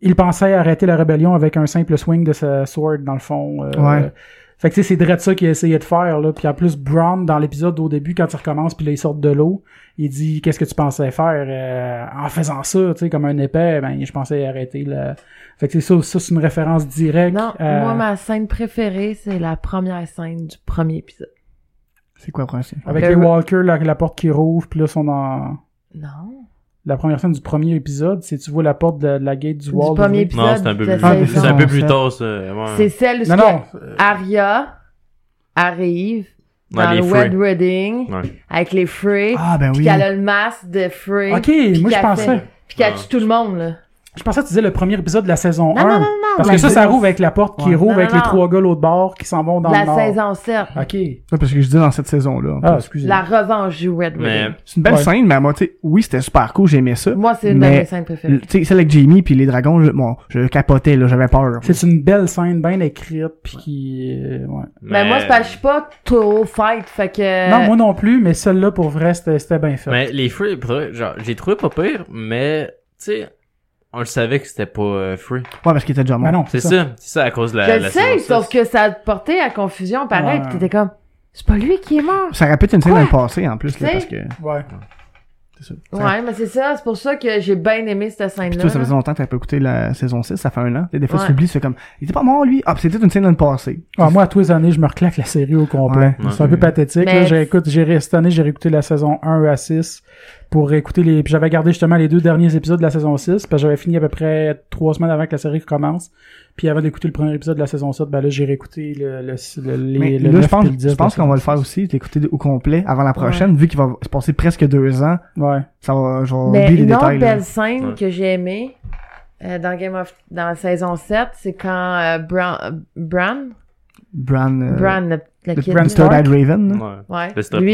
[SPEAKER 1] il pensait arrêter la rébellion avec un simple swing de sa sword, dans le fond. euh,
[SPEAKER 3] Ouais.
[SPEAKER 1] Fait que tu sais, c'est Dredd ça qu'il essayait de faire, là. Puis en plus, Brown, dans l'épisode au début, quand il recommence, puis là, il sort de l'eau, il dit « Qu'est-ce que tu pensais faire euh, en faisant ça, tu sais, comme un épais? » Ben, je pensais arrêter la... Fait que c'est ça, ça c'est une référence directe. euh,
[SPEAKER 4] Non,
[SPEAKER 1] à-
[SPEAKER 4] moi, ma scène préférée, c'est la première scène du premier épisode. »
[SPEAKER 3] C'est quoi, Brown? c'est-
[SPEAKER 1] Avec
[SPEAKER 4] Le-
[SPEAKER 1] les Walker, la, la porte qui rouvre, puis là, sont dans...
[SPEAKER 4] Non.
[SPEAKER 1] La première scène du premier épisode, c'est tu vois la porte de, de la gate du,
[SPEAKER 4] Du
[SPEAKER 1] wall.
[SPEAKER 4] premier
[SPEAKER 1] ouvrir.
[SPEAKER 4] épisode.
[SPEAKER 2] Non, c'est un peu
[SPEAKER 4] de
[SPEAKER 2] plus,
[SPEAKER 3] Ah, mais
[SPEAKER 4] saison.
[SPEAKER 2] c'est un peu plus
[SPEAKER 3] ça.
[SPEAKER 2] tard, ça. ouais.
[SPEAKER 4] C'est celle où
[SPEAKER 1] Non, non, euh,
[SPEAKER 4] Arya arrive
[SPEAKER 2] Ouais,
[SPEAKER 4] dans
[SPEAKER 2] les
[SPEAKER 4] le
[SPEAKER 2] frais.
[SPEAKER 4] Wed Wedding
[SPEAKER 2] Ouais.
[SPEAKER 4] avec les Frey,
[SPEAKER 3] Ah ben
[SPEAKER 4] puis
[SPEAKER 3] oui!
[SPEAKER 4] qu'elle a le masque de Frey.
[SPEAKER 1] Ok,
[SPEAKER 4] puis
[SPEAKER 1] moi, je
[SPEAKER 4] qu'elle
[SPEAKER 1] pensais...
[SPEAKER 4] fait- Puis qu'elle
[SPEAKER 2] Ah.
[SPEAKER 4] tue tout le monde, là.
[SPEAKER 1] Je pensais que tu disais le premier épisode de la saison
[SPEAKER 4] Non,
[SPEAKER 1] 1.
[SPEAKER 4] non, non, non,
[SPEAKER 1] Parce
[SPEAKER 3] la
[SPEAKER 1] que ça, ça
[SPEAKER 3] saison-
[SPEAKER 1] rouvre avec la porte qui
[SPEAKER 3] Ouais.
[SPEAKER 1] rouvre
[SPEAKER 4] Non,
[SPEAKER 1] avec
[SPEAKER 4] non,
[SPEAKER 1] les
[SPEAKER 4] non.
[SPEAKER 1] trois gars l'autre bord qui s'en vont dans
[SPEAKER 4] la
[SPEAKER 1] le nord.
[SPEAKER 4] saison 7.
[SPEAKER 1] OK.
[SPEAKER 3] Ouais, parce que je dis dans cette saison-là.
[SPEAKER 1] Ah, excusez.
[SPEAKER 4] La revanche du Red
[SPEAKER 2] Mais
[SPEAKER 4] Wedding.
[SPEAKER 3] C'est une belle
[SPEAKER 1] Ouais.
[SPEAKER 3] scène, mais à moi, tu sais, oui, c'était super cool, j'aimais ça.
[SPEAKER 4] Moi, c'est une de
[SPEAKER 3] Mais-
[SPEAKER 4] mes scènes
[SPEAKER 3] Le-
[SPEAKER 4] préférées.
[SPEAKER 3] Tu sais, celle avec Jamie puis les dragons, je, bon, je capotais, là, j'avais peur.
[SPEAKER 1] C'est une belle scène, bien écrite, puis qui... euh, ouais.
[SPEAKER 4] Mais Ben, moi, c'est parce que je suis pas trop fight, fait que...
[SPEAKER 1] Non, moi non plus, mais celle-là, pour vrai, c'était c'était bien fait.
[SPEAKER 2] Mais les fruits, pour- genre, j'ai trouvé pas pire, mais, tu sais, on le savait que c'était pas euh, free.
[SPEAKER 3] Ouais, parce qu'il était déjà
[SPEAKER 1] Mais
[SPEAKER 3] mort.
[SPEAKER 1] Ah Ben non,
[SPEAKER 2] C'est ça, c'est ça à cause de la.
[SPEAKER 4] Je
[SPEAKER 2] Ben, la
[SPEAKER 4] le sais,
[SPEAKER 2] saison
[SPEAKER 4] sauf
[SPEAKER 2] six.
[SPEAKER 4] que ça a porté à confusion, pareil,
[SPEAKER 1] Ouais.
[SPEAKER 4] pis t'étais comme, c'est pas lui qui est mort.
[SPEAKER 3] Ça répète une scène dans le passé, en plus, là,
[SPEAKER 4] Tu
[SPEAKER 3] parce
[SPEAKER 4] sais?
[SPEAKER 3] que,
[SPEAKER 1] Ouais.
[SPEAKER 3] c'est ça. Ça-
[SPEAKER 4] Ouais, mais c'est ça, c'est pour ça que j'ai bien aimé cette
[SPEAKER 3] Puis
[SPEAKER 4] scène-là.
[SPEAKER 3] toi, ça
[SPEAKER 4] là.
[SPEAKER 3] faisait longtemps que t'avais pas écouté la saison 6, ça fait un an. Et des fois,
[SPEAKER 4] Ouais.
[SPEAKER 3] tu oublies, c'est comme, il était pas mort, lui. Ah, puis c'était une scène dans le passé.
[SPEAKER 1] Ah, moi, à tous les années, je me reclaque la série au complet.
[SPEAKER 2] Ouais.
[SPEAKER 1] C'est un peu
[SPEAKER 3] Ouais. Mm.
[SPEAKER 1] pathétique.
[SPEAKER 4] Mais-
[SPEAKER 1] là. J'ai- écoute, j'ai ré- cette année, j'ai réécouté la saison 1 à 6 pour réécouter les... Puis j'avais gardé justement les deux derniers épisodes de la saison 6, parce que j'avais fini à peu près trois semaines avant que la série commence. Puis avant d'écouter le premier épisode de la saison 7, ben là, j'ai réécouté le, le, le, les-
[SPEAKER 3] Mais
[SPEAKER 1] le
[SPEAKER 3] là, je
[SPEAKER 1] 9
[SPEAKER 3] pense,
[SPEAKER 1] puis le 10
[SPEAKER 3] je pense
[SPEAKER 1] de la
[SPEAKER 3] qu'on va le
[SPEAKER 1] saison
[SPEAKER 3] faire aussi, l'écouter au complet avant la prochaine, vu qu'il va se passer presque deux ans.
[SPEAKER 1] six. Ouais.
[SPEAKER 3] Ça va, je vais
[SPEAKER 4] Mais
[SPEAKER 3] oublier les
[SPEAKER 4] Ben, une autre
[SPEAKER 3] détails, là.
[SPEAKER 4] belle scène
[SPEAKER 2] Ouais.
[SPEAKER 4] que j'ai aimée euh, dans Game of dans la saison 7, c'est quand euh, Bran, euh, Bran,
[SPEAKER 3] Bran, euh,
[SPEAKER 4] Bran, le, le
[SPEAKER 3] le
[SPEAKER 4] kid,
[SPEAKER 1] Bran
[SPEAKER 4] là.
[SPEAKER 3] Third-Eyed Raven, là.
[SPEAKER 2] Ouais.
[SPEAKER 4] ouais,
[SPEAKER 2] Le stop,
[SPEAKER 4] lui,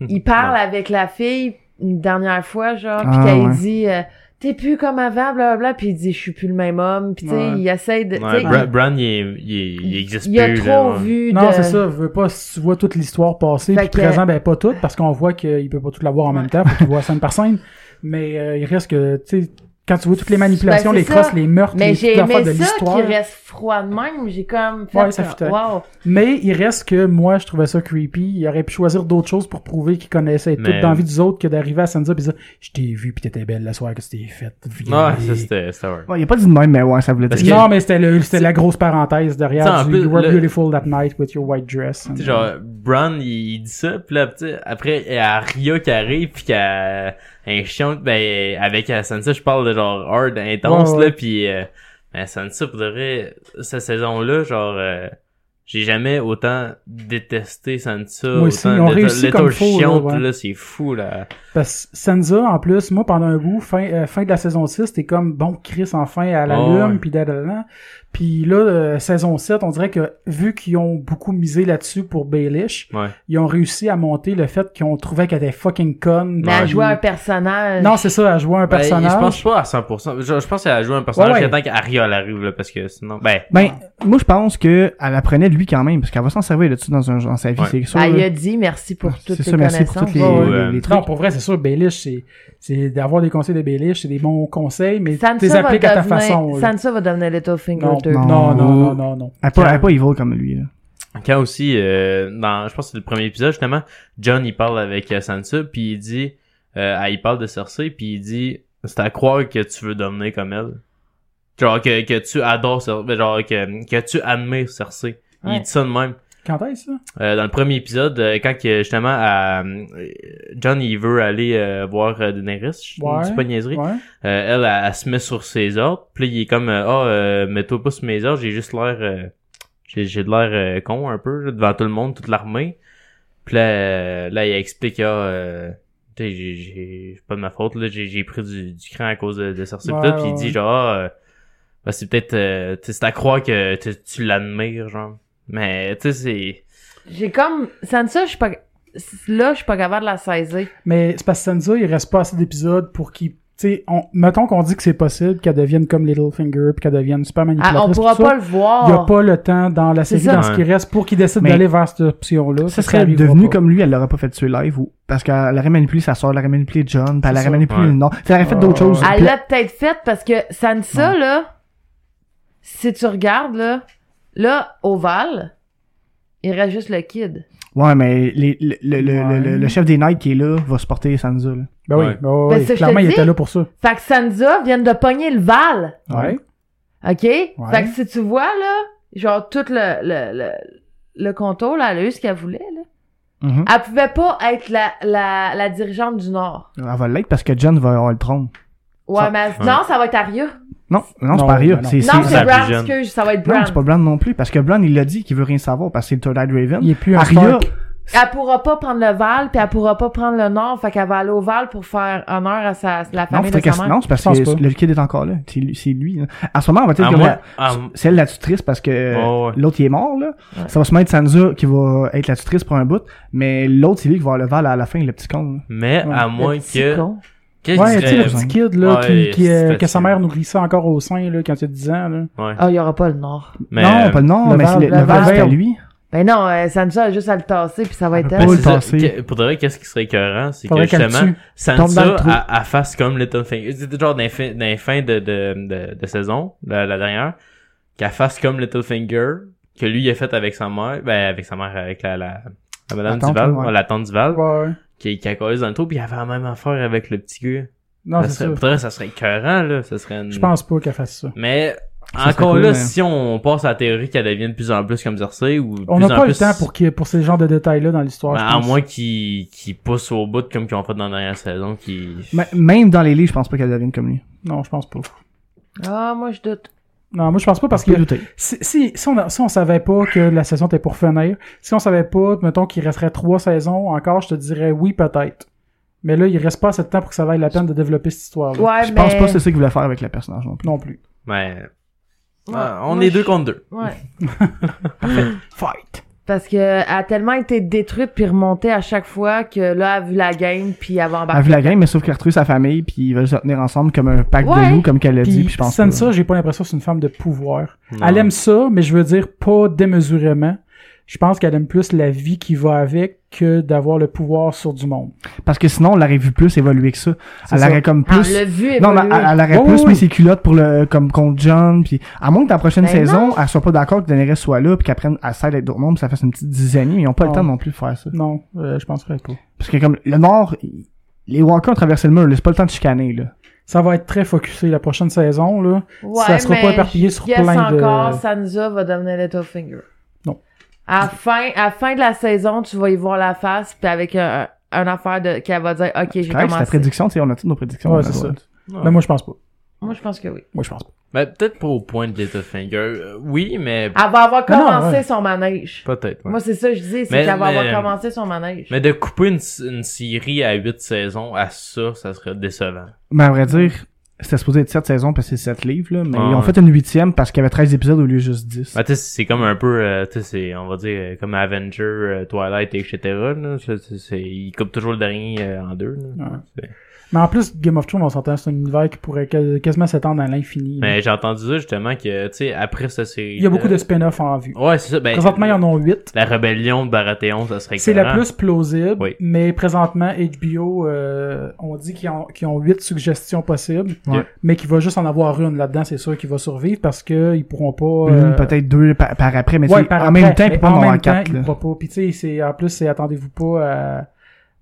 [SPEAKER 2] mais-
[SPEAKER 4] il parle avec la fille une dernière fois, genre, puis
[SPEAKER 3] Ah,
[SPEAKER 4] qu'elle
[SPEAKER 3] ouais.
[SPEAKER 4] dit, euh, t'es plus comme avant, blablabla, puis il dit, je suis plus le même homme, puis tu sais,
[SPEAKER 1] Ouais.
[SPEAKER 4] il essaye de,
[SPEAKER 2] Ouais,
[SPEAKER 4] tu sais,
[SPEAKER 2] Bra- Bran, il, est- il, est- il existe
[SPEAKER 4] il a
[SPEAKER 2] plus,
[SPEAKER 4] trop
[SPEAKER 2] là, ouais.
[SPEAKER 4] vu
[SPEAKER 1] Non,
[SPEAKER 4] de-
[SPEAKER 1] c'est ça. Veux pas, si tu vois toute l'histoire passer,
[SPEAKER 4] Fait
[SPEAKER 1] puis
[SPEAKER 4] que- euh,
[SPEAKER 1] présent, ben pas toute, parce qu'on voit qu'il peut pas tout l'avoir en
[SPEAKER 4] Ouais.
[SPEAKER 1] même temps, faut qu'il voit scène par scène. Mais euh, il reste que, tu sais, quand tu vois toutes les manipulations,
[SPEAKER 4] Ben,
[SPEAKER 1] les
[SPEAKER 4] c'est
[SPEAKER 1] crosses,
[SPEAKER 4] ça.
[SPEAKER 1] les meurtres,
[SPEAKER 4] Mais
[SPEAKER 1] les
[SPEAKER 4] j'ai
[SPEAKER 1] toutes
[SPEAKER 4] aimé
[SPEAKER 1] affaires de
[SPEAKER 4] ça
[SPEAKER 1] l'histoire.
[SPEAKER 4] qu'il reste froid de même. J'ai comme fait
[SPEAKER 1] Ouais, ça
[SPEAKER 4] comme,
[SPEAKER 1] fitait.
[SPEAKER 4] wow.
[SPEAKER 1] Mais il reste que moi, je trouvais ça creepy. Il aurait pu choisir d'autres choses pour prouver qu'il connaissait
[SPEAKER 2] Mais-
[SPEAKER 1] tout dans la vie des autres que d'arriver à Sansa pis dire Je t'ai vu pis t'étais belle la soirée que c'était fait.
[SPEAKER 2] Ouais, ça c'était. c'était hard.
[SPEAKER 3] Ouais, il a pas dit de même, mais ouais, ça voulait
[SPEAKER 2] Parce
[SPEAKER 3] dire.
[SPEAKER 2] que-
[SPEAKER 1] Non, mais c'était le- c'était la grosse parenthèse derrière
[SPEAKER 2] T'sais, en
[SPEAKER 1] du
[SPEAKER 2] plus,
[SPEAKER 1] You were
[SPEAKER 2] le-
[SPEAKER 1] beautiful that night with your white dress.
[SPEAKER 2] Tu sais, genre, Bran, il, il dit ça, pis là, tu sais, après, il y a Ria qui arrive, pis qu'elle un chien, ben, avec Asensa, je parle de genre hard, intense,
[SPEAKER 1] Ouais, ouais.
[SPEAKER 2] là, pis euh, ben, Asensa, pour de vrai, cette saison-là, genre, euh, j'ai jamais autant détesté Sansa,
[SPEAKER 1] Moi aussi,
[SPEAKER 2] autant
[SPEAKER 1] ils ont
[SPEAKER 2] de- de-
[SPEAKER 1] réussi
[SPEAKER 2] l'état
[SPEAKER 1] comme faut, là,
[SPEAKER 2] chiante,
[SPEAKER 1] ouais.
[SPEAKER 2] là, c'est fou, là.
[SPEAKER 1] Parce que Sansa, en plus, moi, pendant un bout, fin, euh, fin de la saison 6, t'es comme, bon, Chris, enfin, à la
[SPEAKER 2] Oh, ouais.
[SPEAKER 1] lune, puis dadadada. Puis là, euh, saison 7, on dirait que, vu qu'ils ont beaucoup misé là-dessus pour Baelish,
[SPEAKER 2] Ouais.
[SPEAKER 1] ils ont réussi à monter le fait qu'on trouvait qu'elle était fucking conne.
[SPEAKER 4] Mais à
[SPEAKER 1] puis-
[SPEAKER 4] jouer un personnage.
[SPEAKER 1] Non, c'est ça, à jouer un
[SPEAKER 2] Ben,
[SPEAKER 1] personnage.
[SPEAKER 2] je pense pas à 100%. Je, je pense qu'elle a joué un personnage
[SPEAKER 1] Ouais, ouais.
[SPEAKER 2] j'attends qu'Ariel arrive, là, parce que sinon, ben,
[SPEAKER 3] Ben, moi, je pense que elle apprenait de lui quand même, parce qu'elle va s'en servir là-dessus dans, un, dans sa vie,
[SPEAKER 2] Ouais.
[SPEAKER 3] c'est sûr.
[SPEAKER 4] Ah, il a dit merci pour
[SPEAKER 3] c'est
[SPEAKER 4] toutes tes
[SPEAKER 3] ça, merci pour
[SPEAKER 4] connaissances.
[SPEAKER 3] tous les,
[SPEAKER 1] Ouais,
[SPEAKER 2] ouais.
[SPEAKER 3] les- les
[SPEAKER 1] Non,
[SPEAKER 3] trucs.
[SPEAKER 1] pour vrai, c'est sûr, Baelish, c'est, c'est d'avoir des conseils de Baelish, c'est des bons conseils, mais tu
[SPEAKER 4] Sansa
[SPEAKER 1] les
[SPEAKER 4] va
[SPEAKER 1] appliques à ta
[SPEAKER 4] devenir-
[SPEAKER 1] façon. là.
[SPEAKER 4] Sansa va devenir Littlefinger
[SPEAKER 1] Non,
[SPEAKER 4] 2.
[SPEAKER 1] non, non, non, non, non.
[SPEAKER 3] Elle est pas, elle est pas evil comme lui, là.
[SPEAKER 2] quand aussi euh, dans je pense que c'est le premier épisode justement John il parle avec euh, Sansa puis il dit euh, ah, il parle de Cersei puis il dit c'est à croire que tu veux devenir comme elle genre que, que tu adores Cer- ben, genre que, que tu admires Cersei
[SPEAKER 4] Ouais.
[SPEAKER 2] il dit ça de même
[SPEAKER 1] Quand est-ce, ça?
[SPEAKER 2] Euh, dans le premier épisode euh, quand que, justement à, euh, John il veut aller euh, voir euh, Daenerys je
[SPEAKER 1] Ouais.
[SPEAKER 2] dis pas de niaiserie
[SPEAKER 1] Ouais.
[SPEAKER 2] euh, elle, elle, elle se met sur ses ordres. Puis là, il est comme, euh, ah, euh, mets-toi pas sur mes ordres, j'ai juste l'air... euh, j'ai, j'ai de l'air euh, con un peu, là, devant tout le monde, toute l'armée. Puis là, euh, là il explique, ah, euh, tu sais, j'ai, j'ai- c'est pas de ma faute, là, j'ai, j'ai pris du, du cran à cause de, de Cersei.
[SPEAKER 1] Ouais,
[SPEAKER 2] pis tout. Puis il
[SPEAKER 1] ouais.
[SPEAKER 2] dit, genre, ah, euh, bah, c'est peut-être... euh, tu sais, c'est à croire que tu, tu l'admires, genre. Mais, tu sais, c'est...
[SPEAKER 4] J'ai comme, Sansa, je suis pas, là, je suis pas capable de la saisir.
[SPEAKER 1] Mais c'est parce que Sansa, il reste pas assez d'épisodes pour qu'il. Tu sais, on... mettons qu'on dit que c'est possible qu'elle devienne comme Littlefinger puis qu'elle devienne super
[SPEAKER 4] Ah,
[SPEAKER 1] manipulatrice.
[SPEAKER 4] on pourra
[SPEAKER 1] tout ça.
[SPEAKER 4] pas le voir.
[SPEAKER 1] Il n'y a pas le temps dans la
[SPEAKER 4] C'est
[SPEAKER 1] série,
[SPEAKER 4] ça.
[SPEAKER 1] dans ce qui reste, pour qu'il décide
[SPEAKER 3] Mais-
[SPEAKER 1] d'aller vers cette option-là.
[SPEAKER 3] Ça
[SPEAKER 1] Ça
[SPEAKER 3] serait
[SPEAKER 1] arrivera
[SPEAKER 3] devenu
[SPEAKER 1] pas.
[SPEAKER 3] comme lui, elle l'aurait pas fait tuer live, ou, parce qu'elle aurait manipulé sa soeur, elle aurait manipulé John, puis elle
[SPEAKER 1] C'est
[SPEAKER 3] aurait
[SPEAKER 1] ça.
[SPEAKER 3] manipulé
[SPEAKER 2] Ouais.
[SPEAKER 3] le nom. Elle aurait fait d'autres
[SPEAKER 1] Ouais.
[SPEAKER 3] choses.
[SPEAKER 4] Elle l'a peut-être faite parce que Sansa, là, si tu regardes, là, là, Oval, il reste juste le kid.
[SPEAKER 3] Ouais, mais les- le, le, le-
[SPEAKER 1] Ouais.
[SPEAKER 3] le- le chef des Knights qui est là va supporter Sansa. Là.
[SPEAKER 1] Ben oui,
[SPEAKER 2] Ouais.
[SPEAKER 1] ben oui,
[SPEAKER 4] Ben,
[SPEAKER 1] oui.
[SPEAKER 4] c'est ce que je
[SPEAKER 1] clairement,
[SPEAKER 4] te
[SPEAKER 1] il
[SPEAKER 4] dis.
[SPEAKER 1] était là pour ça.
[SPEAKER 4] Fait que Sansa vient de pogner le Val.
[SPEAKER 1] Ouais.
[SPEAKER 4] OK? Fait que si tu vois, là, genre, tout le, le, le, le contour, là, elle a eu ce qu'elle voulait, là.
[SPEAKER 3] Mhm.
[SPEAKER 4] Elle pouvait pas être la, la, la dirigeante du Nord.
[SPEAKER 3] Elle va l'être parce que John va avoir le trône.
[SPEAKER 4] Ouais,
[SPEAKER 3] Ça-
[SPEAKER 4] mais
[SPEAKER 2] Ouais.
[SPEAKER 4] non, ça va être Arya.
[SPEAKER 3] Non, non, c'est
[SPEAKER 1] Non,
[SPEAKER 3] pas Arya.
[SPEAKER 1] ben non.
[SPEAKER 3] C'est, c'est,
[SPEAKER 4] Non,
[SPEAKER 2] c'est
[SPEAKER 4] c'est
[SPEAKER 2] la
[SPEAKER 4] Bran,
[SPEAKER 2] plus jeune.
[SPEAKER 4] excuse, ça va être
[SPEAKER 3] non,
[SPEAKER 4] Bran.
[SPEAKER 3] c'est pas Bran non plus, parce que Bran, il l'a dit qu'il veut rien savoir, parce que c'est le Third Eye Raven.
[SPEAKER 1] Il est plus un
[SPEAKER 3] Arya,
[SPEAKER 1] Stark.
[SPEAKER 4] Elle pourra pas prendre le Val, puis elle pourra pas prendre le Nord, fait qu'elle va aller au Val pour faire honneur à sa, la
[SPEAKER 3] non,
[SPEAKER 4] famille
[SPEAKER 3] c'est
[SPEAKER 4] de
[SPEAKER 3] que-
[SPEAKER 4] sa mère.
[SPEAKER 3] non, c'est parce
[SPEAKER 1] Je pense pas.
[SPEAKER 3] que le kid est encore là. C'est lui. C'est lui là. En ce moment, on va être
[SPEAKER 2] À
[SPEAKER 3] comme
[SPEAKER 2] moi,
[SPEAKER 3] la-
[SPEAKER 2] à-
[SPEAKER 3] c'est elle la tutrice parce que euh,
[SPEAKER 2] Ouais, ouais.
[SPEAKER 3] l'autre il est mort là.
[SPEAKER 4] Ouais.
[SPEAKER 3] Ça va se mettre Sansa qui va être la tutrice pour un bout, mais l'autre c'est lui qui va avoir le val à la fin, le petit con. là.
[SPEAKER 2] mais
[SPEAKER 1] Ouais.
[SPEAKER 2] à
[SPEAKER 4] Le
[SPEAKER 2] moins
[SPEAKER 4] petit
[SPEAKER 2] que...
[SPEAKER 4] con.
[SPEAKER 2] Qu'est-ce
[SPEAKER 1] Ouais,
[SPEAKER 2] que
[SPEAKER 1] tu sais, le petit kid, là,
[SPEAKER 2] Ouais,
[SPEAKER 1] qui, qui, euh,
[SPEAKER 2] c'est facile.
[SPEAKER 1] que sa mère nourrissait encore au sein, là, quand il a 10 ans, là.
[SPEAKER 2] Ouais.
[SPEAKER 4] Ah, il y aura pas le Nord.
[SPEAKER 2] Mais, euh,
[SPEAKER 3] non, pas le nom,
[SPEAKER 1] le
[SPEAKER 3] mais c'est
[SPEAKER 1] Val-
[SPEAKER 3] le,
[SPEAKER 1] le
[SPEAKER 3] le val
[SPEAKER 1] Val.
[SPEAKER 3] c'est à lui.
[SPEAKER 4] Ben non, euh, Sansa a juste à le tasser, puis ça va être
[SPEAKER 3] Ah,
[SPEAKER 2] Ben,
[SPEAKER 4] elle.
[SPEAKER 3] Paul
[SPEAKER 2] c'est ça.
[SPEAKER 3] Tassé.
[SPEAKER 2] Que- pour de vrai, qu'est-ce qui serait écœurant, c'est que
[SPEAKER 1] Faudrait qu'elle
[SPEAKER 2] justement,
[SPEAKER 1] tue.
[SPEAKER 3] Tombe dans le
[SPEAKER 2] Sansa,
[SPEAKER 3] trou.
[SPEAKER 2] à, face comme Littlefinger. C'était genre d'un fin, d'un fin de, de, de, de saison, la, la dernière, qu'elle fasse comme Littlefinger, que lui il a fait avec sa mère, ben avec sa mère, avec la, la, la madame
[SPEAKER 3] La tante,
[SPEAKER 2] Duval,
[SPEAKER 3] ouais.
[SPEAKER 2] ouais, la tante Duval,
[SPEAKER 1] Ouais.
[SPEAKER 2] qui, qui a causé dans le trou, puis il avait la même affaire avec le petit gars.
[SPEAKER 1] Non,
[SPEAKER 2] ça
[SPEAKER 1] c'est
[SPEAKER 2] serait,
[SPEAKER 1] ça.
[SPEAKER 2] pour de vrai, ça serait écœurant, là. Ça serait une-
[SPEAKER 1] Je pense pas qu'elle fasse ça.
[SPEAKER 2] Mais,
[SPEAKER 3] Ça serait
[SPEAKER 2] encore
[SPEAKER 3] cool,
[SPEAKER 2] là,
[SPEAKER 3] mais-
[SPEAKER 2] si on passe à la théorie qu'elle devienne de plus en plus comme Cersei, ou de
[SPEAKER 1] On
[SPEAKER 2] plus
[SPEAKER 1] n'a
[SPEAKER 2] en
[SPEAKER 1] pas le
[SPEAKER 2] plus-
[SPEAKER 1] temps pour, qu'il- pour ces genres de détails-là dans l'histoire.
[SPEAKER 2] Ben,
[SPEAKER 1] je
[SPEAKER 2] à
[SPEAKER 1] pense.
[SPEAKER 2] moins qu'ils qu'ils poussent au bout comme qu'ils ont fait dans la dernière saison, qui
[SPEAKER 3] M- Même dans les livres, je pense pas qu'elle devine comme lui.
[SPEAKER 1] Non, je pense pas.
[SPEAKER 4] Ah, moi, je doute.
[SPEAKER 1] Non, moi, je pense pas parce
[SPEAKER 3] On peut
[SPEAKER 1] que
[SPEAKER 3] douter.
[SPEAKER 1] Si, si, si, on a- si on savait pas que la saison était pour finir, si on savait pas, mettons qu'il resterait trois saisons encore, je te dirais oui, peut-être. Mais là, il reste pas assez de temps pour que ça vaille la peine de développer cette histoire-là.
[SPEAKER 4] Ouais,
[SPEAKER 3] je
[SPEAKER 4] mais...
[SPEAKER 3] pense pas que c'est ça qu'il voulait faire avec le personnage non plus.
[SPEAKER 1] Non plus.
[SPEAKER 2] ben
[SPEAKER 4] Ouais,
[SPEAKER 2] ah, on
[SPEAKER 4] moi,
[SPEAKER 2] est
[SPEAKER 4] je-
[SPEAKER 2] deux contre deux.
[SPEAKER 4] Ouais.
[SPEAKER 1] Fight!
[SPEAKER 4] Parce que elle a tellement été détruite puis remontée à chaque fois que là, elle a vu la game puis elle
[SPEAKER 1] Bah,
[SPEAKER 4] va
[SPEAKER 3] Elle a
[SPEAKER 4] embarquer.
[SPEAKER 3] vu la game, mais sauf qu'elle a retrouvé sa famille, puis ils veulent se tenir ensemble comme un pack
[SPEAKER 4] Ouais.
[SPEAKER 3] de loups, comme qu'elle l'a dit,
[SPEAKER 1] Puis,
[SPEAKER 3] puis je pense pas.
[SPEAKER 1] Sansa, j'ai pas l'impression que c'est une femme de pouvoir.
[SPEAKER 2] Non.
[SPEAKER 1] Elle aime ça, mais je veux dire pas démesurément. Je pense qu'elle aime plus la vie qui va avec que d'avoir le pouvoir sur du monde.
[SPEAKER 3] Parce que sinon, on l'aurait vu plus évoluer que ça.
[SPEAKER 1] C'est
[SPEAKER 3] Elle
[SPEAKER 1] ça.
[SPEAKER 3] aurait comme
[SPEAKER 4] Ah, on
[SPEAKER 3] plus.
[SPEAKER 4] l'a vu évoluer.
[SPEAKER 3] Non, mais elle, elle aurait
[SPEAKER 1] Oui,
[SPEAKER 3] plus
[SPEAKER 1] oui,
[SPEAKER 3] mis
[SPEAKER 1] oui.
[SPEAKER 3] ses culottes pour le, comme contre John, puis à moins que dans la prochaine
[SPEAKER 4] Ben
[SPEAKER 3] saison,
[SPEAKER 4] non.
[SPEAKER 3] elle soit pas d'accord que Daenerys soit là, puis qu'elle prenne, elle s'aide avec d'autres mondes, puis ça fasse une petite dizaine, mais ils ont pas le
[SPEAKER 1] Non.
[SPEAKER 3] temps non plus de faire ça.
[SPEAKER 1] Non, euh, je penserais pas.
[SPEAKER 3] Parce que comme le Nord, il- les Walkers ont traversé le mur, là, c'est pas le temps de chicaner là.
[SPEAKER 1] Ça va être très focusé la prochaine saison, là.
[SPEAKER 4] Ouais,
[SPEAKER 1] ça sera pas
[SPEAKER 4] mais
[SPEAKER 1] éparpillé sur
[SPEAKER 4] je guess
[SPEAKER 1] plein de-
[SPEAKER 4] encore, Sansa va devenir Littlefinger.
[SPEAKER 1] Non.
[SPEAKER 4] À la fin, à la fin de la saison, tu vas y voir la face puis avec un, une affaire de qu'elle va dire OK, j'ai
[SPEAKER 3] Correct, C'est ta
[SPEAKER 4] commencé.
[SPEAKER 3] prédiction, tu sais, on a toutes nos prédictions.
[SPEAKER 1] Ouais,
[SPEAKER 3] on a
[SPEAKER 1] c'est
[SPEAKER 3] le droit.
[SPEAKER 1] Mais moi, je pense pas.
[SPEAKER 4] Moi je pense que oui.
[SPEAKER 1] Moi, je pense pas.
[SPEAKER 2] Ben, peut-être pas au point de Littlefinger. Euh, oui, mais
[SPEAKER 1] Ah,
[SPEAKER 4] Elle va
[SPEAKER 3] Ah
[SPEAKER 4] avoir
[SPEAKER 1] Non, non,
[SPEAKER 4] commencé
[SPEAKER 1] ouais.
[SPEAKER 4] son manège.
[SPEAKER 2] peut-être. ouais.
[SPEAKER 4] Moi c'est ça que je dis, c'est
[SPEAKER 2] Mais-
[SPEAKER 4] qu'elle va
[SPEAKER 2] mais- euh,
[SPEAKER 4] avoir commencé son manège.
[SPEAKER 2] Mais de couper une, s- une série à 8 saisons à ça, ça serait décevant.
[SPEAKER 3] Mais à vrai dire, c'était supposé être 7 saisons parce que c'est 7 livres, là, mais
[SPEAKER 2] Ah,
[SPEAKER 3] ils ont
[SPEAKER 2] ouais.
[SPEAKER 3] fait une huitième parce qu'il y avait 13 épisodes au lieu de juste 10.
[SPEAKER 2] Ben, tu sais, c'est comme un peu, euh, tu sais, c'est, on va dire, euh, comme Avenger, euh, Twilight, etc. Là, C'est- c'est- c'est- ils coupent toujours le dernier euh, en deux. là.
[SPEAKER 1] Ouais.
[SPEAKER 2] C'est-
[SPEAKER 1] Mais en plus, Game of Thrones, on s'entend, c'est un univers qui pourrait que- quasiment s'étendre à l'infini. là.
[SPEAKER 2] Mais j'ai entendu ça justement que, tu sais, après cette série.
[SPEAKER 1] Il y a beaucoup de spin-offs en vue.
[SPEAKER 2] Ouais, c'est ça. Ben,
[SPEAKER 1] Présentement, ils en ont 8.
[SPEAKER 2] La rébellion de Baratheon, ça serait
[SPEAKER 1] C'est la
[SPEAKER 2] écœurant.
[SPEAKER 1] plus plausible,
[SPEAKER 2] Oui.
[SPEAKER 1] mais présentement, HBO, euh, on dit qu'ils ont, qu'ils ont 8 suggestions possibles,
[SPEAKER 3] Ouais.
[SPEAKER 1] mais qu'il va juste en avoir une là-dedans, c'est sûr qu'il va survivre parce qu'ils pourront pas...
[SPEAKER 3] Une,
[SPEAKER 1] euh,
[SPEAKER 3] Mm, peut-être deux par, par après, mais tu
[SPEAKER 1] ouais,
[SPEAKER 3] sais,
[SPEAKER 1] par
[SPEAKER 3] en même
[SPEAKER 1] après,
[SPEAKER 3] temps, il
[SPEAKER 1] mais
[SPEAKER 3] peut pas
[SPEAKER 1] en
[SPEAKER 3] en avoir
[SPEAKER 1] même temps,
[SPEAKER 3] quatre,
[SPEAKER 1] il
[SPEAKER 3] là.
[SPEAKER 1] pourra pas. Puis tu sais, c'est- en plus, c'est attendez-vous pas à, tu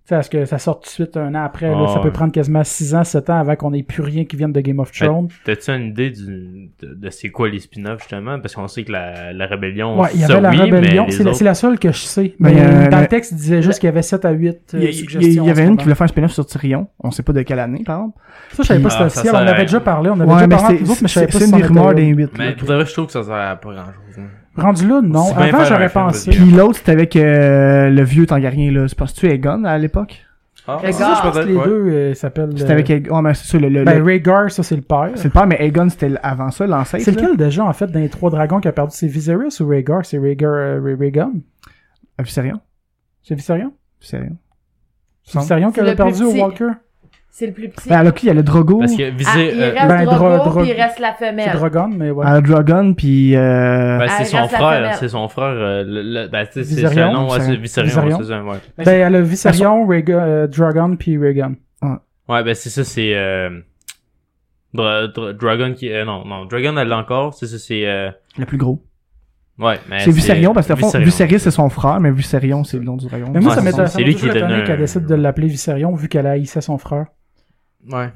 [SPEAKER 1] sais, à ce que ça sorte tout de suite un an après. là.
[SPEAKER 2] Ah,
[SPEAKER 1] ça peut
[SPEAKER 2] ouais.
[SPEAKER 1] prendre quasiment 6 ans, 7 ans avant qu'on ait plus rien qui vienne de Game of Thrones.
[SPEAKER 2] T'as-tu une idée du, de, de c'est quoi les spin-offs justement? Parce qu'on sait que la, la rébellion,
[SPEAKER 1] ouais, il y
[SPEAKER 2] ça,
[SPEAKER 1] avait la
[SPEAKER 2] oui,
[SPEAKER 1] rébellion.
[SPEAKER 2] mais les
[SPEAKER 1] C'est la,
[SPEAKER 2] autres-
[SPEAKER 1] c'est la seule que je sais.
[SPEAKER 3] Ben,
[SPEAKER 1] Mais, euh,
[SPEAKER 3] il y a-
[SPEAKER 1] dans
[SPEAKER 3] mais-
[SPEAKER 1] le texte, il disait juste qu'il y avait 7 à 8
[SPEAKER 3] Il y, il y-
[SPEAKER 1] suggestions.
[SPEAKER 3] il y avait une qui
[SPEAKER 1] le
[SPEAKER 3] voulait faire un spin-off sur Tyrion. On sait pas de quelle année, par exemple.
[SPEAKER 1] Ça, je savais pas si c'était
[SPEAKER 2] Ah, ça
[SPEAKER 1] officiel. On
[SPEAKER 2] sert à
[SPEAKER 1] avait
[SPEAKER 2] rien.
[SPEAKER 1] déjà parlé. On avait
[SPEAKER 3] Ouais,
[SPEAKER 1] déjà
[SPEAKER 3] mais
[SPEAKER 1] parlé en
[SPEAKER 3] c'est-
[SPEAKER 1] tout mais je savais pas
[SPEAKER 3] c'est c'est
[SPEAKER 1] si
[SPEAKER 3] une
[SPEAKER 1] c'en
[SPEAKER 3] des rumeurs
[SPEAKER 1] était-
[SPEAKER 3] des 8.
[SPEAKER 2] Mais pour de vrai, je trouve que ça sert à pas grand-chose. hein.
[SPEAKER 1] Rendu là, non.
[SPEAKER 2] C'est bien
[SPEAKER 1] Avant,
[SPEAKER 2] faire un
[SPEAKER 1] j'aurais
[SPEAKER 2] film,
[SPEAKER 1] pensé.
[SPEAKER 2] vas-y.
[SPEAKER 3] Puis l'autre, c'était avec euh, le vieux Tangarien, là. C'est pas tu Egon à l'époque?
[SPEAKER 2] Ah,
[SPEAKER 4] Le
[SPEAKER 1] C'est ça, je pense que les
[SPEAKER 2] ouais.
[SPEAKER 1] deux euh, s'appellent.
[SPEAKER 3] C'était
[SPEAKER 1] euh,
[SPEAKER 3] avec Egon. Ouais, mais c'est ça, le. le-
[SPEAKER 1] Ben,
[SPEAKER 3] le-
[SPEAKER 1] Rhaegar, ça, c'est le père.
[SPEAKER 3] C'est le père, mais Egon, c'était le- avant ça, l'ancêtre.
[SPEAKER 1] C'est
[SPEAKER 3] là.
[SPEAKER 1] lequel déjà, en fait, dans les trois dragons qui a perdu C'est Viserys ou Rhaegar C'est Rhaegar, euh, Rha- Rhaegon
[SPEAKER 3] Ah, Viserion.
[SPEAKER 1] C'est Viserion
[SPEAKER 3] Viserion.
[SPEAKER 1] C'est Viserion qui
[SPEAKER 4] C'est
[SPEAKER 1] l'a
[SPEAKER 4] le
[SPEAKER 1] perdu
[SPEAKER 4] plus
[SPEAKER 1] au
[SPEAKER 4] petit.
[SPEAKER 1] Walker
[SPEAKER 4] C'est le plus petit.
[SPEAKER 3] Ben, à Loki, il y a le Drogo.
[SPEAKER 2] Parce que
[SPEAKER 4] Ah,
[SPEAKER 2] viser,
[SPEAKER 4] il
[SPEAKER 2] euh,
[SPEAKER 4] reste
[SPEAKER 1] ben,
[SPEAKER 4] Drogo,
[SPEAKER 1] Dro- Dro-
[SPEAKER 4] puis il reste la
[SPEAKER 1] C'est
[SPEAKER 4] femelle.
[SPEAKER 1] Drogon, mais ouais.
[SPEAKER 3] À le Dragon, puis. euh,
[SPEAKER 2] ben, c'est
[SPEAKER 4] elle
[SPEAKER 2] son
[SPEAKER 4] reste la
[SPEAKER 2] frère,
[SPEAKER 4] femelle.
[SPEAKER 2] c'est son frère, euh, le, le- ben, tu sais, c'est c'est
[SPEAKER 1] Viserion,
[SPEAKER 2] un nom, ouais, c'est Viserion,
[SPEAKER 1] Viserion.
[SPEAKER 2] c'est ça, ouais.
[SPEAKER 1] Ben, elle a Viserion, Rhaegar, euh, Drogon, puis Rhaegon.
[SPEAKER 2] Ouais, ben, c'est ça, c'est, euh, Dra- Dra- Dragon qui, euh, non, non, Dragon, elle l'a encore, c'est ça, c'est, euh,
[SPEAKER 3] le plus gros.
[SPEAKER 2] ouais, mais
[SPEAKER 3] C'est Viserion, parce que le fond,
[SPEAKER 2] Ben, Viserion.
[SPEAKER 3] Viserys, c'est son frère, mais Viserion, c'est le nom du dragon.
[SPEAKER 1] Mais moi,
[SPEAKER 2] Ouais,
[SPEAKER 1] ça
[SPEAKER 2] c'est
[SPEAKER 1] m'étonne.
[SPEAKER 2] ça.
[SPEAKER 1] ça
[SPEAKER 2] C'est
[SPEAKER 1] m'a
[SPEAKER 2] lui
[SPEAKER 1] toujours
[SPEAKER 2] qui est
[SPEAKER 1] étonné
[SPEAKER 2] devenu un-
[SPEAKER 1] qu'elle décide de l'appeler Viserion, vu qu'elle haïssait son frère.
[SPEAKER 2] Ouais.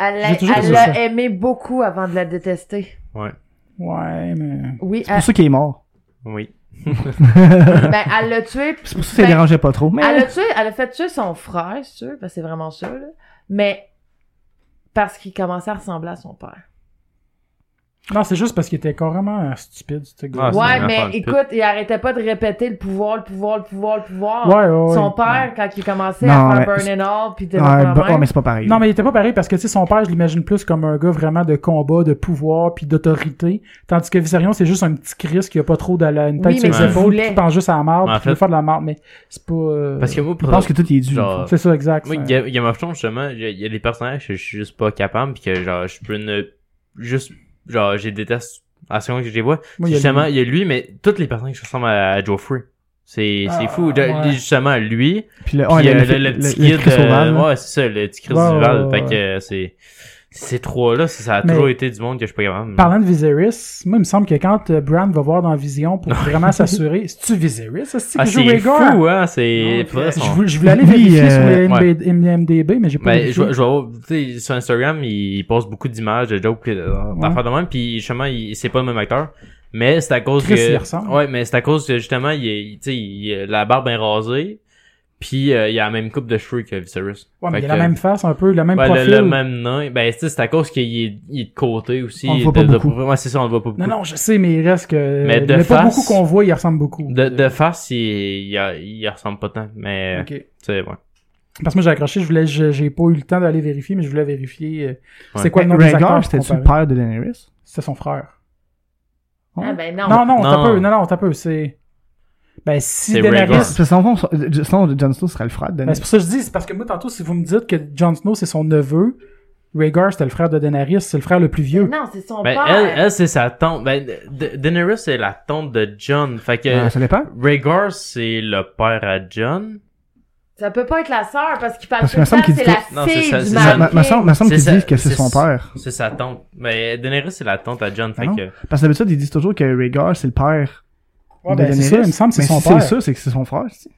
[SPEAKER 4] Elle l'a-
[SPEAKER 1] J'ai toujours
[SPEAKER 4] elle
[SPEAKER 1] trouvé
[SPEAKER 4] l'a
[SPEAKER 1] ça.
[SPEAKER 4] aimé beaucoup avant de la détester.
[SPEAKER 1] Ouais, mais.
[SPEAKER 4] Oui,
[SPEAKER 3] C'est pour ça qu'il
[SPEAKER 1] [laughs]
[SPEAKER 3] est mort.
[SPEAKER 2] Oui.
[SPEAKER 4] elle- ben, elle l'a tué
[SPEAKER 3] C'est pour ça que ça
[SPEAKER 4] Ben,
[SPEAKER 3] dérangeait pas trop. Mais
[SPEAKER 4] Elle a tué, elle a fait tuer son frère, c'est sûr, parce que c'est vraiment ça, là. Mais parce qu'il commençait à ressembler à son père.
[SPEAKER 1] Non, c'est juste parce qu'il était carrément euh, stupide, ce gars.
[SPEAKER 2] Ah, c'est
[SPEAKER 4] ouais,
[SPEAKER 2] un enfant de
[SPEAKER 4] mais
[SPEAKER 2] pute.
[SPEAKER 4] écoute, il arrêtait pas de répéter le pouvoir, le pouvoir, le pouvoir, le pouvoir.
[SPEAKER 1] ouais, ouais, ouais.
[SPEAKER 4] Son père, quand il commençait
[SPEAKER 3] Non,
[SPEAKER 4] à
[SPEAKER 3] mais-
[SPEAKER 4] faire Burn and All, puis de
[SPEAKER 3] Ouais, bah- ouais, mais c'est pas pareil.
[SPEAKER 1] Non, mais il était pas pareil parce que, tu sais, son père, je l'imagine plus comme un gars vraiment de combat, de pouvoir, puis d'autorité. Tandis que Viserion, c'est juste un petit Chris qui a pas trop de la, une tête
[SPEAKER 4] Oui,
[SPEAKER 1] sur
[SPEAKER 4] mais
[SPEAKER 1] les
[SPEAKER 2] qui
[SPEAKER 1] épaules,
[SPEAKER 4] voulait.
[SPEAKER 1] qui pense juste à la marde,
[SPEAKER 2] En
[SPEAKER 1] puis qui veut
[SPEAKER 2] fait-
[SPEAKER 1] faire de la marde, mais c'est pas. euh,
[SPEAKER 2] Parce que moi,
[SPEAKER 3] Je
[SPEAKER 2] pour-
[SPEAKER 3] pense que tout est dû.
[SPEAKER 2] genre,
[SPEAKER 1] C'est ça, exact.
[SPEAKER 2] Moi,
[SPEAKER 1] ça.
[SPEAKER 2] Ga- Game of Thrones, justement, il y a- il y, a des personnages que je suis juste pas capable, pis que genre, je peux ne, juste, genre, je les déteste à ce moment que je les vois.
[SPEAKER 1] Moi, il y a
[SPEAKER 2] justement,
[SPEAKER 1] lui.
[SPEAKER 2] il y a lui, mais toutes les personnages qui ressemblent à, à Joffrey. C'est, c'est
[SPEAKER 1] Ah,
[SPEAKER 2] fou. De-
[SPEAKER 1] ouais.
[SPEAKER 2] Justement, lui,
[SPEAKER 3] Puis le,
[SPEAKER 2] pis
[SPEAKER 3] ouais,
[SPEAKER 2] euh,
[SPEAKER 3] le-
[SPEAKER 2] le,
[SPEAKER 3] le-
[SPEAKER 2] le petit
[SPEAKER 3] le- le
[SPEAKER 2] kid,
[SPEAKER 3] Chris O'Val, là.
[SPEAKER 2] euh, ouais, c'est ça, le petit Chris
[SPEAKER 1] Ouais,
[SPEAKER 2] Duval.
[SPEAKER 1] ouais,
[SPEAKER 2] fait
[SPEAKER 1] ouais.
[SPEAKER 2] que euh, c'est, ces trois-là, ça, ça a
[SPEAKER 1] Mais-
[SPEAKER 2] toujours été du monde que je suis pas capable.
[SPEAKER 1] Parlant de Viserys, moi, il me semble que quand euh, Bran va voir dans Vision pour vraiment s'assurer, [laughs] c'est-tu Viserys? C'est-tu
[SPEAKER 2] ah,
[SPEAKER 1] qui joue
[SPEAKER 2] c'est
[SPEAKER 1] Rhaegar?
[SPEAKER 2] fou, hein,
[SPEAKER 1] Non,
[SPEAKER 2] c'est, pour vrai,
[SPEAKER 1] Je
[SPEAKER 2] son-
[SPEAKER 1] voulais, je voulais aller
[SPEAKER 3] Lui,
[SPEAKER 1] vérifier
[SPEAKER 3] euh,
[SPEAKER 1] sur les MB- MDB, mais j'ai pas
[SPEAKER 2] Ben, je,
[SPEAKER 1] vérifié.
[SPEAKER 2] vois- je vois, tu sais, sur Instagram, il poste beaucoup d'images, de jokes, euh, d'affaires de même, puis justement, il, c'est pas le même acteur. Mais c'est à cause
[SPEAKER 1] Chris,
[SPEAKER 2] que...
[SPEAKER 1] il ressemble.
[SPEAKER 2] Ouais, mais c'est à cause que, justement, il, est- il- tu sais, il a la barbe est rasée, puis euh, il a la même coupe de cheveux que Viserys.
[SPEAKER 1] Ouais, mais il
[SPEAKER 2] Fait
[SPEAKER 1] a la
[SPEAKER 2] que-
[SPEAKER 1] même face, un peu, le même
[SPEAKER 2] Ouais,
[SPEAKER 1] profil.
[SPEAKER 2] le, le même nom. Ben, tu sais, c'est à cause qu'il est, il est de côté aussi.
[SPEAKER 3] On le voit pas
[SPEAKER 2] de- de-
[SPEAKER 3] beaucoup.
[SPEAKER 2] ouais, c'est ça, on le voit pas beaucoup.
[SPEAKER 1] Non, non, je sais, mais il reste que.
[SPEAKER 2] Mais de
[SPEAKER 1] il y en a pas
[SPEAKER 2] face-
[SPEAKER 1] beaucoup qu'on voit, il ressemble beaucoup.
[SPEAKER 2] De, de face, il, il, a- il ressemble pas tant, mais...
[SPEAKER 1] Euh, Ok.
[SPEAKER 2] Tu sais, ouais.
[SPEAKER 1] Parce que moi j'ai accroché, je voulais, je- j'ai pas eu le temps d'aller vérifier, mais je voulais vérifier. euh, C'est
[SPEAKER 2] Ouais.
[SPEAKER 1] quoi le nom
[SPEAKER 3] Mais
[SPEAKER 1] des acteurs
[SPEAKER 3] Rhaegar,
[SPEAKER 1] pour
[SPEAKER 3] c'était-tu le
[SPEAKER 1] comparer.
[SPEAKER 3] père de Daenerys?
[SPEAKER 1] C'est son frère.
[SPEAKER 4] Ah ben non.
[SPEAKER 1] Non, non, t'as
[SPEAKER 2] Non.
[SPEAKER 1] peu, non, non, t'as peu, c'est. Ben si
[SPEAKER 2] C'est
[SPEAKER 1] Daenerys.
[SPEAKER 2] Rhaegar.
[SPEAKER 3] Parce que sinon, son- euh, sinon, Jon Snow serait le frère de
[SPEAKER 1] Ben,
[SPEAKER 3] Daenerys.
[SPEAKER 1] c'est pour ça que je dis, c'est parce que moi tantôt, si vous me dites que Jon Snow c'est son neveu, Rhaegar c'était le frère de Daenerys, c'est le frère le plus vieux.
[SPEAKER 4] Non, c'est son
[SPEAKER 2] Ben,
[SPEAKER 4] père.
[SPEAKER 2] elle, elle c'est sa tante. Ben, Da- Daenerys, c'est la tante de John. Fait que...
[SPEAKER 3] Ah, Ça dépend.
[SPEAKER 2] Ben, Rhaegar, c'est le père à John.
[SPEAKER 4] Ça peut pas être la sœur parce qu'il parle
[SPEAKER 3] Parce
[SPEAKER 4] tout
[SPEAKER 3] que
[SPEAKER 4] le
[SPEAKER 3] me semble
[SPEAKER 4] temps,
[SPEAKER 3] qu'il
[SPEAKER 4] c'est
[SPEAKER 3] dit-
[SPEAKER 2] Non,
[SPEAKER 4] la
[SPEAKER 2] c'est
[SPEAKER 4] fille
[SPEAKER 2] ça,
[SPEAKER 4] du
[SPEAKER 2] c'est
[SPEAKER 4] mari.
[SPEAKER 2] ça.
[SPEAKER 3] Ma- Ma semble ma semble qu'ils
[SPEAKER 2] C'est sa-
[SPEAKER 3] disent que c'est
[SPEAKER 2] c'est
[SPEAKER 3] son
[SPEAKER 2] sa-
[SPEAKER 3] père.
[SPEAKER 2] C'est sa tante. Mais Daenerys, c'est la tante à John. Fait
[SPEAKER 3] Ah non.
[SPEAKER 2] que...
[SPEAKER 3] Parce que d'habitude, ils disent toujours que Rhaegar, c'est le père
[SPEAKER 1] Ouais,
[SPEAKER 3] de
[SPEAKER 1] ben, c'est
[SPEAKER 3] Daenerys.
[SPEAKER 1] ça, il me semble que c'est
[SPEAKER 3] Mais
[SPEAKER 1] son
[SPEAKER 3] si
[SPEAKER 1] père.
[SPEAKER 3] c'est ça, c'est que c'est son frère. c'est-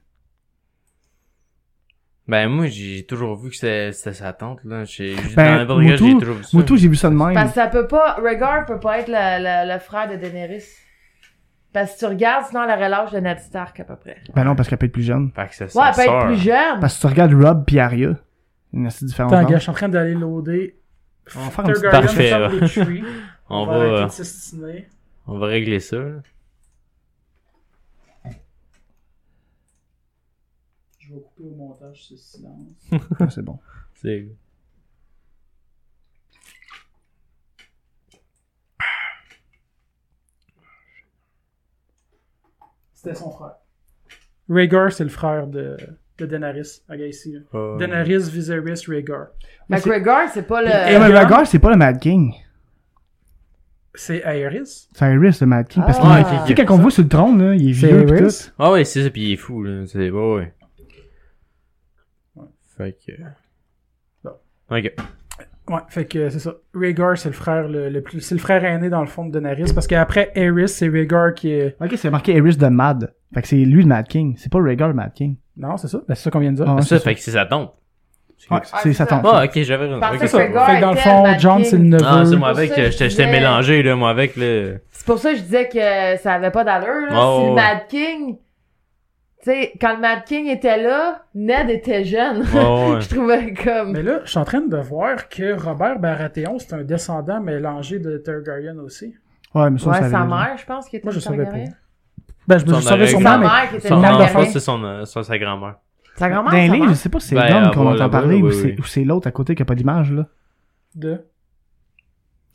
[SPEAKER 2] Ben, moi, j'ai toujours vu que c'est- c'était sa tante, là. J'ai,
[SPEAKER 3] Ben,
[SPEAKER 2] dans n'importe quel,
[SPEAKER 3] Moutou-
[SPEAKER 2] j'ai toujours vu ça.
[SPEAKER 3] Moutou, j'ai vu ça de même.
[SPEAKER 4] Parce que ça peut pas, Rhaegar peut pas être le, le- le frère de Daenerys. Parce que si tu regardes, sinon, elle aurait l'âge de Ned Stark, à peu près.
[SPEAKER 3] Ben non, parce qu'elle peut être plus jeune.
[SPEAKER 2] Fait que c'est
[SPEAKER 4] Ouais,
[SPEAKER 2] sa
[SPEAKER 4] elle peut être
[SPEAKER 2] sœur.
[SPEAKER 4] plus jeune.
[SPEAKER 3] Parce que tu regardes Rob puis Arya. Une assez différente.
[SPEAKER 1] Attends,
[SPEAKER 3] genre.
[SPEAKER 1] gars, je suis en train d'aller loader.
[SPEAKER 3] On va faire un petit-
[SPEAKER 1] Targaryen
[SPEAKER 2] Parfait,
[SPEAKER 1] sort
[SPEAKER 2] là.
[SPEAKER 1] des tueries.
[SPEAKER 2] [laughs] On va,
[SPEAKER 1] arrêter
[SPEAKER 2] euh,
[SPEAKER 1] de s'ostiner.
[SPEAKER 2] on va régler ça. là.
[SPEAKER 1] Je vais couper au montage ce silence.
[SPEAKER 3] Ah, C'est bon.
[SPEAKER 2] C'est...
[SPEAKER 1] C'était son frère. Rhaegar, c'est le frère de, de Daenerys. Regarde ici. là.
[SPEAKER 2] euh,
[SPEAKER 1] Daenerys, Viserys, Rhaegar.
[SPEAKER 4] Fait que Rhaegar, c'est pas
[SPEAKER 1] Et-
[SPEAKER 3] Eh,
[SPEAKER 4] le...
[SPEAKER 1] et-
[SPEAKER 3] mais
[SPEAKER 1] Arya?
[SPEAKER 3] Rhaegar, c'est pas le Mad King.
[SPEAKER 1] C'est Aerys.
[SPEAKER 3] C'est Iris, le Mad King. Parce que,
[SPEAKER 4] Ah.
[SPEAKER 2] Ouais,
[SPEAKER 3] tu
[SPEAKER 2] ok,
[SPEAKER 3] sais, quand on le voit sur le trône, là, il est
[SPEAKER 1] C'est
[SPEAKER 3] vieux pis
[SPEAKER 1] Aerys?
[SPEAKER 3] tout.
[SPEAKER 2] Ah ouais, c'est ça, puis il est fou, là. C'est... Ouais, ouais. Fait que...
[SPEAKER 1] Bon.
[SPEAKER 2] Ok.
[SPEAKER 1] Ouais, fait que euh, c'est ça. Rhaegar, c'est le frère le, le plus. C'est le frère aîné dans le fond de Daenerys. Parce qu'après Aerys, c'est Rhaegar qui est.
[SPEAKER 3] Ok, c'est marqué Iris de Mad. Fait que c'est lui le Mad King. C'est pas Rhaegar le Mad King.
[SPEAKER 1] Non, c'est ça. Ben, c'est ça qu'on vient de dire.
[SPEAKER 3] Ah, ouais,
[SPEAKER 2] ça,
[SPEAKER 3] c'est
[SPEAKER 2] fait que c'est sa tante.
[SPEAKER 3] ça. Ouais, c'est sa tante.
[SPEAKER 2] Ah, ok, j'avais raison.
[SPEAKER 4] Parfait,
[SPEAKER 2] Ok,
[SPEAKER 1] C'est ça.
[SPEAKER 2] c'est bon.
[SPEAKER 4] Rhaegar
[SPEAKER 1] Fait que euh, dans le
[SPEAKER 4] était
[SPEAKER 1] fond,
[SPEAKER 4] le Mad
[SPEAKER 1] John, c'est le
[SPEAKER 4] King.
[SPEAKER 1] neveu.
[SPEAKER 2] Ah, c'est moi avec,
[SPEAKER 4] C'est pour ça que je
[SPEAKER 2] j'étais j'étais
[SPEAKER 4] disais-
[SPEAKER 2] mélangé, là, moi avec, là.
[SPEAKER 4] C'est pour ça que je disais que ça avait pas d'allure,
[SPEAKER 2] Ouais,
[SPEAKER 4] là. si
[SPEAKER 2] Oh, ouais,
[SPEAKER 4] le
[SPEAKER 2] ouais.
[SPEAKER 4] Mad King... Tu sais, quand le Mad King était là, Ned était jeune. [laughs]
[SPEAKER 2] Ouais, ouais.
[SPEAKER 4] je trouvais comme...
[SPEAKER 1] Mais là, je suis en train de voir que Robert Baratheon, c'est un descendant mélangé de Targaryen aussi.
[SPEAKER 3] Ouais, mais ça, on
[SPEAKER 4] ouais,
[SPEAKER 3] savait
[SPEAKER 4] sa
[SPEAKER 3] déjà.
[SPEAKER 4] mère, je pense, qui était
[SPEAKER 1] Moi, je
[SPEAKER 4] le
[SPEAKER 1] savais
[SPEAKER 4] Targaryen.
[SPEAKER 1] Ben, je me
[SPEAKER 2] Son
[SPEAKER 1] suis sauvé
[SPEAKER 2] oreille,
[SPEAKER 1] son
[SPEAKER 4] Sa
[SPEAKER 1] nom,
[SPEAKER 2] grand-mère.
[SPEAKER 1] mais.
[SPEAKER 4] mère qui était
[SPEAKER 2] Son,
[SPEAKER 4] le
[SPEAKER 1] Targaryen.
[SPEAKER 2] non, je pense
[SPEAKER 4] Targaryen.
[SPEAKER 2] que c'est son, euh, ça, sa grand-mère.
[SPEAKER 4] Sa
[SPEAKER 3] Dans
[SPEAKER 4] grand-mère,
[SPEAKER 3] les
[SPEAKER 4] sa
[SPEAKER 3] livres,
[SPEAKER 4] mère.
[SPEAKER 3] je sais pas si c'est
[SPEAKER 2] Ben,
[SPEAKER 3] l'homme
[SPEAKER 2] euh,
[SPEAKER 3] qu'on
[SPEAKER 2] voilà,
[SPEAKER 3] entend parler
[SPEAKER 2] oui,
[SPEAKER 3] ou
[SPEAKER 2] oui,
[SPEAKER 3] c'est-
[SPEAKER 2] oui.
[SPEAKER 3] ou c'est l'autre à côté qui a pas d'image, là.
[SPEAKER 1] De.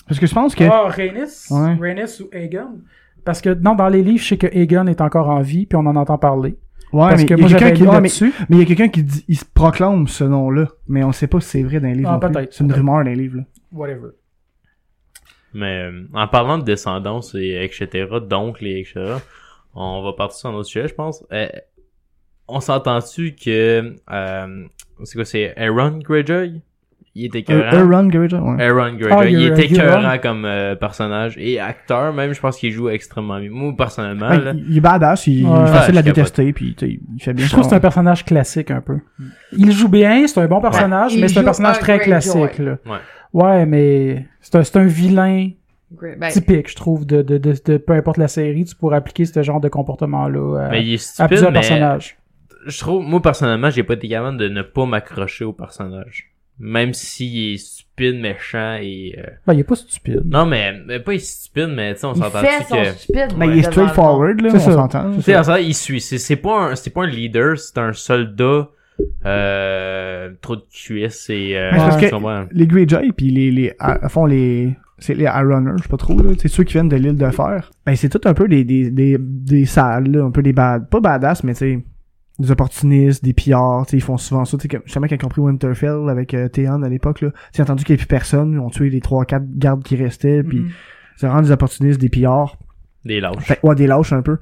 [SPEAKER 3] Parce que je pense que.
[SPEAKER 1] Ah, Rhaenys.
[SPEAKER 3] Ouais.
[SPEAKER 1] Rhaenys ou Aegon. Parce que, non, dans les livres, je sais que Aegon est encore en vie, puis on en entend parler.
[SPEAKER 3] Ouais,
[SPEAKER 1] Parce
[SPEAKER 3] mais
[SPEAKER 1] que
[SPEAKER 3] il y
[SPEAKER 1] moi,
[SPEAKER 3] a quelqu'un
[SPEAKER 1] j'avais
[SPEAKER 3] qui.
[SPEAKER 1] lu
[SPEAKER 3] ouais, mais-
[SPEAKER 1] là-dessus.
[SPEAKER 3] Mais il y a quelqu'un qui dit, il se proclame ce nom-là, mais on sait pas si c'est vrai dans les livres.
[SPEAKER 1] Ah,
[SPEAKER 3] non plus.
[SPEAKER 1] peut-être.
[SPEAKER 3] C'est une rumeur dans les livres. Là.
[SPEAKER 1] Whatever.
[SPEAKER 2] Mais euh, en parlant de descendance et etc., d'oncles et etc., on va partir sur un autre sujet, je pense. Euh, on s'entend-tu que... euh, c'est quoi, c'est Aaron Greyjoy? Il était
[SPEAKER 3] Euh,
[SPEAKER 2] écœurant.
[SPEAKER 3] Euron Greyjoy, ouais.
[SPEAKER 2] Aaron Greyjoy,
[SPEAKER 1] Ah,
[SPEAKER 2] il
[SPEAKER 1] Euron-
[SPEAKER 2] était
[SPEAKER 1] Euron.
[SPEAKER 2] écœurant comme euh, personnage et acteur, même, je pense qu'il joue extrêmement bien. Moi, personnellement,
[SPEAKER 3] Ouais,
[SPEAKER 2] là,
[SPEAKER 3] Ah, il- euh, il est badass, il, il
[SPEAKER 1] Ouais.
[SPEAKER 3] est facile
[SPEAKER 2] Ouais,
[SPEAKER 3] à
[SPEAKER 2] je capote.
[SPEAKER 3] détester, puis tu sais, il fait bien
[SPEAKER 1] Je
[SPEAKER 3] son-
[SPEAKER 1] trouve que c'est un personnage classique un peu. Il joue bien, c'est un bon personnage,
[SPEAKER 4] Ouais.
[SPEAKER 1] mais
[SPEAKER 4] Il
[SPEAKER 1] c'est un
[SPEAKER 4] joue
[SPEAKER 1] personnage
[SPEAKER 4] un
[SPEAKER 1] très
[SPEAKER 4] Greyjoy.
[SPEAKER 1] classique. Là.
[SPEAKER 2] Ouais.
[SPEAKER 1] Ouais, mais c'est un, c'est un vilain
[SPEAKER 4] Great. Ben,
[SPEAKER 1] typique, je trouve, de, de, de, de- peu importe la série, tu pourrais appliquer ce genre de comportement-là
[SPEAKER 2] mais
[SPEAKER 1] à,
[SPEAKER 2] il est
[SPEAKER 1] à
[SPEAKER 2] stupide,
[SPEAKER 1] plusieurs
[SPEAKER 2] mais
[SPEAKER 1] personnages.
[SPEAKER 2] je trouve, moi, personnellement, j'ai pas été capable de ne pas m'accrocher au personnage. Même s'il est stupide, méchant et... euh,
[SPEAKER 1] Ben, il est pas stupide.
[SPEAKER 2] Non, mais, mais pas il est stupide, mais tu sais, on
[SPEAKER 4] il
[SPEAKER 2] s'entend-tu
[SPEAKER 4] fait son
[SPEAKER 2] que...
[SPEAKER 4] stupide.
[SPEAKER 3] Mais
[SPEAKER 4] moi,
[SPEAKER 3] Ben, il est
[SPEAKER 4] devant
[SPEAKER 3] straightforward, là,
[SPEAKER 1] C'est
[SPEAKER 3] on
[SPEAKER 1] ça.
[SPEAKER 3] s'entend.
[SPEAKER 2] Tu sais, en ce sens, il suit. C'est, c'est pas un, c'est pas un leader, c'est un soldat, euh, trop de cuisses et, euh,
[SPEAKER 3] Mais c'est parce
[SPEAKER 2] tu
[SPEAKER 3] que-
[SPEAKER 2] comprends?
[SPEAKER 3] Les Greyjoy, puis les, les, à fond, les, c'est les High Runners, je sais pas trop, là, c'est ceux qui viennent de l'île de Fer. Ben, c'est tout un peu des, des, des, des sales, là, un peu des bad, pas badass, mais tu sais, des opportunistes, des pillards, tu sais, ils font souvent ça, tu sais, comme- justement, quand ils ont pris Winterfell avec euh, Theon à l'époque, là, tu sais, entendu qu'il y avait plus personne, ils ont tué les 3-4 gardes qui restaient, puis
[SPEAKER 1] Mhm.
[SPEAKER 3] c'est vraiment des opportunistes, des pillards,
[SPEAKER 2] Des lâches.
[SPEAKER 3] fait, que, ouais, des lâches un peu.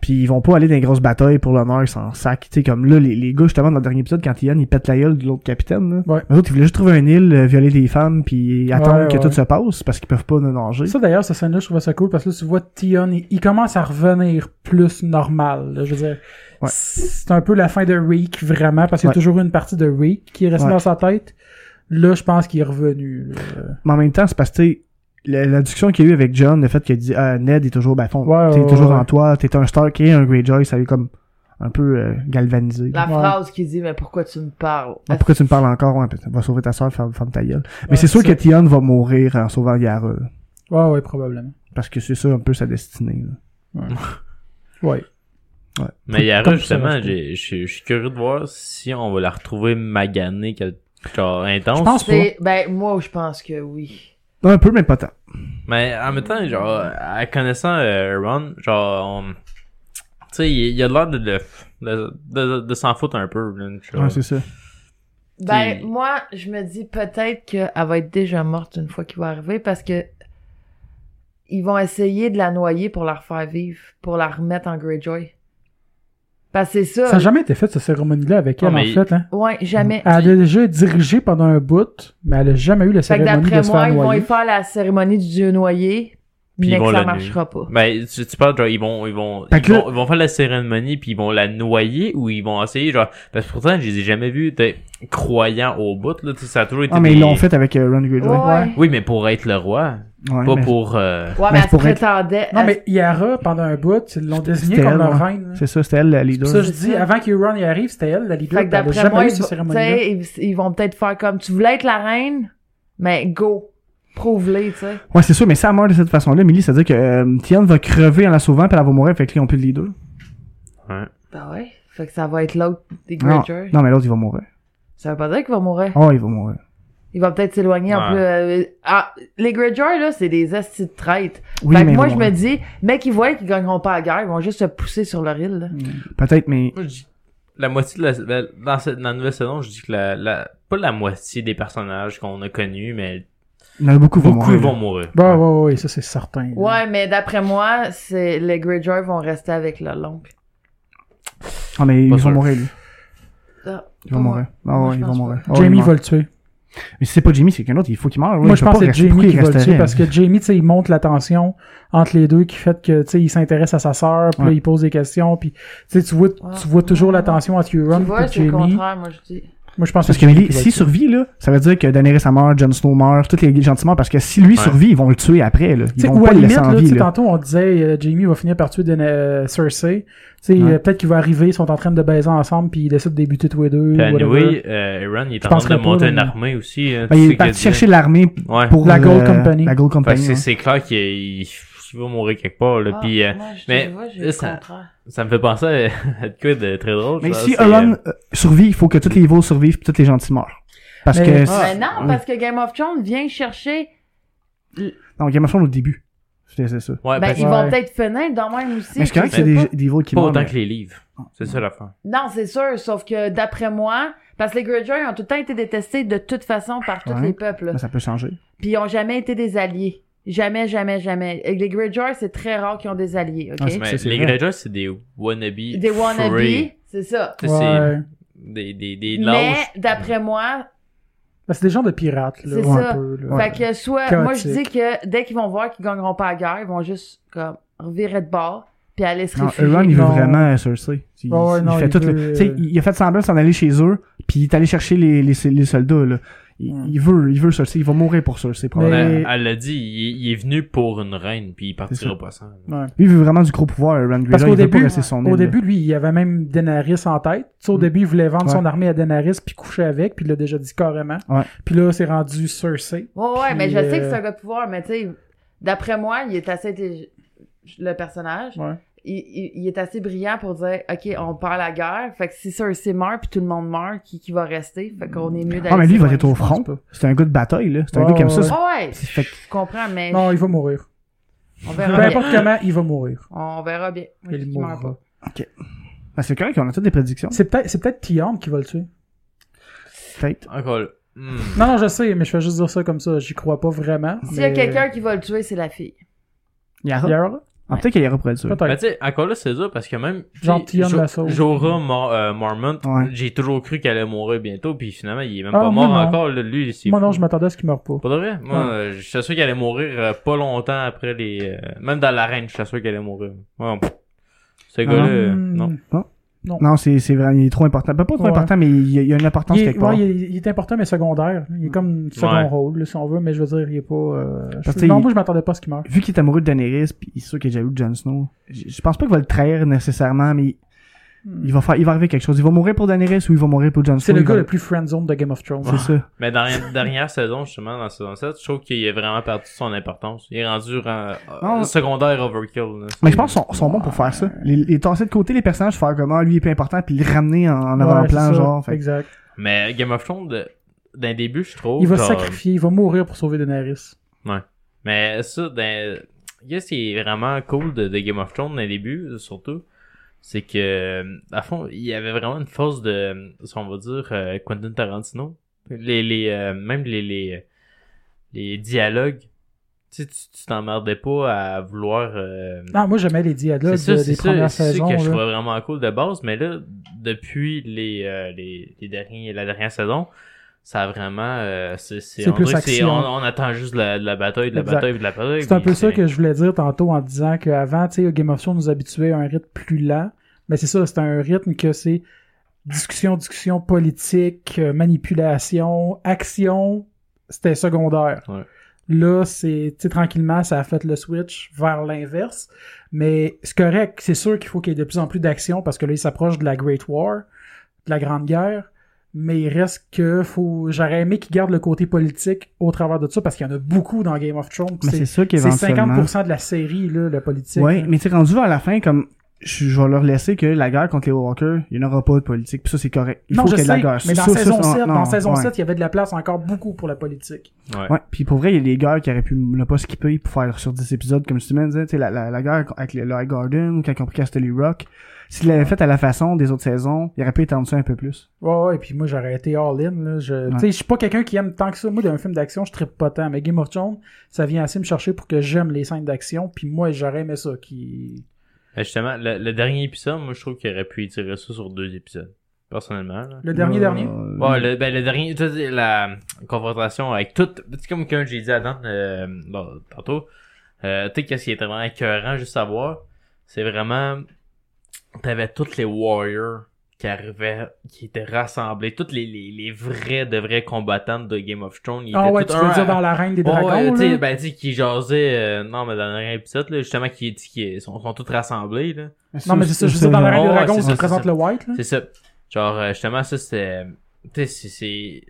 [SPEAKER 3] Puis ils vont pas aller dans les grosses batailles pour l'honneur, ils s'en sac. Tu sais, comme là, les, les gars, justement, dans le dernier épisode, quand Ian, il pète la gueule de l'autre capitaine, là.
[SPEAKER 1] Ouais.
[SPEAKER 3] Les autres, ils voulaient juste trouver un île, euh, violer des femmes, puis attendre
[SPEAKER 1] Ouais,
[SPEAKER 3] que
[SPEAKER 1] ouais.
[SPEAKER 3] tout se passe, parce qu'ils peuvent pas nous nager.
[SPEAKER 1] Ça d'ailleurs, cette scène-là, je trouvais ça cool parce que là, tu vois Tion, il, il commence à revenir plus normal. là. je veux dire,
[SPEAKER 3] Ouais.
[SPEAKER 1] c'est un peu la fin de Reek vraiment parce qu'il y
[SPEAKER 3] Ouais.
[SPEAKER 1] a toujours une partie de Reek qui est restée
[SPEAKER 3] Ouais.
[SPEAKER 1] dans sa tête. Là, je pense qu'il est revenu. là.
[SPEAKER 3] Mais en même temps, c'est parce que, tu sais, la, la discussion qu'il y a eu avec John, le fait qu'il dit, ah, Ned est toujours, ben, fond,
[SPEAKER 1] Ouais,
[SPEAKER 3] t'es
[SPEAKER 1] ouais,
[SPEAKER 3] toujours
[SPEAKER 1] ouais.
[SPEAKER 3] en toi, t'es un Stark et un Greyjoy, ça a eu comme un peu euh, galvanisé.
[SPEAKER 4] La
[SPEAKER 1] Ouais.
[SPEAKER 4] phrase qui dit, mais pourquoi tu me parles?
[SPEAKER 3] Ah, Pourquoi tu me parles encore? Ouais, va sauver ta soeur, ferme, ferme ta gueule. Mais
[SPEAKER 1] Ouais,
[SPEAKER 3] c'est sûr
[SPEAKER 1] ça.
[SPEAKER 3] que Tion va mourir en sauvant Yara. là,
[SPEAKER 1] Ouais, ouais, probablement.
[SPEAKER 3] Parce que c'est ça un peu sa destinée. là.
[SPEAKER 1] Ouais.
[SPEAKER 2] Mais Yara,
[SPEAKER 1] comme ça, je
[SPEAKER 2] justement,
[SPEAKER 1] trouve.
[SPEAKER 2] j'ai- je suis je suis curieux de voir si on va la retrouver maganée, quelque- genre,
[SPEAKER 1] Je
[SPEAKER 2] intense.
[SPEAKER 1] pense pas.
[SPEAKER 4] C'est- Ben, moi, je pense que oui.
[SPEAKER 3] Non, un peu, mais pas tant.
[SPEAKER 2] Mais en même temps, genre, à connaissant euh, Ron, genre, on- tu sais, il, il a l'air de, de, de, de- de s'en foutre un peu, là, genre.
[SPEAKER 3] Ouais, c'est ça.
[SPEAKER 4] Ben,
[SPEAKER 2] T'es-
[SPEAKER 4] moi, je me dis peut-être qu'elle va être déjà morte une fois qu'il va arriver parce que ils vont essayer de la noyer pour la refaire vivre, pour la remettre en Greyjoy. Parce que c'est ça.
[SPEAKER 1] Ça n'a jamais été fait, cette cérémonie-là, avec
[SPEAKER 2] Non,
[SPEAKER 1] elle, en
[SPEAKER 2] mais-
[SPEAKER 1] fait. Hein.
[SPEAKER 4] Ouais, jamais.
[SPEAKER 1] Elle a déjà dirigé pendant un bout, mais elle a jamais eu la
[SPEAKER 4] Fait que
[SPEAKER 1] cérémonie de
[SPEAKER 4] d'après
[SPEAKER 1] se
[SPEAKER 4] moi,
[SPEAKER 1] faire
[SPEAKER 4] ils vont y
[SPEAKER 1] noyer.
[SPEAKER 4] faire la cérémonie du dieu noyé,
[SPEAKER 2] Puis
[SPEAKER 4] mais
[SPEAKER 2] ils vont
[SPEAKER 4] que ça
[SPEAKER 2] la
[SPEAKER 4] marchera pas.
[SPEAKER 2] Ben, tu, tu parles, genre, ils vont, ils vont,
[SPEAKER 3] Fait
[SPEAKER 2] ils
[SPEAKER 3] que là-
[SPEAKER 2] vont, ils vont faire la cérémonie, puis ils vont la noyer, ou ils vont essayer, genre, parce que pourtant, je les ai jamais vus, t'es croyant au bout, là, tu sais, ça a toujours été
[SPEAKER 3] Ah, mais
[SPEAKER 2] des-
[SPEAKER 3] ils l'ont fait avec euh, Ron Greyjoy.
[SPEAKER 4] Ouais.
[SPEAKER 2] Oui, mais pour être le roi,
[SPEAKER 3] Ouais,
[SPEAKER 2] pas
[SPEAKER 3] mais-
[SPEAKER 2] pour... euh,
[SPEAKER 4] Ouais,
[SPEAKER 3] Mais
[SPEAKER 4] mais
[SPEAKER 3] c'est
[SPEAKER 4] elle se
[SPEAKER 3] pour être-
[SPEAKER 4] prétendait.
[SPEAKER 1] Non,
[SPEAKER 4] elle-
[SPEAKER 1] mais Yara, pendant un bout, ils l'ont désignée
[SPEAKER 3] C'était
[SPEAKER 1] comme la
[SPEAKER 3] elle, ouais.
[SPEAKER 1] reine.
[SPEAKER 3] C'est ça, c'était elle, la leader.
[SPEAKER 1] Ça, je dis, avant qu'Euron y arrive, c'était elle, la leader.
[SPEAKER 4] Fait
[SPEAKER 1] puis
[SPEAKER 4] que
[SPEAKER 1] Elle a
[SPEAKER 4] d'après moi,
[SPEAKER 1] jamais eu
[SPEAKER 4] ils,
[SPEAKER 1] cette
[SPEAKER 4] vont-
[SPEAKER 1] cérémonie-là.
[SPEAKER 4] t'sais, ils, ils vont peut-être faire comme tu voulais être la reine, mais go, prouve-les, tu sais.
[SPEAKER 3] Ouais, c'est sûr, mais si elle meurt de cette façon-là, Millie, ça veut dire que euh, Tian va crever en la sauvant, puis elle va mourir, fait que là, ils ont plus de leader.
[SPEAKER 4] Ben ouais. Fait que ça va être l'autre des
[SPEAKER 3] Non,
[SPEAKER 4] Greyjoy.
[SPEAKER 3] non, mais l'autre, il va mourir.
[SPEAKER 4] Ça veut pas dire qu'il va mourir.
[SPEAKER 3] Oh, il va mourir.
[SPEAKER 4] Il va peut-être s'éloigner
[SPEAKER 2] Ouais.
[SPEAKER 4] en plus. euh, ah, les Greyjoy, là, c'est des astis de traite.
[SPEAKER 3] Oui,
[SPEAKER 4] fait que
[SPEAKER 3] mais il
[SPEAKER 4] moi,
[SPEAKER 3] va
[SPEAKER 4] je me
[SPEAKER 3] mourir.
[SPEAKER 4] dis, mec, ils voient qu'ils gagneront pas la guerre, ils vont juste se pousser sur leur île, là.
[SPEAKER 3] Peut-être, mais...
[SPEAKER 2] Moi, je dis- la moitié de la, la- dans, cette, dans la nouvelle saison, je dis que la, la pas la moitié des personnages qu'on a connus, mais
[SPEAKER 3] Il y en a beaucoup qui vont
[SPEAKER 2] beaucoup
[SPEAKER 3] mourir.
[SPEAKER 2] vont mourir.
[SPEAKER 1] Bah, ouais, ouais, ouais, ça, c'est certain. là.
[SPEAKER 4] Ouais, mais d'après moi, c'est, les Greyjoy vont rester avec leur l'oncle.
[SPEAKER 3] Ah, mais
[SPEAKER 2] Pas
[SPEAKER 3] ils
[SPEAKER 2] sûr.
[SPEAKER 3] vont mourir, lui.
[SPEAKER 4] Ah,
[SPEAKER 3] Ils vont
[SPEAKER 4] pas
[SPEAKER 3] mourir. Ah
[SPEAKER 4] Moi,
[SPEAKER 3] ouais,
[SPEAKER 4] je
[SPEAKER 3] ils vont
[SPEAKER 4] pense
[SPEAKER 3] mourir. Ah, ouais,
[SPEAKER 1] Jamie
[SPEAKER 3] ils meurent.
[SPEAKER 1] va le tuer.
[SPEAKER 3] Mais si c'est pas Jamie, c'est quelqu'un d'autre, il faut qu'il meure. là.
[SPEAKER 1] Moi,
[SPEAKER 3] Il
[SPEAKER 1] je
[SPEAKER 3] peut
[SPEAKER 1] pense
[SPEAKER 3] pas
[SPEAKER 1] que c'est
[SPEAKER 3] rester-
[SPEAKER 1] Jamie
[SPEAKER 3] pourquoi il
[SPEAKER 1] qui va le tuer
[SPEAKER 3] resterait, hein.
[SPEAKER 1] parce
[SPEAKER 3] là?
[SPEAKER 1] que Jamie, tu sais, il monte la tension entre les deux qui fait que, tu sais, il s'intéresse à sa sœur, puis là,
[SPEAKER 3] Ouais.
[SPEAKER 1] il pose des questions, puis tu sais, tu vois, tu vois toujours la tension entre
[SPEAKER 4] Tu
[SPEAKER 1] Euron
[SPEAKER 4] vois,
[SPEAKER 1] et
[SPEAKER 4] c'est le
[SPEAKER 1] Jamie.
[SPEAKER 4] contraire, moi, je dis.
[SPEAKER 1] Moi, je pense
[SPEAKER 3] Parce que
[SPEAKER 1] Jamie
[SPEAKER 3] Millie,
[SPEAKER 1] qui va le
[SPEAKER 3] s'il
[SPEAKER 1] tuer.
[SPEAKER 3] survit, là, ça veut dire que Daenerys elle meurt, Jon Snow meurt, tous les gentils meurent, parce que si lui
[SPEAKER 2] Ouais.
[SPEAKER 3] survit, ils vont le tuer après, là. Ils
[SPEAKER 1] T'sais,
[SPEAKER 3] vont
[SPEAKER 1] ou
[SPEAKER 3] pas
[SPEAKER 1] à
[SPEAKER 3] le
[SPEAKER 1] la
[SPEAKER 3] laisser
[SPEAKER 1] limite,
[SPEAKER 3] en
[SPEAKER 1] là,
[SPEAKER 3] vie,
[SPEAKER 1] t'sais,
[SPEAKER 3] là.
[SPEAKER 1] tantôt on disait euh, Jamie va finir par tuer Dana- euh, Cersei. T'sais,
[SPEAKER 3] Ouais.
[SPEAKER 1] euh, peut-être qu'il va arriver, ils sont en train de baiser ensemble, puis ils décident de débuter tous les deux.
[SPEAKER 2] Puis
[SPEAKER 1] ou whatever.
[SPEAKER 2] anyway, euh, Aaron, il est
[SPEAKER 1] Je
[SPEAKER 2] en train de
[SPEAKER 1] penserais pas,
[SPEAKER 2] monter
[SPEAKER 1] là,
[SPEAKER 2] une
[SPEAKER 1] mais-
[SPEAKER 2] armée aussi. hein,
[SPEAKER 3] Ben,
[SPEAKER 2] tu
[SPEAKER 3] il
[SPEAKER 2] sais
[SPEAKER 3] est parti
[SPEAKER 2] que-
[SPEAKER 3] chercher l'armée
[SPEAKER 2] Ouais.
[SPEAKER 3] pour hein.
[SPEAKER 1] La Gold
[SPEAKER 3] euh,
[SPEAKER 1] Company.
[SPEAKER 3] La Gold
[SPEAKER 2] Fait que
[SPEAKER 3] Company.
[SPEAKER 2] c'est
[SPEAKER 3] ouais.
[SPEAKER 2] c'est clair qu'il il- il va mourir quelque part. Là,
[SPEAKER 4] Ah,
[SPEAKER 2] puis, euh,
[SPEAKER 4] moi, je
[SPEAKER 2] mais-
[SPEAKER 4] dis, ouais, j'ai le
[SPEAKER 2] ça-
[SPEAKER 4] contraire.
[SPEAKER 2] ça me fait penser à, [laughs] à de quoi de très drôle.
[SPEAKER 3] Mais
[SPEAKER 2] ça,
[SPEAKER 3] si
[SPEAKER 2] c'est,
[SPEAKER 3] Euron
[SPEAKER 2] euh,
[SPEAKER 3] euh, survit, il faut que tous les veaux survivent puis tous les gentils meurent. Parce
[SPEAKER 1] Mais-
[SPEAKER 3] que.
[SPEAKER 1] Ah,
[SPEAKER 4] Mais
[SPEAKER 3] c'est-
[SPEAKER 4] non, parce que Game of Thrones vient chercher.
[SPEAKER 3] Non, Game of Thrones au début. C'était c'est ça.
[SPEAKER 2] ouais,
[SPEAKER 4] Ben,
[SPEAKER 2] Ah, parce-
[SPEAKER 4] ils vont
[SPEAKER 1] Ouais.
[SPEAKER 4] peut-être finir dans même aussi.
[SPEAKER 3] Mais c'est
[SPEAKER 4] je
[SPEAKER 3] correct que c'est
[SPEAKER 4] sais
[SPEAKER 3] des,
[SPEAKER 4] pas.
[SPEAKER 3] des veaux qui
[SPEAKER 2] pas
[SPEAKER 3] meurent.
[SPEAKER 2] autant
[SPEAKER 3] mais-
[SPEAKER 2] que les livres. C'est ça la fin.
[SPEAKER 4] Non, c'est sûr, sauf que d'après moi, parce que les Greyjoy ont tout le temps été détestés de toute façon par tous
[SPEAKER 3] Ouais.
[SPEAKER 4] les peuples. là.
[SPEAKER 3] mais ça peut changer.
[SPEAKER 4] Puis ils ont jamais été des alliés. Jamais, jamais, jamais. Et les Greyjoy, c'est très rare qu'ils ont des alliés,
[SPEAKER 3] Ah,
[SPEAKER 4] OK?
[SPEAKER 3] c'est-
[SPEAKER 2] Mais
[SPEAKER 3] c'est
[SPEAKER 2] les
[SPEAKER 3] vrai.
[SPEAKER 2] Greyjoy, c'est des wannabes.
[SPEAKER 4] des wannabes,
[SPEAKER 2] free.
[SPEAKER 4] c'est ça.
[SPEAKER 2] Tu sais, C'est
[SPEAKER 1] Ouais.
[SPEAKER 2] des, des, des
[SPEAKER 4] Mais
[SPEAKER 2] lâches.
[SPEAKER 4] d'après moi,
[SPEAKER 1] Ben, c'est des gens de pirates, là,
[SPEAKER 4] C'est
[SPEAKER 1] un
[SPEAKER 4] ça.
[SPEAKER 1] peu. là.
[SPEAKER 3] Ouais.
[SPEAKER 4] fait que soit,
[SPEAKER 1] Chaotique.
[SPEAKER 4] moi je dis que dès qu'ils vont voir qu'ils gagneront pas la guerre, ils vont juste comme revirer de bord, puis aller se
[SPEAKER 3] Non,
[SPEAKER 4] réfugier.
[SPEAKER 3] Euron, il veut
[SPEAKER 1] Non.
[SPEAKER 3] vraiment euh, Cersei. Il,
[SPEAKER 1] Ouais, ouais,
[SPEAKER 3] il
[SPEAKER 1] non,
[SPEAKER 3] fait
[SPEAKER 1] il
[SPEAKER 3] tout le-
[SPEAKER 1] veut,
[SPEAKER 3] tu sais,
[SPEAKER 1] euh,
[SPEAKER 3] il il a fait semblant de s'en aller chez eux, puis il est allé chercher les, les, les soldats, là. Il,
[SPEAKER 1] Ouais.
[SPEAKER 3] il veut, il veut Cersei, il va mourir pour Cersei, probablement.
[SPEAKER 1] Mais-
[SPEAKER 2] Elle elle l'a dit, il, il est venu pour une reine, puis il partira
[SPEAKER 3] ça.
[SPEAKER 2] pas sans.
[SPEAKER 1] Ouais.
[SPEAKER 3] Lui, il veut vraiment du gros pouvoir, Euron Greyjoy.
[SPEAKER 1] Parce qu'au
[SPEAKER 3] il veut pas
[SPEAKER 1] début,
[SPEAKER 3] rester son
[SPEAKER 1] au
[SPEAKER 3] île,
[SPEAKER 1] début, lui, il avait même Daenerys en tête. Tu sais, au
[SPEAKER 3] Mm.
[SPEAKER 1] début, il voulait vendre
[SPEAKER 3] Ouais.
[SPEAKER 1] son armée à Daenerys puis coucher avec, puis il l'a déjà dit carrément.
[SPEAKER 3] Ouais.
[SPEAKER 1] Puis là, c'est rendu Cersei.
[SPEAKER 4] Ouais, ouais, mais je
[SPEAKER 1] Puis,
[SPEAKER 4] sais que
[SPEAKER 1] euh,
[SPEAKER 4] c'est un gars de pouvoir, mais tu sais, d'après moi, il est assez intelli- le personnage.
[SPEAKER 1] Ouais.
[SPEAKER 4] Il, il- il est assez brillant pour dire OK, on perd la guerre. Fait que si Cersei meurt puis tout le monde meurt, qui, qui va rester? Fait qu'on est mieux d'aller.
[SPEAKER 3] Ah, mais lui, il va
[SPEAKER 4] s'éloigner.
[SPEAKER 3] être au
[SPEAKER 1] pense
[SPEAKER 3] front.
[SPEAKER 1] pas.
[SPEAKER 3] C'est un gars de bataille, là. C'est un
[SPEAKER 1] Ouais,
[SPEAKER 3] gars comme
[SPEAKER 1] ouais,
[SPEAKER 3] ça.
[SPEAKER 1] ouais.
[SPEAKER 3] c'est-
[SPEAKER 4] Ah ouais,
[SPEAKER 3] c'est- fait que-
[SPEAKER 4] je comprends, mais
[SPEAKER 1] Non, il va mourir.
[SPEAKER 4] on
[SPEAKER 1] Peu
[SPEAKER 4] verra bien.
[SPEAKER 1] importe comment, il va mourir.
[SPEAKER 4] On verra bien. Moi, je
[SPEAKER 1] Il
[SPEAKER 4] dis qu'il meurt
[SPEAKER 1] mourra.
[SPEAKER 3] Ben, c'est correct, on a toutes des prédictions.
[SPEAKER 1] C'est peut-être c'est peut-être Theon qui va le tuer.
[SPEAKER 3] Peut-être.
[SPEAKER 2] Encore là. Hmm.
[SPEAKER 1] Non, non, je sais, mais je fais juste dire ça comme ça. J'y crois pas vraiment.
[SPEAKER 4] pas. S'il y a
[SPEAKER 1] mais- euh,
[SPEAKER 4] quelqu'un qui va le tuer, c'est la fille.
[SPEAKER 3] Yara.
[SPEAKER 1] Yara?
[SPEAKER 3] Ah, peut-être qu'il y aura pour être sûr.
[SPEAKER 1] Peut-être.
[SPEAKER 2] Mais Ben, tu sais, encore là, c'est ça, parce que même. tu sais,
[SPEAKER 1] Gentilhomme
[SPEAKER 2] Jo-
[SPEAKER 1] la sauve.
[SPEAKER 2] Jorah Mor- euh, Mormont,
[SPEAKER 3] Ouais.
[SPEAKER 2] j'ai toujours cru qu'elle allait mourir bientôt, puis finalement, il est même
[SPEAKER 1] Ah,
[SPEAKER 2] pas
[SPEAKER 1] moi,
[SPEAKER 2] mort
[SPEAKER 1] non.
[SPEAKER 2] encore, là, lui. c'est
[SPEAKER 1] Moi, non,
[SPEAKER 2] fou.
[SPEAKER 1] je m'attendais à ce qu'il meure pas.
[SPEAKER 2] Pas de vrai? Moi, euh, je suis sûr qu'elle allait mourir euh, pas longtemps après les. euh, même dans l'arène, je suis sûr qu'elle allait mourir. Ouais, pff. ce gars-là, euh,
[SPEAKER 1] Hmm.
[SPEAKER 2] non.
[SPEAKER 3] Non, c'est c'est vraiment, il est trop important. Ben, pas trop
[SPEAKER 1] Ouais.
[SPEAKER 3] important, mais il y a, il y a une importance
[SPEAKER 1] Il est,
[SPEAKER 3] quelque part.
[SPEAKER 1] ouais, il, est, il est important, mais secondaire. Il est comme second
[SPEAKER 2] Ouais.
[SPEAKER 1] rôle, là, si on veut, mais je veux dire, il est pas. euh, je-
[SPEAKER 3] Parce que
[SPEAKER 1] non,
[SPEAKER 3] il-
[SPEAKER 1] moi, je m'attendais pas à ce qu'il meure.
[SPEAKER 3] Vu qu'il est amoureux de Daenerys, puis il est sûr qu'il est jaloux de Jon Snow, je je pense pas qu'il va le trahir nécessairement, mais il,
[SPEAKER 1] Hmm.
[SPEAKER 3] il va faire, il va arriver quelque chose. Il va mourir pour Daenerys ou il va mourir pour Jon Snow.
[SPEAKER 1] C'est le
[SPEAKER 3] il
[SPEAKER 1] gars
[SPEAKER 3] va-
[SPEAKER 1] le plus friendzone de Game of Thrones.
[SPEAKER 3] C'est ça.
[SPEAKER 2] Mais dans la dernière saison, justement, dans saison 7, je trouve qu'il a vraiment perdu son importance. Il est rendu euh,
[SPEAKER 3] Non.
[SPEAKER 2] euh, secondaire overkill. là.
[SPEAKER 3] Mais je pense qu'ils sont, sont bons pour faire ça. Les, les tasser de côté les personnages, faire comment lui il est plus important, puis le ramener en, en avant-plan,
[SPEAKER 1] Ouais, c'est ça.
[SPEAKER 3] genre. Fait que-
[SPEAKER 1] Exact.
[SPEAKER 2] Mais Game of Thrones, de- d'un début, je trouve.
[SPEAKER 1] Il va se
[SPEAKER 2] genre,
[SPEAKER 1] sacrifier, il va mourir pour sauver Daenerys.
[SPEAKER 2] Mais ça, ben, dans... qu'est-ce qui est vraiment cool de, de Game of Thrones dans le début, surtout, c'est que, à fond, il y avait vraiment une force de, si on va dire, euh, Quentin Tarantino. Les, les, euh, même les, les, les dialogues. Tu sais, tu tu t'emmerdais pas à vouloir... euh,
[SPEAKER 1] Non, moi, j'aimais les dialogues
[SPEAKER 2] c'est ça,
[SPEAKER 1] de-
[SPEAKER 2] c'est
[SPEAKER 1] des
[SPEAKER 2] ça,
[SPEAKER 1] premières
[SPEAKER 2] c'est ça
[SPEAKER 1] saisons.
[SPEAKER 2] que je
[SPEAKER 1] là.
[SPEAKER 2] trouvais vraiment cool de base, mais là, depuis les, euh, les, les derniers, la dernière saison, ça a vraiment, euh, c'est, c'est,
[SPEAKER 1] C'est
[SPEAKER 2] on,
[SPEAKER 1] plus
[SPEAKER 2] dirait que c'est-
[SPEAKER 1] action.
[SPEAKER 2] on- on attend juste de la, de la bataille, de la
[SPEAKER 1] Exact.
[SPEAKER 2] bataille, de la bataille.
[SPEAKER 1] C'est un
[SPEAKER 2] puis
[SPEAKER 1] peu ça que je voulais dire tantôt en disant qu'avant, tu sais, Game of Thrones nous habituait à un rythme plus lent. Mais c'est ça, c'est un rythme que c'est discussion, discussion politique, euh, manipulation, action, c'était secondaire.
[SPEAKER 2] Ouais.
[SPEAKER 1] Là, c'est, tu sais, tranquillement, ça a fait le switch vers l'inverse. Mais c'est correct. C'est sûr qu'il faut qu'il y ait de plus en plus d'action parce que là, il s'approche de la Great War, de la Grande Guerre. Mais il reste que faut, j'aurais aimé qu'il garde le côté politique au travers de tout ça parce qu'il y en a beaucoup dans Game of Thrones.
[SPEAKER 3] Mais c'est
[SPEAKER 1] C'est
[SPEAKER 3] sûr
[SPEAKER 1] c'est
[SPEAKER 3] qu'éventuellement...
[SPEAKER 1] 50% de la série, là, le politique.
[SPEAKER 3] Ouais, mais tu rendu vers la fin, comme, je, je vais leur laisser que la guerre contre les Walkers, il n'y en aura pas de politique. Puis ça, c'est correct. Il
[SPEAKER 1] non,
[SPEAKER 3] faut
[SPEAKER 1] je
[SPEAKER 3] qu'il y ait
[SPEAKER 1] sais,
[SPEAKER 3] de la guerre.
[SPEAKER 1] mais dans
[SPEAKER 3] Ça, ça,
[SPEAKER 1] saison,
[SPEAKER 3] ça,
[SPEAKER 1] 7,
[SPEAKER 3] non,
[SPEAKER 1] dans saison
[SPEAKER 3] ouais.
[SPEAKER 1] 7, il y avait de la place encore beaucoup pour la politique.
[SPEAKER 3] Ouais, puis pour vrai, il y a des guerres qui auraient pu ne pas skipper pour faire sur 10 épisodes, comme tu me disais, tu sais, la, la, la guerre avec le, le High Garden, quand ils ont pris Castelli Rock. S'il l'avait fait à la façon des autres saisons, il aurait pu étendre ça un peu plus.
[SPEAKER 1] Ouais, ouais, et puis moi, j'aurais été all-in, là. Je, tu
[SPEAKER 3] Ouais.
[SPEAKER 1] sais, je suis pas quelqu'un qui aime tant que ça. Moi, d'un film d'action, je trippe pas tant. Mais Game of Thrones, ça vient assez me chercher pour que j'aime les scènes d'action. Puis moi, j'aurais aimé ça. Qui...
[SPEAKER 2] Ben, justement, le, le dernier épisode, moi, je trouve qu'il aurait pu étirer ça sur deux épisodes. Personnellement, là.
[SPEAKER 1] Le dernier,
[SPEAKER 3] Euh,
[SPEAKER 1] dernier.
[SPEAKER 2] Ouais, le, ben, le dernier, tu sais, la confrontation avec tout, c'est comme que j'ai dit à Dan, euh, bon, tantôt, euh, tu sais, qu'est-ce qui était vraiment écœurant, juste à voir, c'est vraiment, t'avais tous les warriors qui arrivaient, qui étaient rassemblés, tous les, les, les vrais, de vrais combattants de Game of Thrones, ils
[SPEAKER 1] Ah
[SPEAKER 2] étaient
[SPEAKER 1] ouais,
[SPEAKER 2] tous
[SPEAKER 1] tu veux
[SPEAKER 2] un
[SPEAKER 1] dire
[SPEAKER 2] à-
[SPEAKER 1] dans la Reine des
[SPEAKER 2] Ouais,
[SPEAKER 1] Dragons,
[SPEAKER 2] ouais, tu sais,
[SPEAKER 1] là?
[SPEAKER 2] ben, tu sais, qui jasait, euh, non, mais dans le dernier épisode, là, justement, qui, qui sont, sont tous rassemblés, là.
[SPEAKER 1] Non, mais c'est ça, je veux dire dans la
[SPEAKER 3] là.
[SPEAKER 1] Reine des
[SPEAKER 2] ouais,
[SPEAKER 1] Dragons,
[SPEAKER 2] c'est
[SPEAKER 1] qui
[SPEAKER 2] ça,
[SPEAKER 1] présente
[SPEAKER 2] c'est
[SPEAKER 1] le White, là.
[SPEAKER 2] C'est ça. Genre, euh, justement, ça, c'est. Tu sais, c'est- c'est.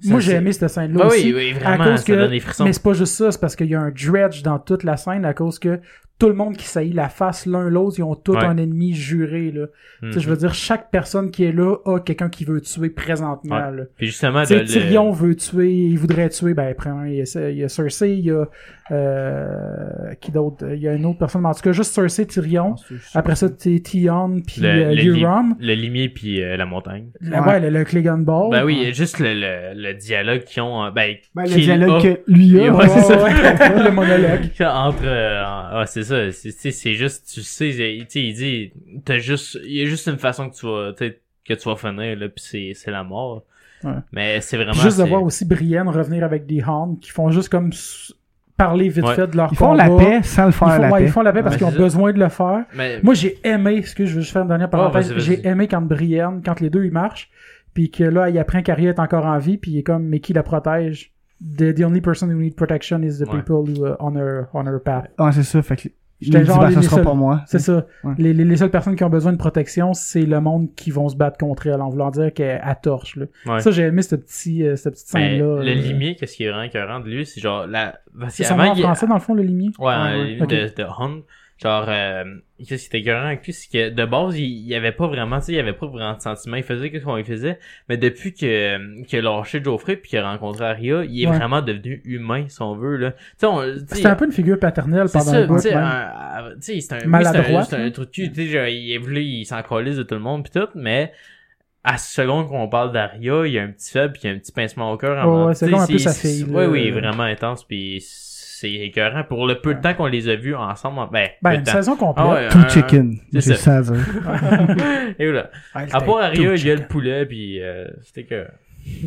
[SPEAKER 2] ça,
[SPEAKER 1] Moi, j'ai
[SPEAKER 2] c'est-
[SPEAKER 1] aimé cette scène-là
[SPEAKER 2] Ah
[SPEAKER 1] aussi.
[SPEAKER 2] oui, oui, vraiment,
[SPEAKER 1] à cause
[SPEAKER 2] ça
[SPEAKER 1] que-
[SPEAKER 2] donne des frissons.
[SPEAKER 1] Mais c'est pas juste ça, c'est parce qu'il y a un dredge dans toute la scène à cause que tout le monde qui saillit la face l'un l'autre, ils ont tout
[SPEAKER 2] Ouais.
[SPEAKER 1] un ennemi juré, là. Tu sais,
[SPEAKER 2] Mhm.
[SPEAKER 1] je veux dire, chaque personne qui est là a quelqu'un qui veut tuer présentement,
[SPEAKER 2] Ouais. Ah, ben,
[SPEAKER 1] là.
[SPEAKER 2] Puis justement,
[SPEAKER 1] Tu sais,
[SPEAKER 2] de- de-
[SPEAKER 1] Tyrion veut tuer, il voudrait tuer, ben, premièrement, il y a, il y a Cersei, il y a, euh, qui d'autre? Il y a une autre personne, mais en tout cas, juste Cersei, Tyrion. Après ça, t'es Tion, puis
[SPEAKER 2] le,
[SPEAKER 1] euh,
[SPEAKER 2] le, li-
[SPEAKER 1] Euron.
[SPEAKER 2] le limier puis euh, la montagne.
[SPEAKER 1] Là,
[SPEAKER 3] Ouais.
[SPEAKER 1] ouais, le, le Clegon Ball.
[SPEAKER 2] ben oui, juste le, le, le dialogue qu'ils ont. euh, Ben,
[SPEAKER 3] Ben, le
[SPEAKER 2] qu'il
[SPEAKER 3] dialogue
[SPEAKER 2] a
[SPEAKER 3] que lui
[SPEAKER 2] Il
[SPEAKER 3] a.
[SPEAKER 2] a-
[SPEAKER 1] Ouais,
[SPEAKER 2] c'est ça.
[SPEAKER 1] [laughs] ouais, le monologue.
[SPEAKER 2] [laughs] Entre. euh, en- ah, c'est ça. C'est- C'est c'est juste, tu sais, c'est- tu sais, il dit. T'as juste. Il y a juste une façon que tu vas. tu sais, que tu vas finir, là, puis c'est c'est la mort.
[SPEAKER 1] Ouais.
[SPEAKER 2] Mais c'est vraiment.
[SPEAKER 1] Puis juste de
[SPEAKER 2] c'est-
[SPEAKER 1] voir aussi Brienne revenir avec des hounds qui font juste comme s- parler vite
[SPEAKER 2] Ouais.
[SPEAKER 1] fait de leur
[SPEAKER 3] Ils font
[SPEAKER 1] combat.
[SPEAKER 3] la paix sans le
[SPEAKER 1] Ils
[SPEAKER 3] faire
[SPEAKER 1] font,
[SPEAKER 3] la
[SPEAKER 1] ouais, ils
[SPEAKER 3] paix.
[SPEAKER 1] font la paix parce
[SPEAKER 2] Ouais,
[SPEAKER 1] qu'ils ont
[SPEAKER 2] c'est ça.
[SPEAKER 1] besoin de le faire.
[SPEAKER 2] Mais,
[SPEAKER 1] Moi, j'ai aimé, excuse, je veux juste faire une dernière parenthèse,
[SPEAKER 2] Ouais, vas-y, vas-y.
[SPEAKER 1] j'ai aimé quand Brienne, quand les deux, ils marchent, puis que là, il apprend qu'Aria est encore en vie, puis il est comme, mais qui la protège? The, the only person who need protection is the
[SPEAKER 2] Ouais.
[SPEAKER 1] people who, uh, on, her, on her path.
[SPEAKER 3] Ouais, c'est ça, fait que. Il
[SPEAKER 1] J'étais
[SPEAKER 3] dit,
[SPEAKER 1] genre
[SPEAKER 3] bah,
[SPEAKER 1] les-
[SPEAKER 3] ça
[SPEAKER 1] les
[SPEAKER 3] sera
[SPEAKER 1] seuls-
[SPEAKER 3] pas moi.
[SPEAKER 1] C'est ça.
[SPEAKER 3] Ouais.
[SPEAKER 1] Les, les, les seules personnes qui ont besoin de protection, c'est le monde qui vont se battre contre elle, en voulant dire qu'elle à torche. Là.
[SPEAKER 2] Ouais.
[SPEAKER 1] Ça, j'ai aimé ce petit, euh, cette petite
[SPEAKER 2] Mais
[SPEAKER 1] scène-là.
[SPEAKER 2] le
[SPEAKER 1] euh,
[SPEAKER 2] limier, qu'est-ce qui est vraiment écœurant de lui, c'est genre la. parce
[SPEAKER 1] C'est son
[SPEAKER 2] qu'avant,
[SPEAKER 1] nom en
[SPEAKER 2] il-
[SPEAKER 1] français, dans le fond, le limier?
[SPEAKER 2] Ouais,
[SPEAKER 1] Ah,
[SPEAKER 2] euh,
[SPEAKER 1] ouais.
[SPEAKER 2] de,
[SPEAKER 1] Ok.
[SPEAKER 2] de Hunt. Genre, euh, qu'est-ce qui était écœurant avec lui, c'est que de base, il, il avait pas vraiment, tu sais, il avait pas vraiment de sentiments. Il faisait ce qu'on lui faisait. Mais depuis que, qu'il a lâché Geoffrey puis qu'il a rencontré Arya, il est
[SPEAKER 1] Ouais.
[SPEAKER 2] vraiment devenu humain, si on veut, là. Tu sais, on, tu sais,
[SPEAKER 1] C'était un peu une figure paternelle
[SPEAKER 2] c'est
[SPEAKER 1] pendant
[SPEAKER 2] ça,
[SPEAKER 1] le bout.
[SPEAKER 2] tu sais,
[SPEAKER 1] même.
[SPEAKER 2] un- tu sais, c'est un, oui,
[SPEAKER 1] Maladroit,
[SPEAKER 2] c'est un, c'est
[SPEAKER 1] là.
[SPEAKER 2] un truc de cul, tu sais, genre, il voulait, il s'en calisse de tout le monde pis tout, mais à ce seconde qu'on parle d'Aria, il y a un petit faible pis il y a un petit pincement au cœur. en
[SPEAKER 1] Ouais,
[SPEAKER 2] mode,
[SPEAKER 1] ouais, c'est
[SPEAKER 2] tu sais,
[SPEAKER 1] comme un peu sa fille,
[SPEAKER 2] Oui,
[SPEAKER 1] là.
[SPEAKER 2] oui, vraiment intense pis c'est écœurant pour le peu de temps qu'on les a vus ensemble. en- Ben,
[SPEAKER 1] Ben,
[SPEAKER 2] peu de
[SPEAKER 1] une
[SPEAKER 2] temps.
[SPEAKER 1] saison complète.
[SPEAKER 2] Ah ouais,
[SPEAKER 3] Tout
[SPEAKER 2] un-
[SPEAKER 3] chicken.
[SPEAKER 2] c'est
[SPEAKER 3] C'est
[SPEAKER 2] ça.
[SPEAKER 3] ça à dire.
[SPEAKER 2] Et voilà.
[SPEAKER 1] Ah, il
[SPEAKER 2] À
[SPEAKER 1] était
[SPEAKER 2] part Aria, il y a
[SPEAKER 1] chicken.
[SPEAKER 2] le poulet pis euh, c'était que.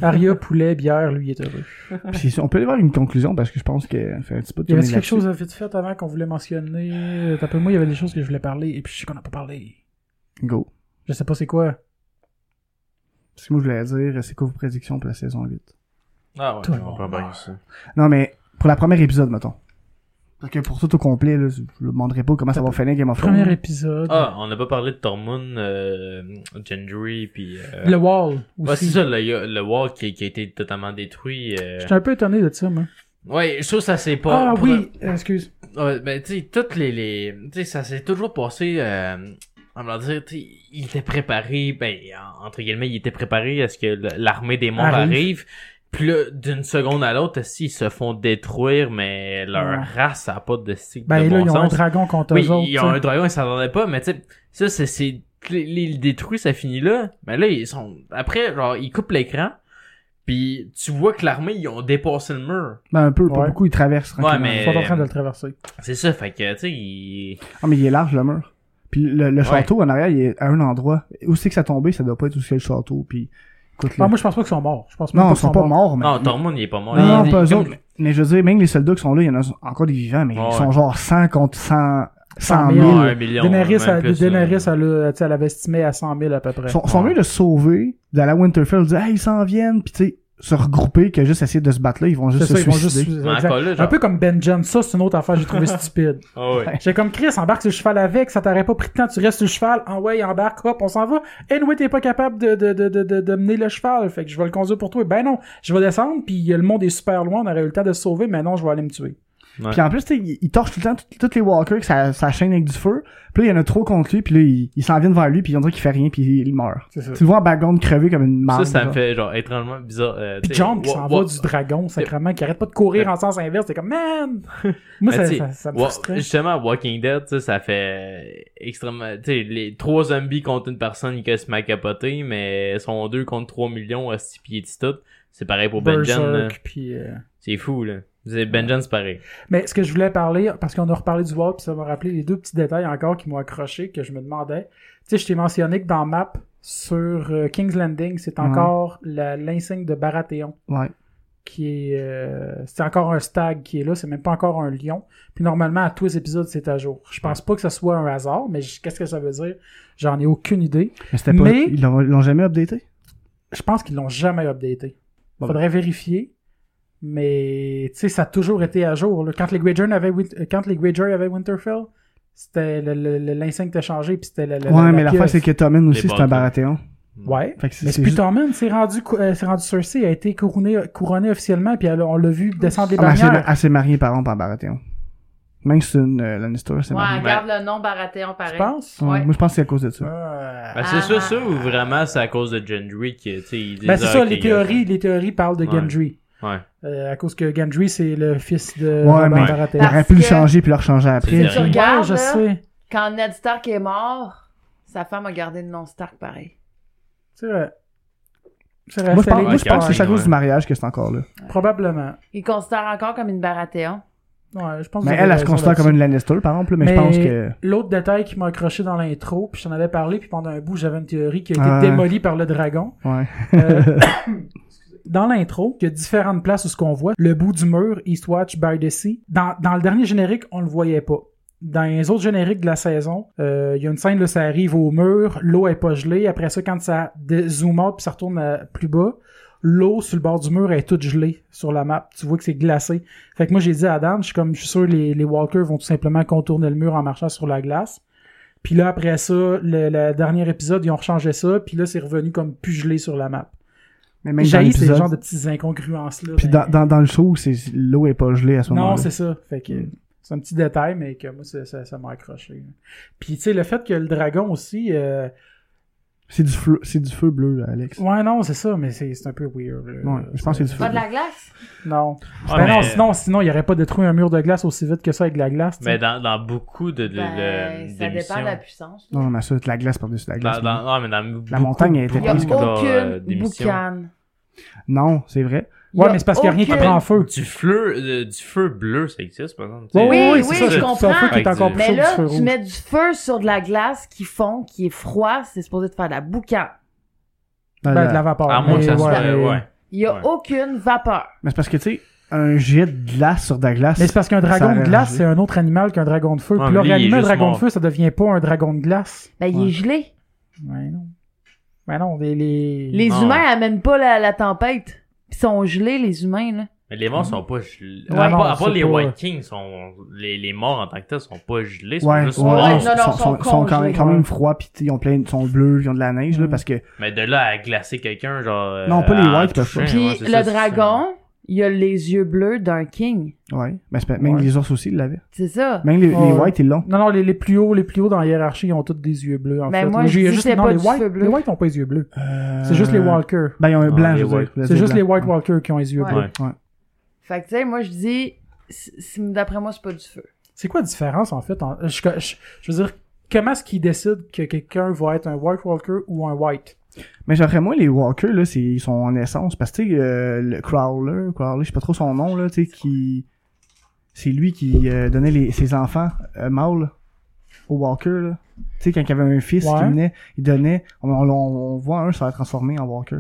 [SPEAKER 1] Aria, poulet, bière, lui, il est heureux.
[SPEAKER 3] Puis on peut aller voir une conclusion parce que je pense que fait un petit peu de
[SPEAKER 1] Il y avait
[SPEAKER 3] tourner
[SPEAKER 1] quelque
[SPEAKER 3] là-dessus.
[SPEAKER 1] chose à vite fait avant qu'on voulait mentionner. T'as peu moi, il y avait des choses que je voulais parler et puis je sais qu'on n'a pas parlé.
[SPEAKER 3] Go.
[SPEAKER 1] Je sais pas c'est quoi.
[SPEAKER 3] Parce que moi, je voulais dire, c'est quoi vos prédictions pour la saison 8?
[SPEAKER 2] Ah ouais,
[SPEAKER 1] Tout le
[SPEAKER 2] on
[SPEAKER 1] monde
[SPEAKER 2] comprend bien
[SPEAKER 1] meurt.
[SPEAKER 2] ça.
[SPEAKER 3] Non, mais pour la première épisode, mettons. Parce que pour tout au complet, là, je ne demanderai pas comment ça va finir Game of Thrones.
[SPEAKER 1] Premier épisode.
[SPEAKER 2] Ah, on n'a pas parlé de Tormund, euh, Gendry pis. euh,
[SPEAKER 1] Le Wall
[SPEAKER 2] Ouais, c'est
[SPEAKER 1] aussi.
[SPEAKER 2] ça, le, le wall qui, qui a été totalement détruit. euh,
[SPEAKER 1] J'étais un peu étonné de ça, moi.
[SPEAKER 2] Ouais, je trouve que ça s'est pas.
[SPEAKER 1] Ah
[SPEAKER 2] pour-
[SPEAKER 1] oui, euh, excuse.
[SPEAKER 2] Ouais, ben, tu sais, toutes les. les tu sais, ça s'est toujours passé. Euh, on va dire, tu sais, il était préparé. Ben, en- entre guillemets, il était préparé à ce que le- l'armée des morts
[SPEAKER 1] Arrive.
[SPEAKER 2] arrive. Puis là, d'une seconde à l'autre, s'ils se font détruire, mais leur
[SPEAKER 1] Ouais.
[SPEAKER 2] race a pas de style
[SPEAKER 1] Ben là,
[SPEAKER 2] de bon
[SPEAKER 1] ils ont un
[SPEAKER 2] sens.
[SPEAKER 1] dragon contre
[SPEAKER 2] Oui,
[SPEAKER 1] eux autres.
[SPEAKER 2] ils ont un
[SPEAKER 1] t'sais.
[SPEAKER 2] dragon, ils s'attendaient pas, mais tu sais, ça, c'est, c'est, l'île détruit, ça finit là. Mais là, ils sont, après, genre, ils coupent l'écran, puis tu vois que l'armée, ils ont dépassé le mur.
[SPEAKER 3] Ben, un peu, pas
[SPEAKER 1] Ouais.
[SPEAKER 3] beaucoup, il traverse
[SPEAKER 2] Ouais,
[SPEAKER 3] tranquillement.
[SPEAKER 1] Ils
[SPEAKER 2] mais-
[SPEAKER 1] sont en train de le traverser.
[SPEAKER 2] C'est ça, fait que, tu sais, ils...
[SPEAKER 3] Ah, mais il est large, le mur. Puis le, le château, en arrière, il est à un endroit. Où c'est que ça tombait, ça doit pas être aussi le château. Puis, écoute, là.
[SPEAKER 1] Ah, moi, je pense pas qu'ils sont morts. Je pense même
[SPEAKER 3] non,
[SPEAKER 1] pas
[SPEAKER 3] ils
[SPEAKER 1] qu'ils
[SPEAKER 3] sont pas morts, mais.
[SPEAKER 2] Non, Tormund, il est pas mort.
[SPEAKER 3] Non, non,
[SPEAKER 2] Il-
[SPEAKER 3] pas eux
[SPEAKER 2] comme-
[SPEAKER 3] autres. Mais je veux dire, même les soldats qui sont là, il y en a encore des vivants, mais
[SPEAKER 2] Ouais.
[SPEAKER 3] ils sont genre 100 contre 100, 100
[SPEAKER 1] Ouais,
[SPEAKER 3] 000.
[SPEAKER 2] un million.
[SPEAKER 1] Daenerys,
[SPEAKER 2] même
[SPEAKER 1] elle,
[SPEAKER 2] plus,
[SPEAKER 1] Daenerys,
[SPEAKER 2] euh,
[SPEAKER 1] elle, a- t'sais, elle avait estimé à 100 000 à peu près.
[SPEAKER 3] Ils sont, sont
[SPEAKER 2] Ouais.
[SPEAKER 3] mieux de se sauver, d'aller à Winterfell, de dire, ah, ils s'en viennent, pis tu sais, se regrouper que juste essayer de se battre là. Ils vont
[SPEAKER 1] C'est
[SPEAKER 3] juste se
[SPEAKER 1] ça, ils vont
[SPEAKER 3] suicider.
[SPEAKER 1] juste-
[SPEAKER 2] Ouais,
[SPEAKER 1] exact.
[SPEAKER 2] encore là, genre.
[SPEAKER 1] Un peu comme Ben John, ça c'est une autre affaire que j'ai
[SPEAKER 2] [laughs]
[SPEAKER 1] trouvé stupide.
[SPEAKER 2] Ah ouais.
[SPEAKER 1] J'ai comme Chris, embarque sur le cheval avec, ça t'aurait pas pris de temps, tu restes sur le cheval, en ouais, embarque, hop, on s'en va. Anyway, t'es pas capable de, de, de, de, de, de mener le cheval, fait que je vais le conduire pour toi. Ben non, je vais descendre, puis euh, le monde est super loin, on aurait eu le temps de se sauver, mais non, je vais aller me tuer.
[SPEAKER 3] Puis en plus, tu sais, il, il torche tout le temps tout- tous les walkers avec sa, sa chaîne avec du feu. Puis là, il y en a trop contre lui, puis là, ils il s'en viennent vers lui, puis on dirait qu'il fait rien, puis il, il meurt.
[SPEAKER 1] C'est ça.
[SPEAKER 3] Tu le vois en background crever comme une marde.
[SPEAKER 2] Ça, ça me
[SPEAKER 3] genre.
[SPEAKER 2] fait genre étrangement bizarre. euh,
[SPEAKER 1] Puis
[SPEAKER 2] t'sais,
[SPEAKER 1] John qui
[SPEAKER 2] wa-
[SPEAKER 1] s'en
[SPEAKER 2] wa-
[SPEAKER 1] va du dragon, sacrément, qui arrête pas de courir en sens inverse, t'es comme,
[SPEAKER 2] [laughs]
[SPEAKER 1] man! Moi,
[SPEAKER 2] Mais
[SPEAKER 1] ça,
[SPEAKER 2] t'sais,
[SPEAKER 1] ça, ça me
[SPEAKER 2] Ben, wa-
[SPEAKER 1] frustrait.
[SPEAKER 2] Justement, Walking Dead, t'sais, ça fait euh, extrêmement. Tu sais, les trois zombies contre une personne qui se met à capoter, mais sont deux contre 3 millions à se pieds de tout. C'est pareil pour Benjen. là.
[SPEAKER 1] Berserk, puis... euh,
[SPEAKER 2] C'est fou, là. C'est- Benjen, c'est pareil.
[SPEAKER 1] Mais ce que je voulais parler, parce qu'on a reparlé du WoW, puis ça m'a rappelé les deux petits détails encore qui m'ont accroché, que je me demandais. Tu sais, je t'ai mentionné que dans Map, sur euh, King's Landing, c'est
[SPEAKER 3] Ouais.
[SPEAKER 1] encore la- l'insigne de Baratheon,
[SPEAKER 3] Ouais.
[SPEAKER 1] qui est... euh, c'est encore un stag qui est là, c'est même pas encore un lion. Puis normalement, à tous les épisodes, c'est à jour. Je pense pas que ce soit un hasard, mais je- qu'est-ce que ça veut dire? J'en ai aucune idée.
[SPEAKER 3] Mais c'était pas.
[SPEAKER 1] Mais-
[SPEAKER 3] Ils l'ont ils l'ont jamais updaté?
[SPEAKER 1] Je pense qu'ils l'ont jamais updaté.
[SPEAKER 3] Bon,
[SPEAKER 1] Faudrait vérifier. Mais, tu sais, ça a toujours été à jour. là. Quand les Greyjoy avaient, Win- euh, quand les Greyjoy avaient Winterfell, c'était le- le- le- l'insigne était changé, puis c'était le, le-
[SPEAKER 3] ouais, mais l'affaire,
[SPEAKER 1] pieuvre.
[SPEAKER 3] c'est que Tommen
[SPEAKER 2] Les
[SPEAKER 3] aussi, c'est un
[SPEAKER 2] Balkans.
[SPEAKER 3] Baratheon.
[SPEAKER 1] Ouais.
[SPEAKER 3] Fait que c'est
[SPEAKER 1] Mais
[SPEAKER 3] c'est
[SPEAKER 1] c'est plus Tormund, c'est rendu, cou- euh, c'est rendu Cersei, a été couronnée, couronnée officiellement, puis elle- on l'a vu descendre les
[SPEAKER 3] Ah, mais elle s'est-
[SPEAKER 1] barrières.
[SPEAKER 3] elle s'est mariée, par exemple, par Baratheon. Même si c'est une euh, Lannister, c'est
[SPEAKER 4] Ouais,
[SPEAKER 3] mariée.
[SPEAKER 4] on garde le nom Baratheon
[SPEAKER 1] je
[SPEAKER 4] pareil.
[SPEAKER 1] pense.
[SPEAKER 4] Ouais.
[SPEAKER 3] Moi, je pense que c'est à cause de ça.
[SPEAKER 1] Euh,
[SPEAKER 2] Ben, c'est sûr,
[SPEAKER 4] Ah.
[SPEAKER 2] ça, ou vraiment, c'est à cause de Gendry qui, tu sais, ils
[SPEAKER 1] ben,
[SPEAKER 2] disent,
[SPEAKER 1] c'est
[SPEAKER 2] ah,
[SPEAKER 1] ça,
[SPEAKER 2] ok,
[SPEAKER 1] les
[SPEAKER 2] gars,
[SPEAKER 1] théories, les théories parlent de
[SPEAKER 2] Ouais.
[SPEAKER 1] Gendry.
[SPEAKER 2] Ouais.
[SPEAKER 1] Euh, à cause que Gendry, c'est le fils de
[SPEAKER 3] Ouais,
[SPEAKER 1] Robert
[SPEAKER 3] mais- Il
[SPEAKER 1] Baratheon.
[SPEAKER 4] Parce
[SPEAKER 3] aurait pu le
[SPEAKER 4] que-
[SPEAKER 3] changer puis le rechanger
[SPEAKER 2] C'est
[SPEAKER 3] après.
[SPEAKER 2] vrai.
[SPEAKER 4] Tu regardes,
[SPEAKER 1] je
[SPEAKER 4] là,
[SPEAKER 1] sais.
[SPEAKER 4] quand Ned Stark est mort, sa femme a gardé le nom Stark pareil.
[SPEAKER 1] C'est vrai. C'est vrai,
[SPEAKER 3] Moi, je
[SPEAKER 1] c'est
[SPEAKER 3] pense,
[SPEAKER 1] les-
[SPEAKER 3] moi, je pense que c'est à cause
[SPEAKER 2] Ouais.
[SPEAKER 3] du mariage que c'est encore là.
[SPEAKER 1] Probablement.
[SPEAKER 4] Il considère encore comme une Baratheon.
[SPEAKER 1] Ouais, je pense que
[SPEAKER 3] Mais
[SPEAKER 1] vous
[SPEAKER 3] elle,
[SPEAKER 1] avez
[SPEAKER 3] elle se
[SPEAKER 1] raison
[SPEAKER 3] considère
[SPEAKER 1] là-dessus.
[SPEAKER 3] comme une Lannister, par exemple, là, mais,
[SPEAKER 1] Mais-
[SPEAKER 3] je pense que.
[SPEAKER 1] L'autre détail qui m'a accroché dans l'intro, puis j'en avais parlé, puis pendant un bout, j'avais une théorie qui a été
[SPEAKER 3] Ah.
[SPEAKER 1] démolie par le dragon.
[SPEAKER 3] Ouais.
[SPEAKER 1] Euh, [coughs] dans l'intro, il y a différentes places où ce qu'on voit. Le bout du mur, Eastwatch, By the Sea. Dans, dans le dernier générique, on le voyait pas. Dans les autres génériques de la saison, euh, il y a une scène là, ça arrive au mur, l'eau est pas gelée. Après ça, quand ça dé- zoom out puis ça retourne à- plus bas, l'eau sur le bord du mur est toute gelée sur la map. Tu vois que c'est glacé. Fait que moi j'ai dit à Dan, je suis comme je suis sûr les, les walkers vont tout simplement contourner le mur en marchant sur la glace. Puis là après ça, le, le dernier épisode, ils ont rechangé ça, puis là c'est revenu comme plus gelé sur la map.
[SPEAKER 3] Mais
[SPEAKER 1] Mais
[SPEAKER 3] même dans
[SPEAKER 1] Jaïs, c'est le
[SPEAKER 3] l'épisode-
[SPEAKER 1] genre de petites incongruences-là.
[SPEAKER 3] Puis
[SPEAKER 1] ben,
[SPEAKER 3] dans, dans, dans le show, c'est- l'eau est pas gelée à ce moment-là. Mm.
[SPEAKER 1] Non, c'est ça. Fait que c'est un petit détail, mais que moi, ça, ça, ça m'a accroché. Puis, tu sais, le fait que le dragon aussi. euh,
[SPEAKER 3] C'est du, feu- c'est du feu bleu, Alex.
[SPEAKER 1] Ouais, non, c'est ça, mais c'est c'est un peu weird. là.
[SPEAKER 3] Ouais, je pense que c'est du feu.
[SPEAKER 4] Pas de la glace?
[SPEAKER 1] Non.
[SPEAKER 2] Ouais,
[SPEAKER 1] Ben non,
[SPEAKER 2] Ah, mais-
[SPEAKER 1] sinon, sinon, il n'y aurait pas détruit un mur de glace aussi vite que ça avec de la glace. tu sais.
[SPEAKER 2] Mais dans, dans beaucoup de, de,
[SPEAKER 4] Ben,
[SPEAKER 2] de-
[SPEAKER 4] ça
[SPEAKER 2] d'émissions-
[SPEAKER 4] dépend de la puissance. là.
[SPEAKER 3] Non, mais ça, de la glace par-dessus de la glace.
[SPEAKER 2] Dans, dans, non, mais dans
[SPEAKER 3] La
[SPEAKER 2] beaucoup-
[SPEAKER 3] montagne, elle était
[SPEAKER 4] Il n'y a
[SPEAKER 2] beaucoup
[SPEAKER 3] prise
[SPEAKER 4] aucune
[SPEAKER 2] de- euh, d'émissions.
[SPEAKER 4] boucane.
[SPEAKER 3] Non, c'est vrai.
[SPEAKER 4] Il y
[SPEAKER 1] Ouais, mais c'est parce qu'il n'y a rien qui
[SPEAKER 4] aucune-
[SPEAKER 1] prend feu.
[SPEAKER 2] Du fleu, euh, du feu bleu, ça existe, par exemple. tu
[SPEAKER 1] Ouais,
[SPEAKER 2] sais.
[SPEAKER 1] ouais,
[SPEAKER 4] Oui,
[SPEAKER 1] ouais, c'est
[SPEAKER 4] oui,
[SPEAKER 1] ça,
[SPEAKER 4] je
[SPEAKER 1] c'est- C'est un feu qui est
[SPEAKER 2] comprends.
[SPEAKER 1] encore plus
[SPEAKER 4] Mais
[SPEAKER 1] chaud que du
[SPEAKER 4] là,
[SPEAKER 1] feu
[SPEAKER 4] tu
[SPEAKER 1] rouge.
[SPEAKER 4] mets du feu sur de la glace qui fond, qui est froid, c'est supposé de faire de la boucane.
[SPEAKER 3] Dans
[SPEAKER 1] Ben,
[SPEAKER 3] la-
[SPEAKER 1] de la vapeur.
[SPEAKER 2] À moins que
[SPEAKER 1] mais
[SPEAKER 2] Ah, ça soit,
[SPEAKER 1] ouais, mais-
[SPEAKER 2] ouais.
[SPEAKER 4] Il n'y a
[SPEAKER 2] Ouais.
[SPEAKER 4] aucune vapeur.
[SPEAKER 3] Mais c'est parce que, tu sais, un jet de glace sur de la glace.
[SPEAKER 1] Mais c'est parce qu'un dragon de
[SPEAKER 3] aurait
[SPEAKER 1] glace,
[SPEAKER 3] rangé.
[SPEAKER 1] c'est un autre animal qu'un dragon de feu.
[SPEAKER 2] Ouais,
[SPEAKER 1] Puis
[SPEAKER 2] mais
[SPEAKER 1] là,
[SPEAKER 2] lui, il est
[SPEAKER 1] réanimer un
[SPEAKER 2] juste
[SPEAKER 1] dragon de
[SPEAKER 2] mort.
[SPEAKER 1] feu, ça devient pas un dragon de glace.
[SPEAKER 4] Ben, il
[SPEAKER 3] Ouais.
[SPEAKER 4] est gelé.
[SPEAKER 1] Ouais, non. Ouais, non, les. les-
[SPEAKER 4] Les
[SPEAKER 2] Non.
[SPEAKER 4] humains amènent pas la, la tempête. Ils sont gelés, les humains, là.
[SPEAKER 2] Mais les morts sont pas gelés.
[SPEAKER 1] Ouais,
[SPEAKER 2] à
[SPEAKER 1] non,
[SPEAKER 2] part, à part
[SPEAKER 1] c'est
[SPEAKER 2] les
[SPEAKER 1] pas-
[SPEAKER 2] White Kings, sont, les, les morts en tant que tels sont pas gelés, sont
[SPEAKER 3] Ouais,
[SPEAKER 2] juste
[SPEAKER 3] ouais,
[SPEAKER 2] morts.
[SPEAKER 3] non,
[SPEAKER 4] non,
[SPEAKER 3] ils sont, sont-
[SPEAKER 4] sont
[SPEAKER 3] sont quand même,
[SPEAKER 4] congelés,
[SPEAKER 3] quand même
[SPEAKER 4] ouais.
[SPEAKER 3] froids, pis ils ont plein, ils sont bleus, ils ont de la neige, là,
[SPEAKER 1] Mm.
[SPEAKER 3] parce que,
[SPEAKER 2] Mais de là à glacer quelqu'un, genre. euh,
[SPEAKER 3] Non, pas les
[SPEAKER 2] en
[SPEAKER 3] White, ils peuvent
[SPEAKER 2] touchant,
[SPEAKER 3] pas.
[SPEAKER 4] Puis
[SPEAKER 2] ouais, c'est
[SPEAKER 4] le
[SPEAKER 2] ça, c'est-
[SPEAKER 4] dragon, il a les yeux bleus d'un king.
[SPEAKER 3] ouais. Mais c'est pas- même
[SPEAKER 1] Ouais.
[SPEAKER 3] les ours aussi, ils l'avaient.
[SPEAKER 4] C'est ça.
[SPEAKER 3] Même les, les
[SPEAKER 1] Ouais.
[SPEAKER 3] whites, ils l'ont.
[SPEAKER 1] Non, non, les, les plus hauts, les plus hauts dans la hiérarchie, ils ont tous des yeux bleus, en
[SPEAKER 4] Ben,
[SPEAKER 1] fait.
[SPEAKER 4] moi,
[SPEAKER 1] J'ai
[SPEAKER 4] je dis
[SPEAKER 1] juste,
[SPEAKER 4] c'est
[SPEAKER 1] non,
[SPEAKER 4] pas
[SPEAKER 1] les
[SPEAKER 4] du
[SPEAKER 1] whites,
[SPEAKER 4] feu bleu.
[SPEAKER 1] les whites ont pas les yeux bleus. C'est juste les
[SPEAKER 3] whites.
[SPEAKER 1] walkers.
[SPEAKER 3] Ben, ils ont un
[SPEAKER 2] Non,
[SPEAKER 3] Euh, blanc,
[SPEAKER 2] les
[SPEAKER 3] je veux
[SPEAKER 2] White.
[SPEAKER 3] dire.
[SPEAKER 1] C'est juste les
[SPEAKER 3] whites
[SPEAKER 1] white walkers qui ont les yeux
[SPEAKER 4] Ouais.
[SPEAKER 1] bleus.
[SPEAKER 2] Ouais.
[SPEAKER 4] Fait que, tu sais, moi, je dis, c- c- d'après moi, c'est pas du feu.
[SPEAKER 1] C'est quoi la différence, en fait? en- Je, je- je veux dire, comment est-ce qu'ils décident que quelqu'un va être un white walker ou un white?
[SPEAKER 3] Mais j'aurais moi, les walkers, là, c'est, ils sont en essence, parce que, tu sais, euh, le crawler, crawler, je sais pas trop son nom, là, tu sais, qui, c'est lui qui euh, donnait les, ses enfants, euh, mâles, aux walkers, là. Tu sais, quand il y avait un fils
[SPEAKER 1] Ouais.
[SPEAKER 3] qui venait, il donnait, on, on- on voit un, ça va transformer en walker.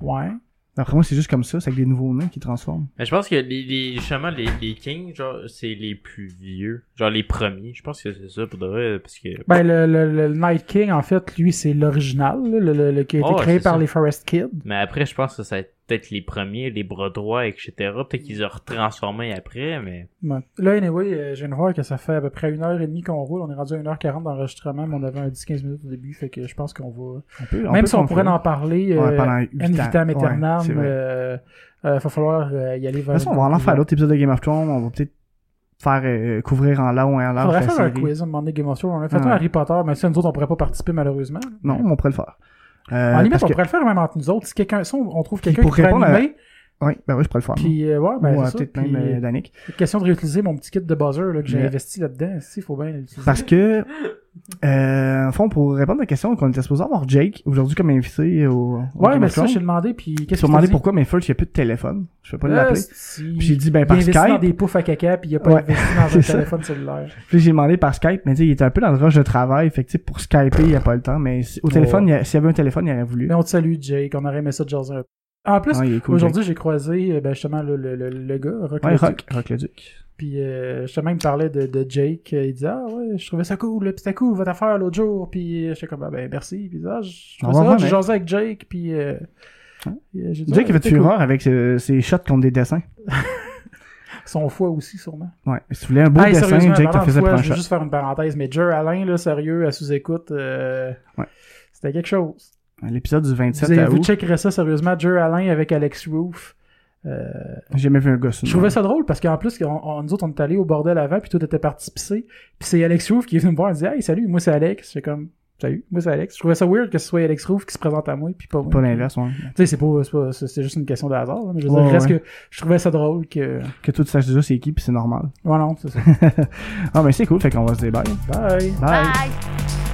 [SPEAKER 1] Ouais.
[SPEAKER 3] D'après moi, c'est juste comme ça, c'est avec des nouveaux nains qui transforment.
[SPEAKER 2] Mais je pense que les, les, justement, les, les Kings, genre, c'est les plus vieux. Genre, les premiers. Je pense que c'est ça, pour de vrai, parce que.
[SPEAKER 1] Ben, le, le- le Night King, en fait, lui, c'est l'original, là, le, le- le- qui a été
[SPEAKER 3] Ah
[SPEAKER 2] Oh,
[SPEAKER 1] créé
[SPEAKER 2] c'est
[SPEAKER 1] par
[SPEAKER 2] ça.
[SPEAKER 1] les Forest Kids.
[SPEAKER 2] Mais après, je pense que ça a peut-être les premiers, les bras droits, etc. Peut-être qu'ils ont retransformé après, mais
[SPEAKER 1] Ouais. Là, anyway, euh, je viens de voir que ça fait à peu près une heure et demie qu'on roule. On est rendu à 1h40 d'enregistrement, mais on avait un 10-15 minutes au début, fait que je pense qu'on va...
[SPEAKER 3] On peut- on
[SPEAKER 1] Même
[SPEAKER 3] peut
[SPEAKER 1] si on pourrait
[SPEAKER 3] continuer.
[SPEAKER 1] en parler, euh,
[SPEAKER 3] Ouais, pendant huit
[SPEAKER 1] in
[SPEAKER 3] ans.
[SPEAKER 1] vitam
[SPEAKER 3] Ouais,
[SPEAKER 1] aeternam,
[SPEAKER 3] c'est vrai.
[SPEAKER 1] euh, euh, va falloir euh, y aller
[SPEAKER 3] De
[SPEAKER 1] vers...
[SPEAKER 3] toute façon, on va en faire l'autre épisode de Game of Thrones. On va peut-être faire euh, couvrir en long et en large
[SPEAKER 1] Faudrait
[SPEAKER 3] la
[SPEAKER 1] faire un
[SPEAKER 3] série.
[SPEAKER 1] quiz, à un moment donné, Game of Thrones. On a fait un
[SPEAKER 3] Ouais.
[SPEAKER 1] Harry Potter, mais ça, nous autres, on pourrait pas participer, malheureusement.
[SPEAKER 3] Non, mais on pourrait le faire. Euh,
[SPEAKER 1] en limite,
[SPEAKER 3] parce
[SPEAKER 1] on
[SPEAKER 3] que-
[SPEAKER 1] pourrait le faire même entre nous autres. Si quelqu'un, si on, on trouve quelqu'un qui
[SPEAKER 3] pour
[SPEAKER 1] pourrait
[SPEAKER 3] répondre à-
[SPEAKER 1] animer,
[SPEAKER 3] Oui, ben oui, je pourrais le faire. moi.
[SPEAKER 1] puis euh, ouais, ben
[SPEAKER 3] Ou euh,
[SPEAKER 1] c'est ça.
[SPEAKER 3] peut-être
[SPEAKER 1] Puis,
[SPEAKER 3] même
[SPEAKER 1] [laughs]
[SPEAKER 3] euh, Danick.
[SPEAKER 1] question de réutiliser mon petit kit de buzzer là, que j'ai
[SPEAKER 3] Mais-
[SPEAKER 1] investi là-dedans. Si, faut bien l'utiliser.
[SPEAKER 3] Parce que, euh, en fond, pour répondre à la question qu'on était supposé avoir Jake aujourd'hui comme invité euh, au, au
[SPEAKER 1] Ouais,
[SPEAKER 3] Game
[SPEAKER 1] mais
[SPEAKER 3] of
[SPEAKER 1] ça,
[SPEAKER 3] Thrones,
[SPEAKER 1] j'ai demandé, puis
[SPEAKER 3] ils
[SPEAKER 1] qu'est-ce
[SPEAKER 3] m'ont
[SPEAKER 1] que
[SPEAKER 3] demandé pourquoi, mais first, il n'y a plus de téléphone. Je peux pas l'appeler. Puis j'ai
[SPEAKER 1] J'ai
[SPEAKER 3] dit, ben,
[SPEAKER 1] il a
[SPEAKER 3] par
[SPEAKER 1] investi dans
[SPEAKER 3] Skype.
[SPEAKER 1] des poufs à caca, puis il a pas
[SPEAKER 3] Ouais,
[SPEAKER 1] investi dans un
[SPEAKER 3] [laughs] c'est ça.
[SPEAKER 1] téléphone cellulaire.
[SPEAKER 3] Puis j'ai demandé par Skype, mais tu sais, il était un peu dans le rush de travail. Fait que, tu sais, pour Skyper, il n'y a pas le temps. Mais si- au téléphone, il y a- s'il y avait un téléphone, il aurait voulu.
[SPEAKER 1] Oh. Mais on te salue, Jake. On aurait aimé ça de jaser un peu. En plus,
[SPEAKER 3] Ah, il est cool,
[SPEAKER 1] aujourd'hui, j'ai croisé euh, ben, justement le, le, le, le gars, Rock
[SPEAKER 3] Jake. Ouais,
[SPEAKER 1] Leduc.
[SPEAKER 3] Rock, Rock le Duc.
[SPEAKER 1] Puis euh, justement, il me parlait de, de Jake. Il disait Ah ouais, je trouvais ça cool, là, puis c'était cool votre affaire l'autre jour. Puis euh, j'étais comme Ah ben merci. Puis ah, je
[SPEAKER 3] On
[SPEAKER 1] trouvais
[SPEAKER 3] va
[SPEAKER 1] ça hot,
[SPEAKER 3] voir,
[SPEAKER 1] j'ai
[SPEAKER 3] mais-
[SPEAKER 1] jasé avec Jake. Puis euh,
[SPEAKER 3] Hein?
[SPEAKER 1] euh, j'ai dit,
[SPEAKER 3] Jake,
[SPEAKER 1] Ouais,
[SPEAKER 3] il fait
[SPEAKER 1] c'était
[SPEAKER 3] fureur
[SPEAKER 1] cool.
[SPEAKER 3] avec ses, ses shots contre des dessins.
[SPEAKER 1] Son foie aussi, sûrement.
[SPEAKER 3] Ouais. Si tu voulais un beau
[SPEAKER 1] Hey,
[SPEAKER 3] dessin,
[SPEAKER 1] sérieusement,
[SPEAKER 3] Jake
[SPEAKER 1] parlant
[SPEAKER 3] t'en
[SPEAKER 1] de
[SPEAKER 3] faisait
[SPEAKER 1] foie,
[SPEAKER 3] pour un
[SPEAKER 1] Je
[SPEAKER 3] shot.
[SPEAKER 1] vais juste faire une parenthèse, mais Jer Alain, là, sérieux, à sous-écoute, euh,
[SPEAKER 3] Ouais.
[SPEAKER 1] c'était quelque chose.
[SPEAKER 3] L'épisode du
[SPEAKER 1] Vous,
[SPEAKER 3] 27
[SPEAKER 1] avez-
[SPEAKER 3] à
[SPEAKER 1] vous
[SPEAKER 3] août,
[SPEAKER 1] checkerez ça sérieusement, Jer Alain avec Alex Roof. Euh,
[SPEAKER 3] j'ai jamais vu un gars
[SPEAKER 1] je
[SPEAKER 3] sous le
[SPEAKER 1] trouvais
[SPEAKER 3] nom.
[SPEAKER 1] ça drôle parce qu'en plus, on, on- nous autres, on est allés au bordel avant, puis tout était parti pisser. Puis c'est Alex Roof qui est venu me voir et dit Hey, salut, moi c'est Alex. J'ai comme Salut, moi c'est Alex. Je trouvais ça weird que ce soit Alex Roof qui se présente à moi, puis pas moi.
[SPEAKER 3] Pas l'inverse, ouais.
[SPEAKER 1] Tu sais, c'est pas, c'est pas- c'est- c'est juste une question de hasard, là, mais je veux
[SPEAKER 3] Ouais,
[SPEAKER 1] dire, reste
[SPEAKER 3] ouais.
[SPEAKER 1] que je trouvais ça drôle que.
[SPEAKER 3] Que tout sache déjà c'est qui, puis c'est normal. [laughs] ben,
[SPEAKER 1] Voilà, c'est ça.
[SPEAKER 3] Ah, mais c'est cool, fait qu'on va se dire bye.
[SPEAKER 1] Bye!
[SPEAKER 4] Bye.